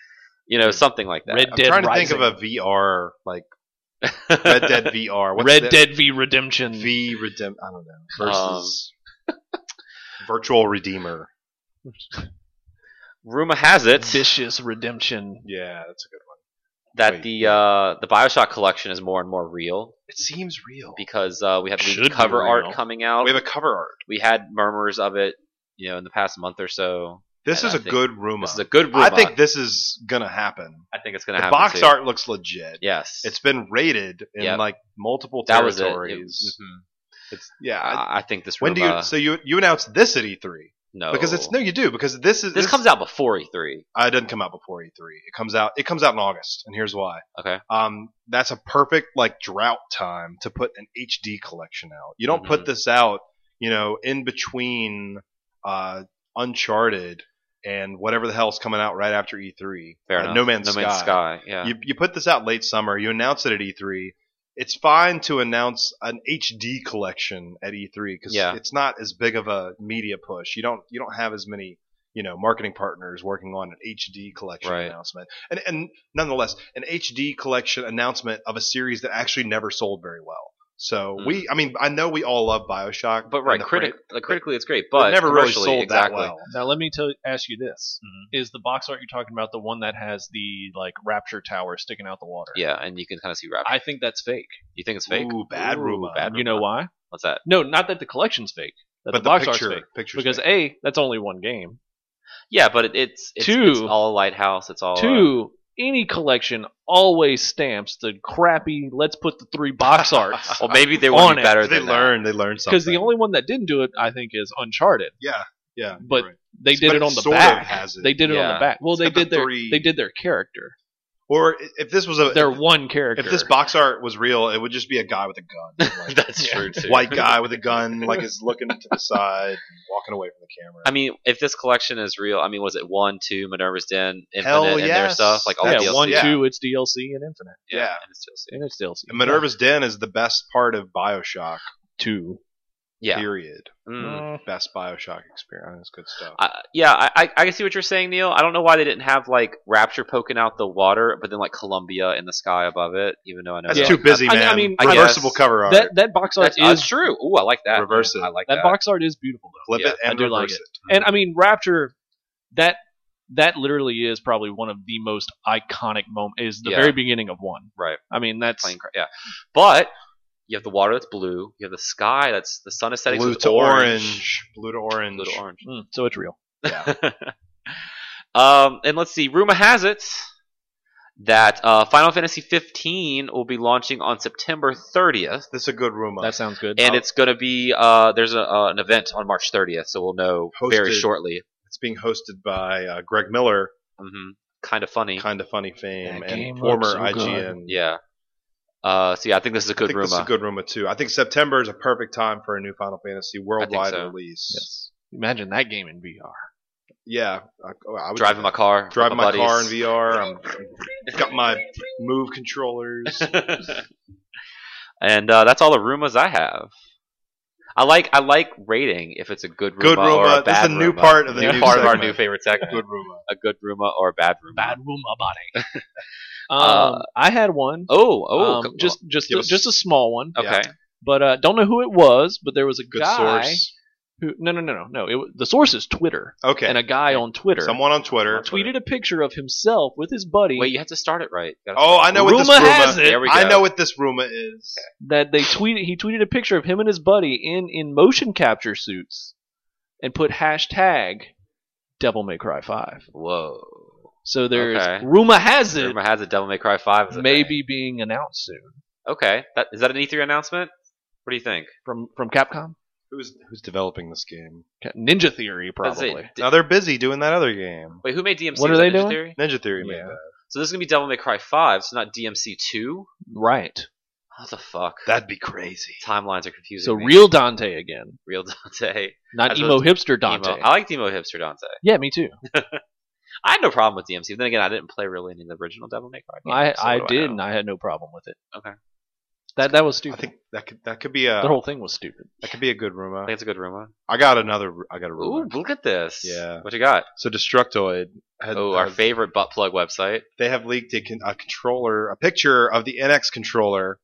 You know, something like that.
Red
I'm
Dead
trying to
Rising.
think of a VR like Red Dead VR. What's
Red
the-
Dead v Redemption.
Mm.
V Redem. I don't know versus
Um.
Virtual Redeemer.
Rumor has it
Vicious Redemption.
Yeah, that's a good one.
that
wait.
the uh, the Bioshock collection is more and more real
It seems real.
because uh, we have
Should
the
be
cover
real.
art coming out.
We have a cover art.
we had murmurs of it, you know, in the past month or so.
This
And
is
I
a
think
good Ruma.
This is a good
I
robot.
think this is gonna happen.
I think it's gonna
The
happen.
box
too.
art looks legit.
Yes,
It's been rated in
Yep.
like multiple
that was it. It-
territories.
mhm.
It's yeah. I-
I, I think this.
when do you?
robot-
So you you announce this at E3
no
because it's no, you do because this is
Oh. This comes out before E E3.
Uh, it doesn't come out before E3. It comes out. It comes out in August, and here's why.
Okay.
Um, that's a perfect like drought time to put an HD collection out. You don't
Mhm.
put this out, you know, in between uh, Uncharted and whatever the hell's coming out right after E3.
Fair
Uh,
enough.
No Man's Sky.
Sky. Yeah.
You you put this out late summer. You announce it at E3. It's fine to announce an HD collection at E3 because
Yeah.
it's not as big of a media push. You don't you don't have as many you know marketing partners working on an HD collection
Right.
announcement. And and nonetheless, an HD collection announcement of a series that actually never sold very well. So
Mm.
we I mean I know we all love BioShock,
but
and
right,
the
critic,
fran-
like, critically it's great,
but
but
it never really
commercially,
sold
exactly.
that well.
Now let me tell, ask you this:
Mhm.
Is the box art you're talking about the one that has the like Rapture Tower sticking out the water?
Yeah, and you can kind of see Rapture.
I think that's fake.
you think it's fake?
Ooh, bad
Ooh,
rumor.
bad
You know
rumor.
why?
What's that?
No, not that the collection's fake. That
But the,
the box art's
picture
fake.
picture
Because a, that's only one game.
Yeah, but it, it's, it's
Two.
It's all lighthouse. It's all uh,
Two, any collection always stamps the crappy. Let's put the three box arts
well, maybe they
On
want
it.
better
they
than
learned they learned something
because the only one that didn't do it, I think, is Uncharted.
yeah yeah you're
but
right.
They did
But
it
it
on the
sort of
back.
has it.
They did it on
Yeah.
the back. Well, they
got the
did their
three-
they did their character.
Or i- if this was a
Their one character.
if this box art was real, it would just be a guy with a gun,
that.
like,
That's true too.
white guy with a gun, like is looking to the side, and walking away from the camera.
I mean, if this collection is real, I mean, was it one, two, Minerva's Den, Infinite,
Hell
and their
oh, yes.
stuff, like all
That's-
yeah,
DLC?
one,
yeah.
two, it's DLC and Infinite,
yeah.
and it's DLC.
and it's DLC.
And Minerva's Den is the best part of Bioshock.
two.
Yeah,
Period.
Mm.
Best Bioshock experience. Good stuff.
I, yeah, I, I I can see what you're saying, Neil. I don't know why they didn't have like Rapture poking out the water, but then like Columbia in the sky above it. Even though I know
That's
that-
too busy,
I- I
man.
mean,
I
reversible
guess
cover art.
That that box art
That's, that's
is
true. Ooh, I like that.
Reverse it.
I like
that,
that.
box art is beautiful though.
Flip
yeah,
it and
I do like
reverse
it.
it.
And I mean Rapture, that that literally is probably one of the most iconic moment is the
Yeah.
very beginning of one.
Right.
I mean that's
Plane cra- yeah, but you have the water that's blue. You have the sky that's the sun is setting. so
Blue
it's
to
orange.
orange. Blue to orange.
Blue to orange.
Mm, so it's real.
Yeah.
um, and let's see. Rumor has it that uh, Final Fantasy 15 will be launching on September 30th.
This is a good rumor.
That sounds good.
Oh.
and it's going to be uh, there's a, uh, an event on March 30th, so we'll know very
Hosted.
shortly.
it's being hosted by uh, Greg Miller,
hmm Kind of funny,
kind of funny fame,
That game
and
looks
former
so good.
IGN
yeah. Uh, so yeah, I think this is a
I
good
think
rumor.
this is a good rumor too. I think September is a perfect time for a new Final Fantasy worldwide
so.
release.
yes. Imagine that game in VR.
Yeah, I, oh, I would
Driving my car, with
driving my car in
buddies.
VR. I'm got my Move controllers.
and uh, that's all the rumors I have. I like I like rating if it's a good rumor,
Good
or a
rumor.
bad
This is a new
rumor.
part of the
New
new
part of our new
segment.
favorite segment.
Good rumor.
A good rumor or a bad rumor.
Bad room about it.
Uh,
um, I had one.
Oh oh,
Um,
come-
just just
give
a,
us-
just a small one.
okay.
yeah.
But uh, don't know who it was, but there was a
Good
guy
source.
who no no no no no. It, wa- the source is Twitter,
Okay.
and a guy on Twitter
Someone on Twitter.
tweeted a picture of himself with his buddy
Wait, you have to start it right. You gotta
Oh, I know what this
Rumor
rumor
has it.
There we
I
go.
know what this rumor is.
that they tweeted he tweeted a picture of him and his buddy in in motion capture suits and put hashtag devil may cry 5
Whoa.
so there's
Okay.
rumor has it
Rumor has it Devil May Cry 5 is a thing.
maybe being announced soon
Okay. That, is that an E3 announcement? What do you think?
from from capcom
Who's who's developing this game?
Ca- ninja theory
That's it.
probably
D-
Now they're busy doing that other game.
Wait, who made DMC?
What are
Was
they
that Ninja
doing?
Theory?
Ninja Theory made
Yeah.
that.
So this is gonna be Devil May Cry 5, so not DMC 2.
right
What the fuck?
That'd be crazy.
timelines are confusing.
so
me.
real dante again
real Dante.
not
As
emo
opposed
hipster dante
Emo. I like Demo Hipster Dante.
yeah me too
I had no problem with DMC. But then again, I didn't play really any of the original Devil May Cry. Games,
i
so
i
what do
did
know?
and i had no problem with it
Okay.
that that was
I
stupid
think that could that could be a
the whole thing was stupid
that could be a good
I
rumor.
think it's a good rumor.
I got another. I got a rumor.
Ooh, look at this.
Yeah.
What you got?
So Destructoid. Had,
Oh, our
has-
favorite butt plug website.
They have leaked a, con- a controller, a picture of the NX controller.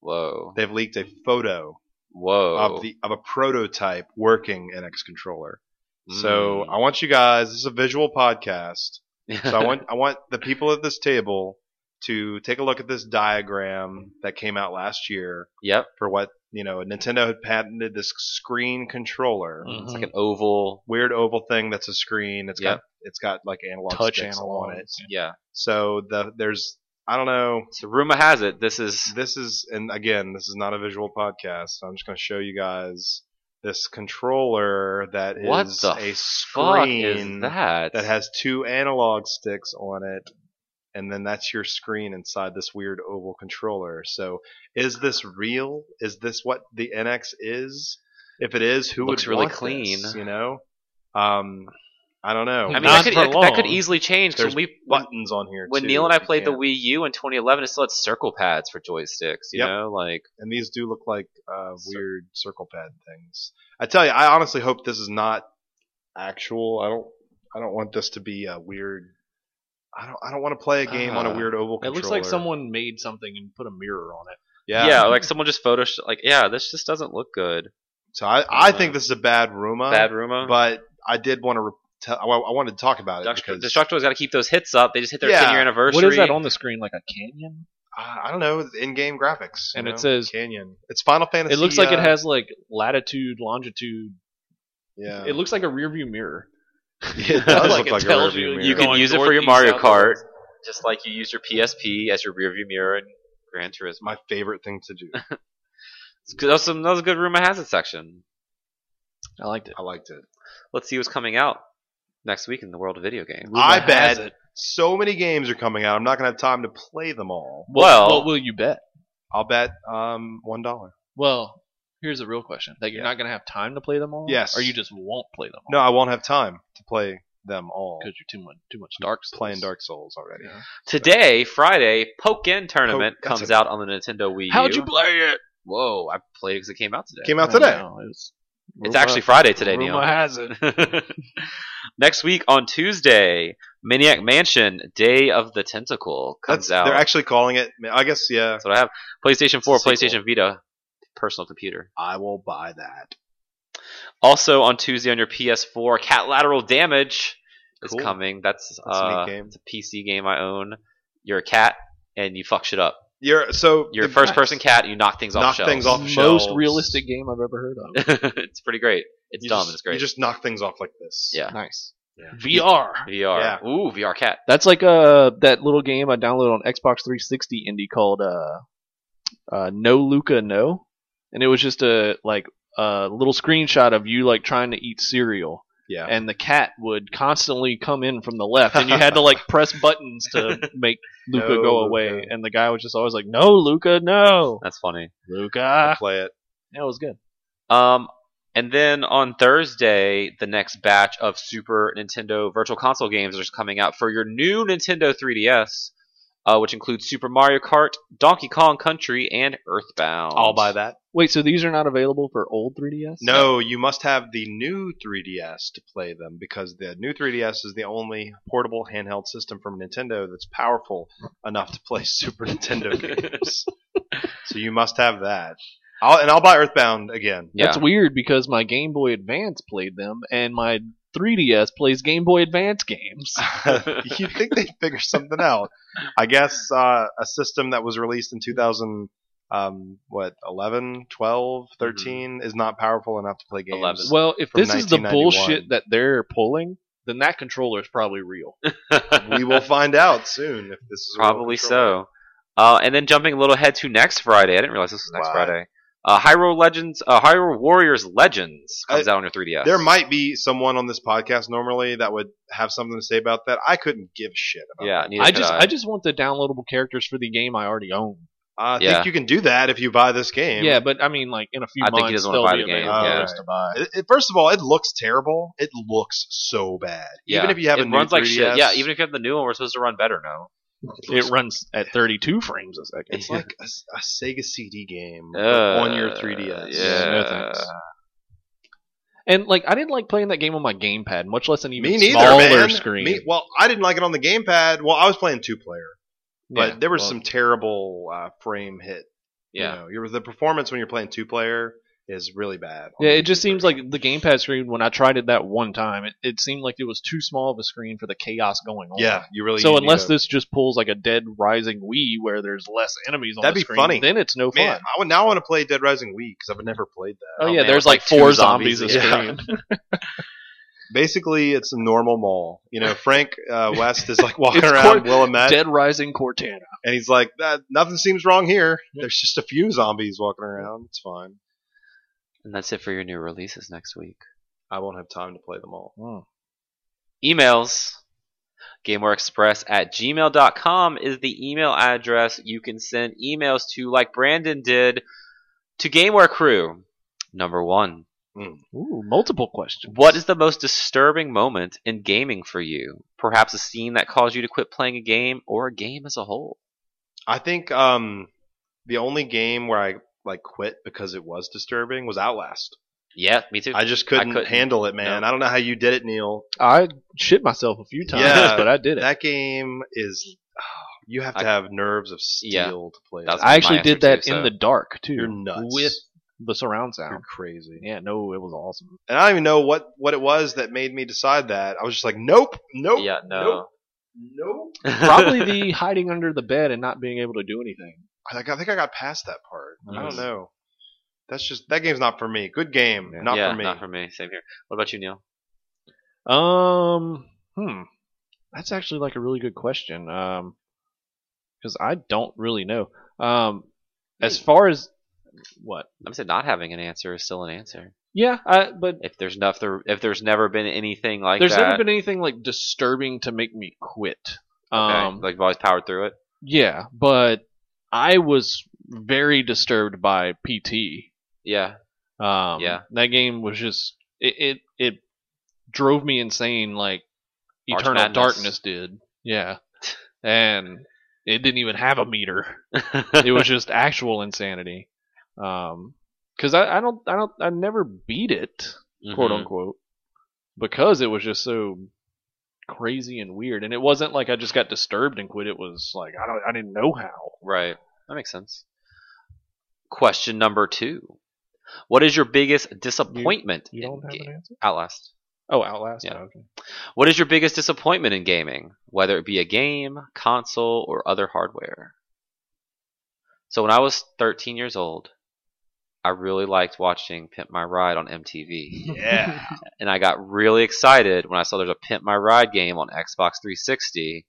Whoa.
They've leaked a photo
Whoa.
of the of a prototype working NX controller.
Mm.
So um, I want you guys. This is a visual podcast. So I want I want the people at this table to take a look at this diagram that came out last year
Yep.
for what you know Nintendo had patented this screen controller,
It's like an oval.
weird oval thing that's a screen. It's
Yep.
got it's got like analog
Touch
sticks on it.
analogs.
Yeah.
So the there's I don't know.
So rumor has it this is
This is and again this is not a visual podcast. So I'm just going to show you guys this controller that is
what the
a
fuck
screen
is that?
that has two analog sticks on it, and then that's your screen inside this weird oval controller. So, is this real? Is this what the NX is? If it is, who
Looks
would
really
want
clean.
this, you know, um, I don't know.
I mean, that
Not
could,
for
that, that could
long.
easily change
There's
because we when,
buttons on here.
when
too,
Neil and I
if you
played the
can't-
Wii U in 2011, it still had circle pads for joysticks. You
Yep.
know, like
and these do look like uh,
Cir-
weird circle pad things. I tell you, I honestly hope this is not actual. I don't. I don't want this to be a weird. I don't. I don't want to play a game on a
Uh,
weird oval.
It
controller.
looks like someone made something and put a mirror on it.
yeah,
Yeah.
like someone just photoshopped. Like yeah, this just doesn't look good.
So I, I think this is a bad rumor.
Bad rumor.
But I did want to. Re- tell, I, I wanted to talk about it
Destructo's
because
got to keep those hits up. They just hit their
Yeah.
10 year anniversary.
What is that on the screen? Like a canyon?
uh, I don't know in-game graphics. you
And it
know,
says-
Canyon. It's Final Fantasy.
It looks like it
uh,
has like latitude, longitude.
Yeah.
It looks like a rearview mirror.
it does
like
look
it
like a
tells
rearview
you-
mirror.
You can
Going
use it for your
northeast,
Mario Kart,
southwest.
just like you use your PSP as your rearview mirror in Gran Turismo.
My favorite thing to do.
It's good- That's another good rumor has it section.
I liked it.
I liked it.
Let's see what's coming out next week in the world of video games.
I
Rumor
bet-
has it.
So many games are coming out. I'm not going to have time to play them all.
Well,
what will you bet?
I'll bet um one dollar.
Well, here's the real question: that you're
Yeah.
not going to have time to play them all.
Yes.
Or you just won't play them all.
No, I won't have time to play them all.
Because you're too much too much Dark Souls.
Playing Dark Souls already.
Yeah.
today, Friday, Pokken Tournament
Poke- that's
comes
a-
out on the Nintendo Wii U.
How'd you play it?
Whoa, I played it because it came out today.
Came out
I don't
today.
know, it was-
it's
Rumor-
actually Friday today,
rumor
Neil.
has it.
Next week on Tuesday, Maniac Mansion: Day of the Tentacle comes
That's
out.
they're actually calling it. I guess yeah.
That's what I have. PlayStation 4,
It's a
PlayStation Vita, personal computer.
I will buy that.
Also on Tuesday on your PS4, Cat Lateral Damage
Cool.
is coming. That's,
That's a neat
uh,
game.
It's a PC game I own. You're a cat and you fuck shit up.
You're so
You're a
the-
first person cat. You knock things off
Knock
shelves.
things off
Most
shelves.
realistic game I've ever heard of.
it's pretty great. It's
you
dumb.
just-
and it's great.
You just knock things off like this.
yeah.
nice.
Yeah.
VR.
VR. Ooh, VR cat.
That's like uh that little game I downloaded on Xbox 360 indie called uh, uh No Luca No, and it was just a like a little screenshot of you like trying to eat cereal,
Yeah.
and the cat would constantly come in from the left, and you had to like press buttons to make Luca
No,
go
Oh,
away,
Luca.
and the guy was just always like No Luca No
That's funny.
I
Eh,
Luca.
play it.
That was good.
Um, and then on Thursday, the next batch of Super Nintendo Virtual Console games are coming out for your new Nintendo 3DS, uh, which includes Super Mario Kart, Donkey Kong Country, and Earthbound.
I'll buy that.
Wait, so these are not available for old 3ds?
No, you must have the new 3DS to play them because the new 3DS is the only portable handheld system from Nintendo that's powerful enough to play Super Nintendo games. So you must have that. I'll, and I'll buy Earthbound again.
Yeah.
That's weird because my Game Boy Advance played them, and my 3DS plays Game Boy Advance games.
you think they'd figure something out. I guess uh, a system that was released in 2000, um, what, 11, 12,
Mm-hmm.
13 is not powerful enough to play games.
11.
Well, if
From
this is the
1991.
bullshit that they're pulling, then that controller is probably real.
we will find out soon if this is a real
Probably
controller.
so. Uh, and then jumping a little ahead to next Friday, I didn't realize this was next
Wow.
Friday. Uh, Hyrule Legends, uh, Hyrule Warriors Legends comes out on your 3DS.
There might be someone on this podcast normally that would have something to say about that. I couldn't give a shit about.
yeah.
that.
neither
I
could
just I just want the downloadable characters for the game I already own.
I
Yeah.
think you can do that if you buy this game.
Yeah, but I mean, like in a few
I think he
months,
doesn't wanna
they'll
buy
be
the game,
available
yeah.
for us to buy.
It, it- first of all, it looks terrible. It looks so bad.
Yeah.
Even if you have
it
a new
runs like
3DS,
shit. Yeah, even if you have the new one, we're supposed to run better now.
It runs at 32 frames a second.
it's like a, a Sega CD game but
Uh,
on your 3DS.
Yeah.
No thanks. And like I didn't like playing that game on my gamepad, much less an even
Me neither,
smaller
man.
screen.
Me, well, I didn't like it on the gamepad. Well, I was playing two player, but
Yeah,
there was
well,
some terrible uh, frame hit.
yeah.
You know, your, the performance when you're playing two player is really bad. on
Yeah,
the
it just
computer.
seems like the gamepad screen. When I tried it that one time, it, it seemed like it was too small of a screen for the chaos going on.
Yeah, you really.
So
you
unless
need
this just pulls like a dead Rising Wii where there's less enemies on
That'd
the
be
screen,
funny.
then it's no
a, man,
fun.
I would now want to play Dead Rising Wii because I've never played that.
Oh,
Oh,
yeah,
man,
there's
with,
like
like, two
four
zombies
zombies a
in
screen.
Basically, it's a normal mall. You know, Frank uh, West is like walking
It's
around
quite
Willamette,
Dead Rising Cortana.
and he's like, that, "Nothing seems wrong here. There's just a few zombies walking around. It's fine.
And that's it for your new releases next week.
I won't have time to play them all."
Emails. GameWareExpress at gmail.com is the email address you can send emails to, like Brandon did, to GameWare Crew. Number one.
Ooh, multiple questions.
What is the most disturbing moment in gaming for you? Perhaps a scene that caused you to quit playing a game or a game as a whole.
I think um, the only game where I like quit because it was disturbing was Outlast.
Yeah, me too.
I just couldn't,
couldn't.
handle it, man.
No.
I don't know how you did it, Neil.
I shit myself a few times,
Yeah.
but I did it.
That game is. You have to
I-
have nerves of steel
Yeah.
to play.
That's
that.
my
I actually
answer
did that
too, so-
in the dark too.
You're nuts.
with the surround sound.
You're crazy.
Yeah, no, it was awesome.
And I don't even know what what it was that made me decide that. I was just like, nope, nope,
yeah, no.
nope, nope.
Probably the hiding under the bed and not being able to do anything.
I think I think I got past that part. I
Nice.
don't know. That's just that game's not for me. Good game,
Yeah.
not
yeah,
for me.
Not for me. Same here. What about you, Neil?
Um, hmm, that's actually like a really good question. Um, because I don't really know. Um, as
Hmm.
far as what?
I'm saying not having an answer is still an answer.
Yeah, I, but
If there's enough, there, if there's never been anything like
there's
that,
never been anything like disturbing to make me quit.
okay,
Um,
like you've always powered through it.
yeah, but I was very disturbed by PT.
Yeah,
Um,
Yeah.
that game was just it it, it drove me insane like
March
Eternal
Madness.
Darkness did. Yeah, and it didn't even have a meter. It was just actual insanity. Um, because I, I don't I don't I never beat it quote
Mhm.
unquote because it was just so crazy and weird and it wasn't like I just got disturbed and quit. It was like I don't I didn't know how.
Right. That makes sense. Question number two: What is your biggest disappointment
You don't have
in game?
an answer.
Outlast.
Oh, Outlast.
Yeah.
Oh, okay.
What is your biggest disappointment in gaming, whether it be a game, console, or other hardware? So when I was 13 years old, I really liked watching Pimp My Ride on MTV.
Yeah,
And I got really excited when I saw there's a Pimp My Ride game on Xbox 360,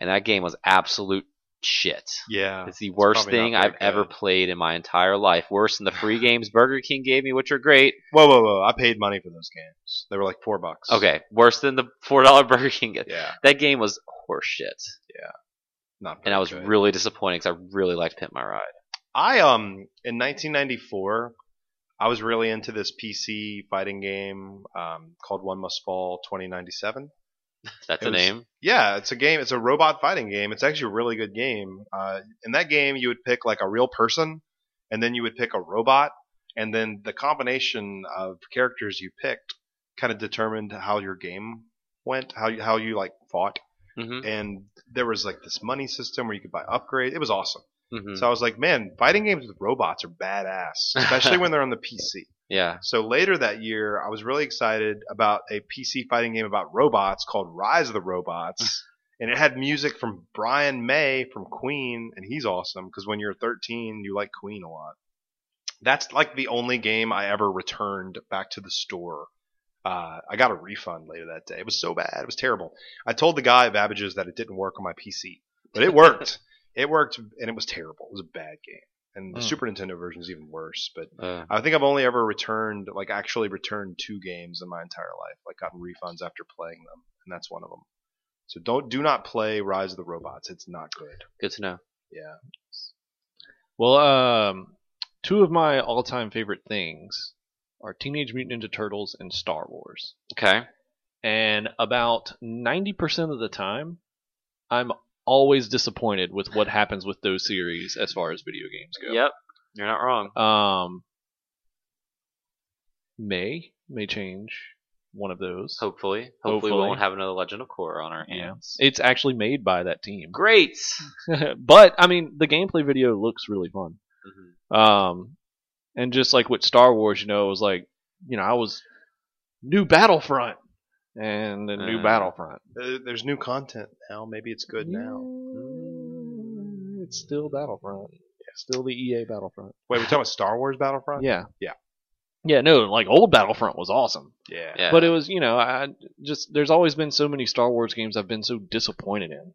and that game was absolute shit.
yeah.
It's the worst
probably
thing
not that
I've ever
good.
played in my entire life. Worse than the free games Burger King gave me, which are great.
Whoa, whoa, whoa! I paid money for those games. They were like four bucks.
Okay, worse than the $4 Burger King.
Yeah,
That game was horseshit.
not.
and
very
I was
good.
really disappointed because I really liked Pimp My Ride.
I um in 1994, I was really into this PC fighting game um, called One Must Fall 2097.
That's
It
a
was-
name.
Yeah, it's a game. It's a robot fighting game. It's actually a really good game. Uh, in that game, you would pick like a real person, and then you would pick a robot, and then the combination of characters you picked kind of determined how your game went, how you, how you like fought,
hmm
and there was like this money system where you could buy upgrades. It was awesome.
hmm
So I was like, man, fighting games with robots are badass, especially when they're on the PC.
Yeah.
So later that year, I was really excited about a PC fighting game about robots called Rise of the Robots. and it had music from Brian May from Queen, and he's awesome because when you're 13, you like Queen a lot. That's like the only game I ever returned back to the store. Uh, I got a refund later that day. It was so bad. It was terrible. I told the guy at Babbage's that it didn't work on my PC, but it worked. it worked, and it was terrible. It was a bad game. And the
Hmm.
Super Nintendo version is even worse, but
Uh,
I think I've only ever returned, like actually returned two games in my entire life, like gotten refunds after playing them, and that's one of them. So don't do not play Rise of the Robots. It's not good.
good to know.
Yeah.
Well, um, two of my all-time favorite things are Teenage Mutant Ninja Turtles and Star Wars.
Okay.
And about 90% of the time, I'm always disappointed with what happens with those series as far as video games go.
Yep. You're not wrong.
Um, may may change one of those.
Hopefully. Hopefully, we
Hopefully.
won't have another Legend of Korra on our
Yeah.
hands.
It's actually made by that team.
Great. Mm-hmm.
but I mean, the gameplay video looks really fun.
Mhm.
Um, And just like with Star Wars, you know, it was like, you know, I was new Battlefront and the new
Uh.
Battlefront.
Uh, there's new content now. Maybe it's good now.
now. It's still Battlefront. Still the EA Battlefront.
Wait, we're talking about Star Wars Battlefront?
Yeah.
Yeah.
Yeah, no, like old Battlefront was awesome.
Yeah.
Yeah.
But it was, you know, I just there's always been so many Star Wars games I've been so disappointed in.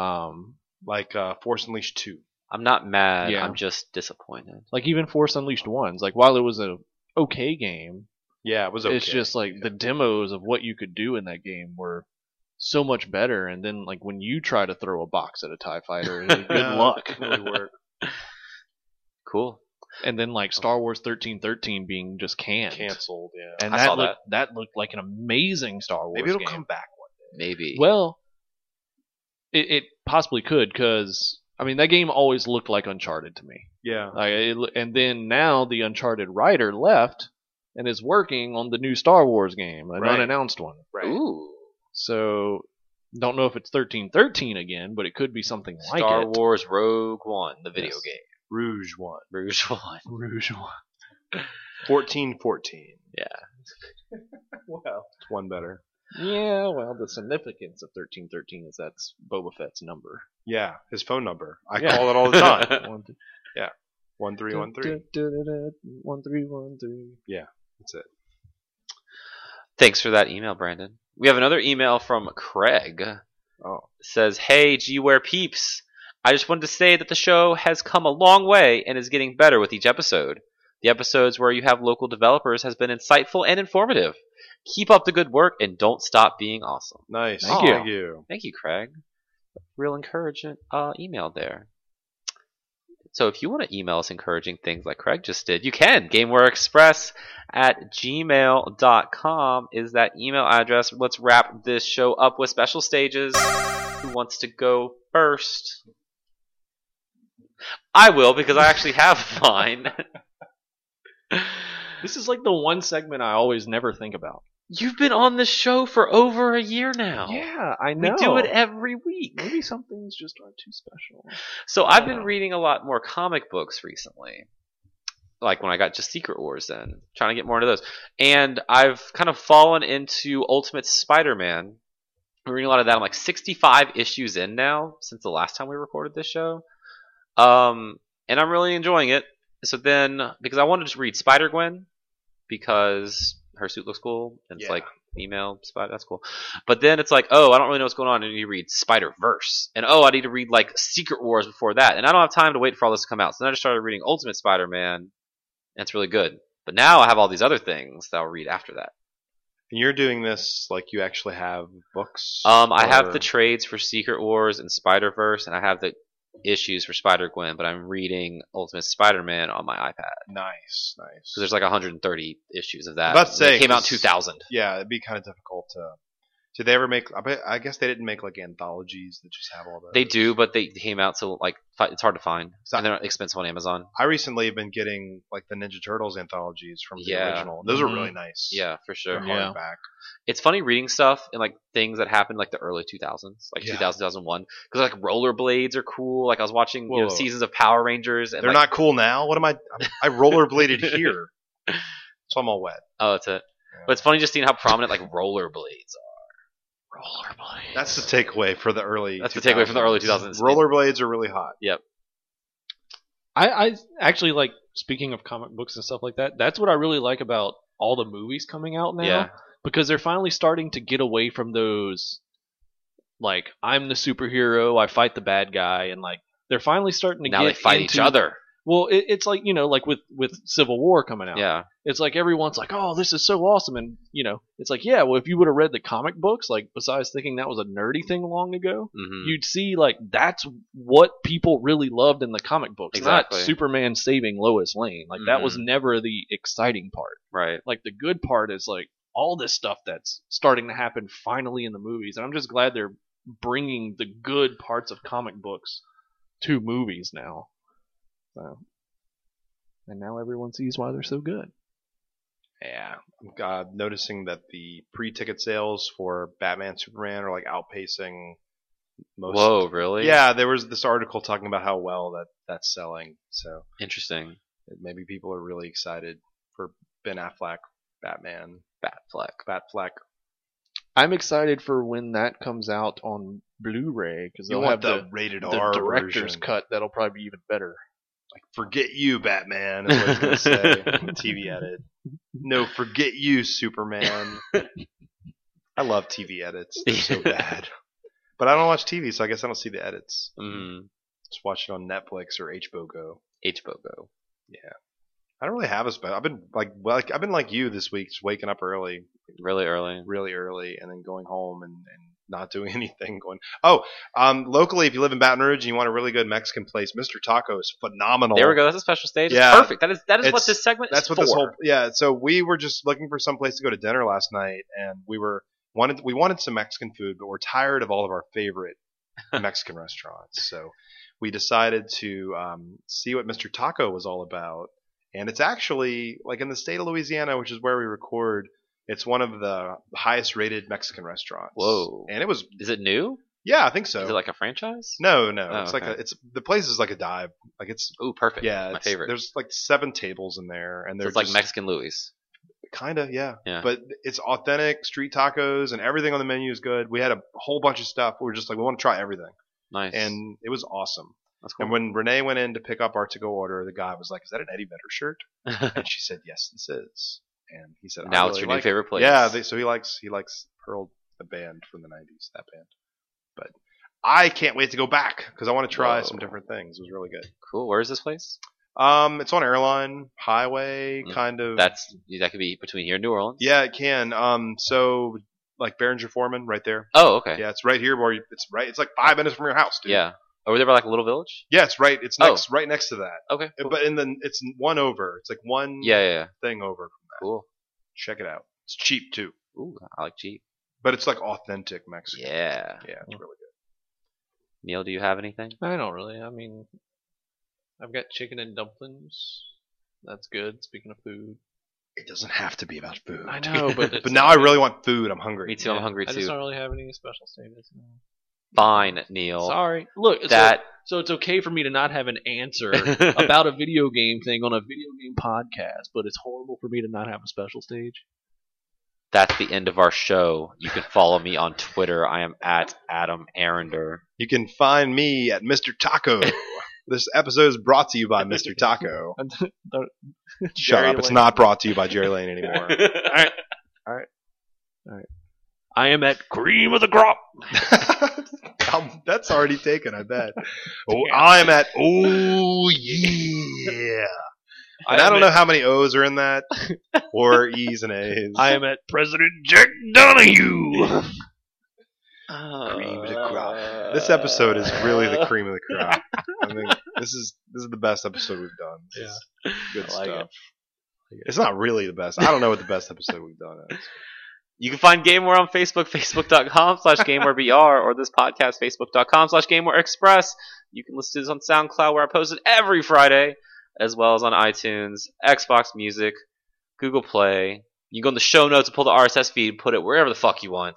Um
Like uh, Force Unleashed 2.
I'm not mad.
Yeah.
I'm just disappointed.
like even Force Unleashed ones, like while it was a okay game,
Yeah, it was
it's just like the demos of what you could do in that game were so much better. And then like when you try to throw a box at a Tie Fighter, good
Yeah,
luck.
it really worked.
Cool.
And then like Star Wars thirteen thirteen being just canned.
Canceled, yeah.
And
I
that
saw
looked that. looked like an amazing Star Wars
Maybe it'll
game.
come back one
Maybe.
Well, it, it possibly could because I mean that game always looked like Uncharted to me.
day. Yeah.
Like, it, lo- and then now the Uncharted writer left and is working on the new Star Wars game, an
Right.
unannounced one.
Right.
Ooh.
So don't know if it's thirteen thirteen again, but it could be something like
Star
it.
Wars Rogue One, the video
Yes.
game.
Rouge 1.
Rouge One.
Rouge One.
14 14.
Yeah.
well, it's one better.
Yeah, well, the significance of thirteen thirteen is that's Boba Fett's number.
Yeah, his phone number. I
Yeah.
call it all the time.
One, two,
1313.
da, da, da, da, one, three, one, three.
That's it.
Thanks for that email, Brandon. We have another email from Craig.
Oh.
says, "Hey, Gware peeps, I just wanted to say that the show has come a long way and is getting better with each episode. The episodes where you have local developers has been insightful and informative. Keep up the good work and don't stop being awesome."
Nice. Aw.
Thank you.
Thank you.
Thank you, Craig. Real encouraging uh, email there. So if you want to email us encouraging things like Craig just did, you can. GamewareExpress at gmail.com is that email address. Let's wrap this show up with special stages. Who wants to go first? I will because I actually have mine.
This is like the one segment I always never think about.
You've been on this show for over a year now.
Yeah, I
We
know.
do it every week.
Maybe some things just aren't too special.
So I've been reading a lot more comic books recently. Like when I got just Secret Wars then, trying to get more into those. And I've kind of fallen into Ultimate Spider-Man. I'm reading a lot of that. I'm like 65 issues in now since the last time we recorded this show. Um, and I'm really enjoying it. So then, because I wanted to read Spider-Gwen because her suit looks cool and it's
Yeah.
like female spider that's cool but then it's like oh i don't really know what's going on and you read spider verse and oh i need to read like secret wars before that and i don't have time to wait for all this to come out so then i just started reading ultimate spider-man and it's really good but now i have all these other things that i'll read after that
And you're doing this like you actually have books?
um i have
or-
the trades for secret wars and spider verse and i have the issues for spider-gwen but i'm reading ultimate spider-man on my ipad
nice, nice.
because there's like 130 issues of that
About to say,
it came out in
'cause-
2000
yeah, it'd be kind of difficult to. Did they ever make? I, bet, I guess they didn't make like anthologies that just have all those.
they do but they came out so like fi- it's hard to find
So-
and they're expensive on amazon
I recently have been getting like the Ninja Turtles anthologies from the
Yeah. Mm-hmm.
original. Those
Mhm.
are really nice.
yeah for sure
They're
Yeah.
hardback.
it's funny reading stuff and like things that happened like the early 2000s like
Yeah.
2000 2001 because like rollerblades are cool like i was watching you
Whoa.
know, seasons of power rangers and
They're
like,
not cool now. What am I? I rollerbladed here, so I'm all wet.
oh that's it but it's funny just seeing how prominent like rollerblades are rollerblades
That's the takeaway for the early.
That's the takeaway from the early 2000s.
Rollerblades are really hot.
I, I actually like speaking of comic books and stuff like that. That's what I really like about all the movies coming out now.
Yeah.
Because they're finally starting to get away from those, like I'm the superhero, I fight the bad guy, and like they're finally starting to
now
get
they fight each
into-
other
Well, it, it's like you know, like with with Civil War coming out.
yeah
It's like everyone's like, "Oh, this is so awesome," and you know, it's like, yeah, well, if you would have read the comic books, like besides thinking that was a nerdy thing long ago,
Mm.
hmm
you'd see like that's what people really loved in the comic books,
Exactly.
not Superman saving Lois Lane. Like that was
Mm-hmm.
Mhm.
never the exciting part.
right
Like the good part is like all this stuff that's starting to happen finally in the movies, and I'm just glad they're bringing the good parts of comic books to movies now. So, and now everyone sees why they're so good.
Yeah, I'm uh, noticing that the pre-ticket sales for Batman Superman are like outpacing most.
whoa really
Yeah, there was this article talking about how well that that's selling. So
interesting
Maybe people are really excited for Ben Affleck, Batman,
Batfleck.
Batfleck.
I'm excited for when that comes out on Blu-ray because
You
they'll
want
have
the,
the,
rated
the
R
director's
version.
cut. That'll probably be even better.
Like, forget you, Batman. Is what it's gonna say. in the TV edit. No, forget you, Superman. I love TV edits. They're so bad. But I don't watch TV, so I guess I don't see the edits.
Mm,
Just watch it on Netflix or HBO.
HBOGO.
I don't really have a special. I've been like, well, like I've been like you this week, just waking up early,
Really early.
really early, and then going home and, and not doing anything. Going, oh, um, locally, if you live in Baton Rouge and you want a really good Mexican place, Mr. Taco is phenomenal.
There we go. That's a special stage.
Yeah.
It's perfect. That is that is what
It's-
this segment
That's
is
what
for.
this whole yeah. So we were just looking for some place to go to dinner last night, and we were wanted we wanted some Mexican food, but we're tired of all of our favorite Mexican restaurants. So we decided to um, see what Mr. Taco was all about, and it's actually like in the state of Louisiana, which is where we record. It's one of the highest rated Mexican restaurants.
Whoa.
And it was
Is it new?
yeah, I think so.
Is it like a franchise?
no, no,
Oh,
it's like
okay.
a, it's the place is like a dive. Like it's
Ooh, perfect.
yeah,
my
it's-
favorite.
There's like seven tables in there, and
So
they're
it's like
just-
Mexican Louis.
Kind of, yeah.
Yeah.
But it's authentic street tacos and everything on the menu is good. We had a whole bunch of stuff. We were just like, we want to try everything.
Nice.
And it was awesome.
that's cool.
And when Renee went in to pick up our to go order, the guy was like, Is that an Eddie Vedder shirt? And she said, Yes, this is. And he said, I
now it's
really
your new
like it."
favorite place.
Yeah, they, so he likes he likes Pearl, the band from the '90s, that band. But I can't wait to go back because I want to try
Whoa.
some different things. It was really good.
cool. Where is this place?
Um, it's on Airline Highway,
Mm,
kind of.
That's that could be between here and New Orleans.
Yeah, it can. Um, so like Behringer Foreman, right there.
Oh, okay.
Yeah, it's right here where you, it's right. It's like five minutes from your house, dude.
Yeah. Over there by like a little village.
Yeah, it's right. It's
Oh.
next, right next to that.
Okay. cool.
But in the it's one over. It's like one
Yeah, yeah, yeah.
thing over.
Cool.
Check it out. It's cheap too,
Ooh, I like cheap.
but it's like authentic Mexican.
Yeah.
yeah, it's really good.
Neil, do you have anything?
I don't really. I mean, I've got chicken and dumplings. That's good. Speaking of food,
It doesn't have to be about food.
I know, but it's
but now I
not-
really want food. I'm
Me
hungry.
too. I'm hungry
I just
too.
don't really have any special statements.
Fine, Neil.
Sorry. Look, so-
That
so it's okay for me to not have an answer about a video game thing on a video game podcast, but it's horrible for me to not have a special stage.
that's the end of our show. You can follow me on Twitter. I am at Adam Arender.
You can find me at Mr. Taco. this episode is brought to you by Mr. Taco. Shut
Jerry
up. It's
Lane.
not brought to you by Jerry Lane anymore.
I am at cream of the crop.
Um, That's already taken, I bet. Oh, I'm at oh yeah, and I,
am
don't
at-
know how many O's are in that, or E's and A's.
I am at
President Jack Donahue.
Cream of the crop. this episode is really
uh,
the cream of the crop. I mean, this is this is the best episode we've done. This is good
I like
stuff. It's not really the best. I don't know what the best episode we've done is.
You can find GameWare on Facebook, facebook.com slash GameWareBR, or this podcast, facebook.com slash GameWare Express. You can listen to this on SoundCloud, where I post it every Friday, as well as on iTunes, Xbox Music, Google Play. You can go in the show notes and pull the RSS feed, put it wherever the fuck you want.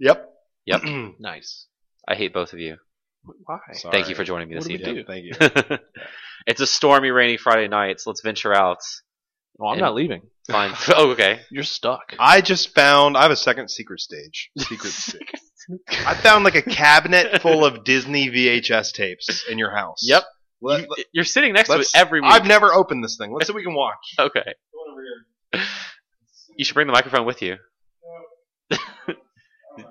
Yep.
Yep.
nice.
I hate both of you.
Why?
Sorry.
Thank you for joining me
What
this
do we
evening.
Yeah, thank you.
it's a stormy, rainy Friday night, so let's venture out.
Well, I'm not leaving.
Find. Oh, okay.
You're stuck.
I just found I have a second secret stage. Secret stage. I found like a cabinet full of Disney VHS tapes in your house.
Yep.
Let-
You, you're sitting next to it
let's-
every week.
I've never opened this thing. Let's see what we can watch.
okay. You should bring the microphone with you.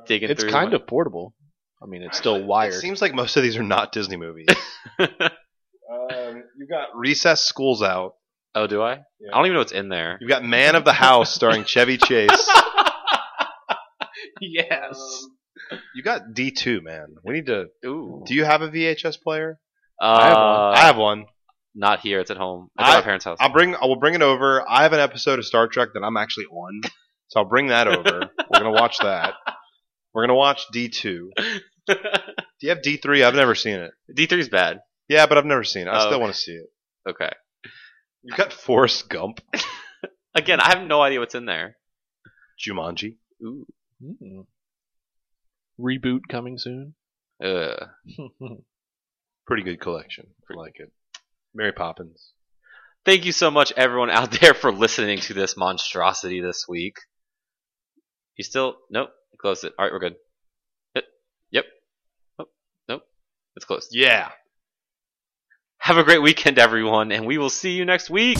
Digging
It's
through
kind
my-
of portable. I mean, it's still wired.
It seems like most of these are not Disney movies. um, you've got Recess School's Out.
Oh, do I? I don't even know what's in there.
You've got Man of the House starring Chevy Chase.
Um,
yes.
You got D2, man. We need to.
Ooh.
Do you have a VHS player?
Uh,
I have one. I have one.
Not here. It's at home. It's at
I-
my parents' house.
I'll bring. I will bring it over. I have an episode of Star Trek that I'm actually on, so I'll bring that over. We're gonna watch that. We're gonna watch D2. Do you have D3? I've never seen it.
D3's bad.
Yeah, but I've never seen it. I
Oh,
still
okay.
want to see it.
Okay.
You got Forrest Gump,
Again, I have no idea what's in there.
Jumanji.
Ooh.
Mm. Reboot coming soon.
Ugh.
Pretty good collection. I like it. Mary Poppins.
Thank you so much, everyone out there, for listening to this monstrosity this week. You still nope. Close it. All right, we're good. Yep. Yep. Nope. Nope. It's closed.
Yeah.
Have a great weekend, everyone, and we will see you next week.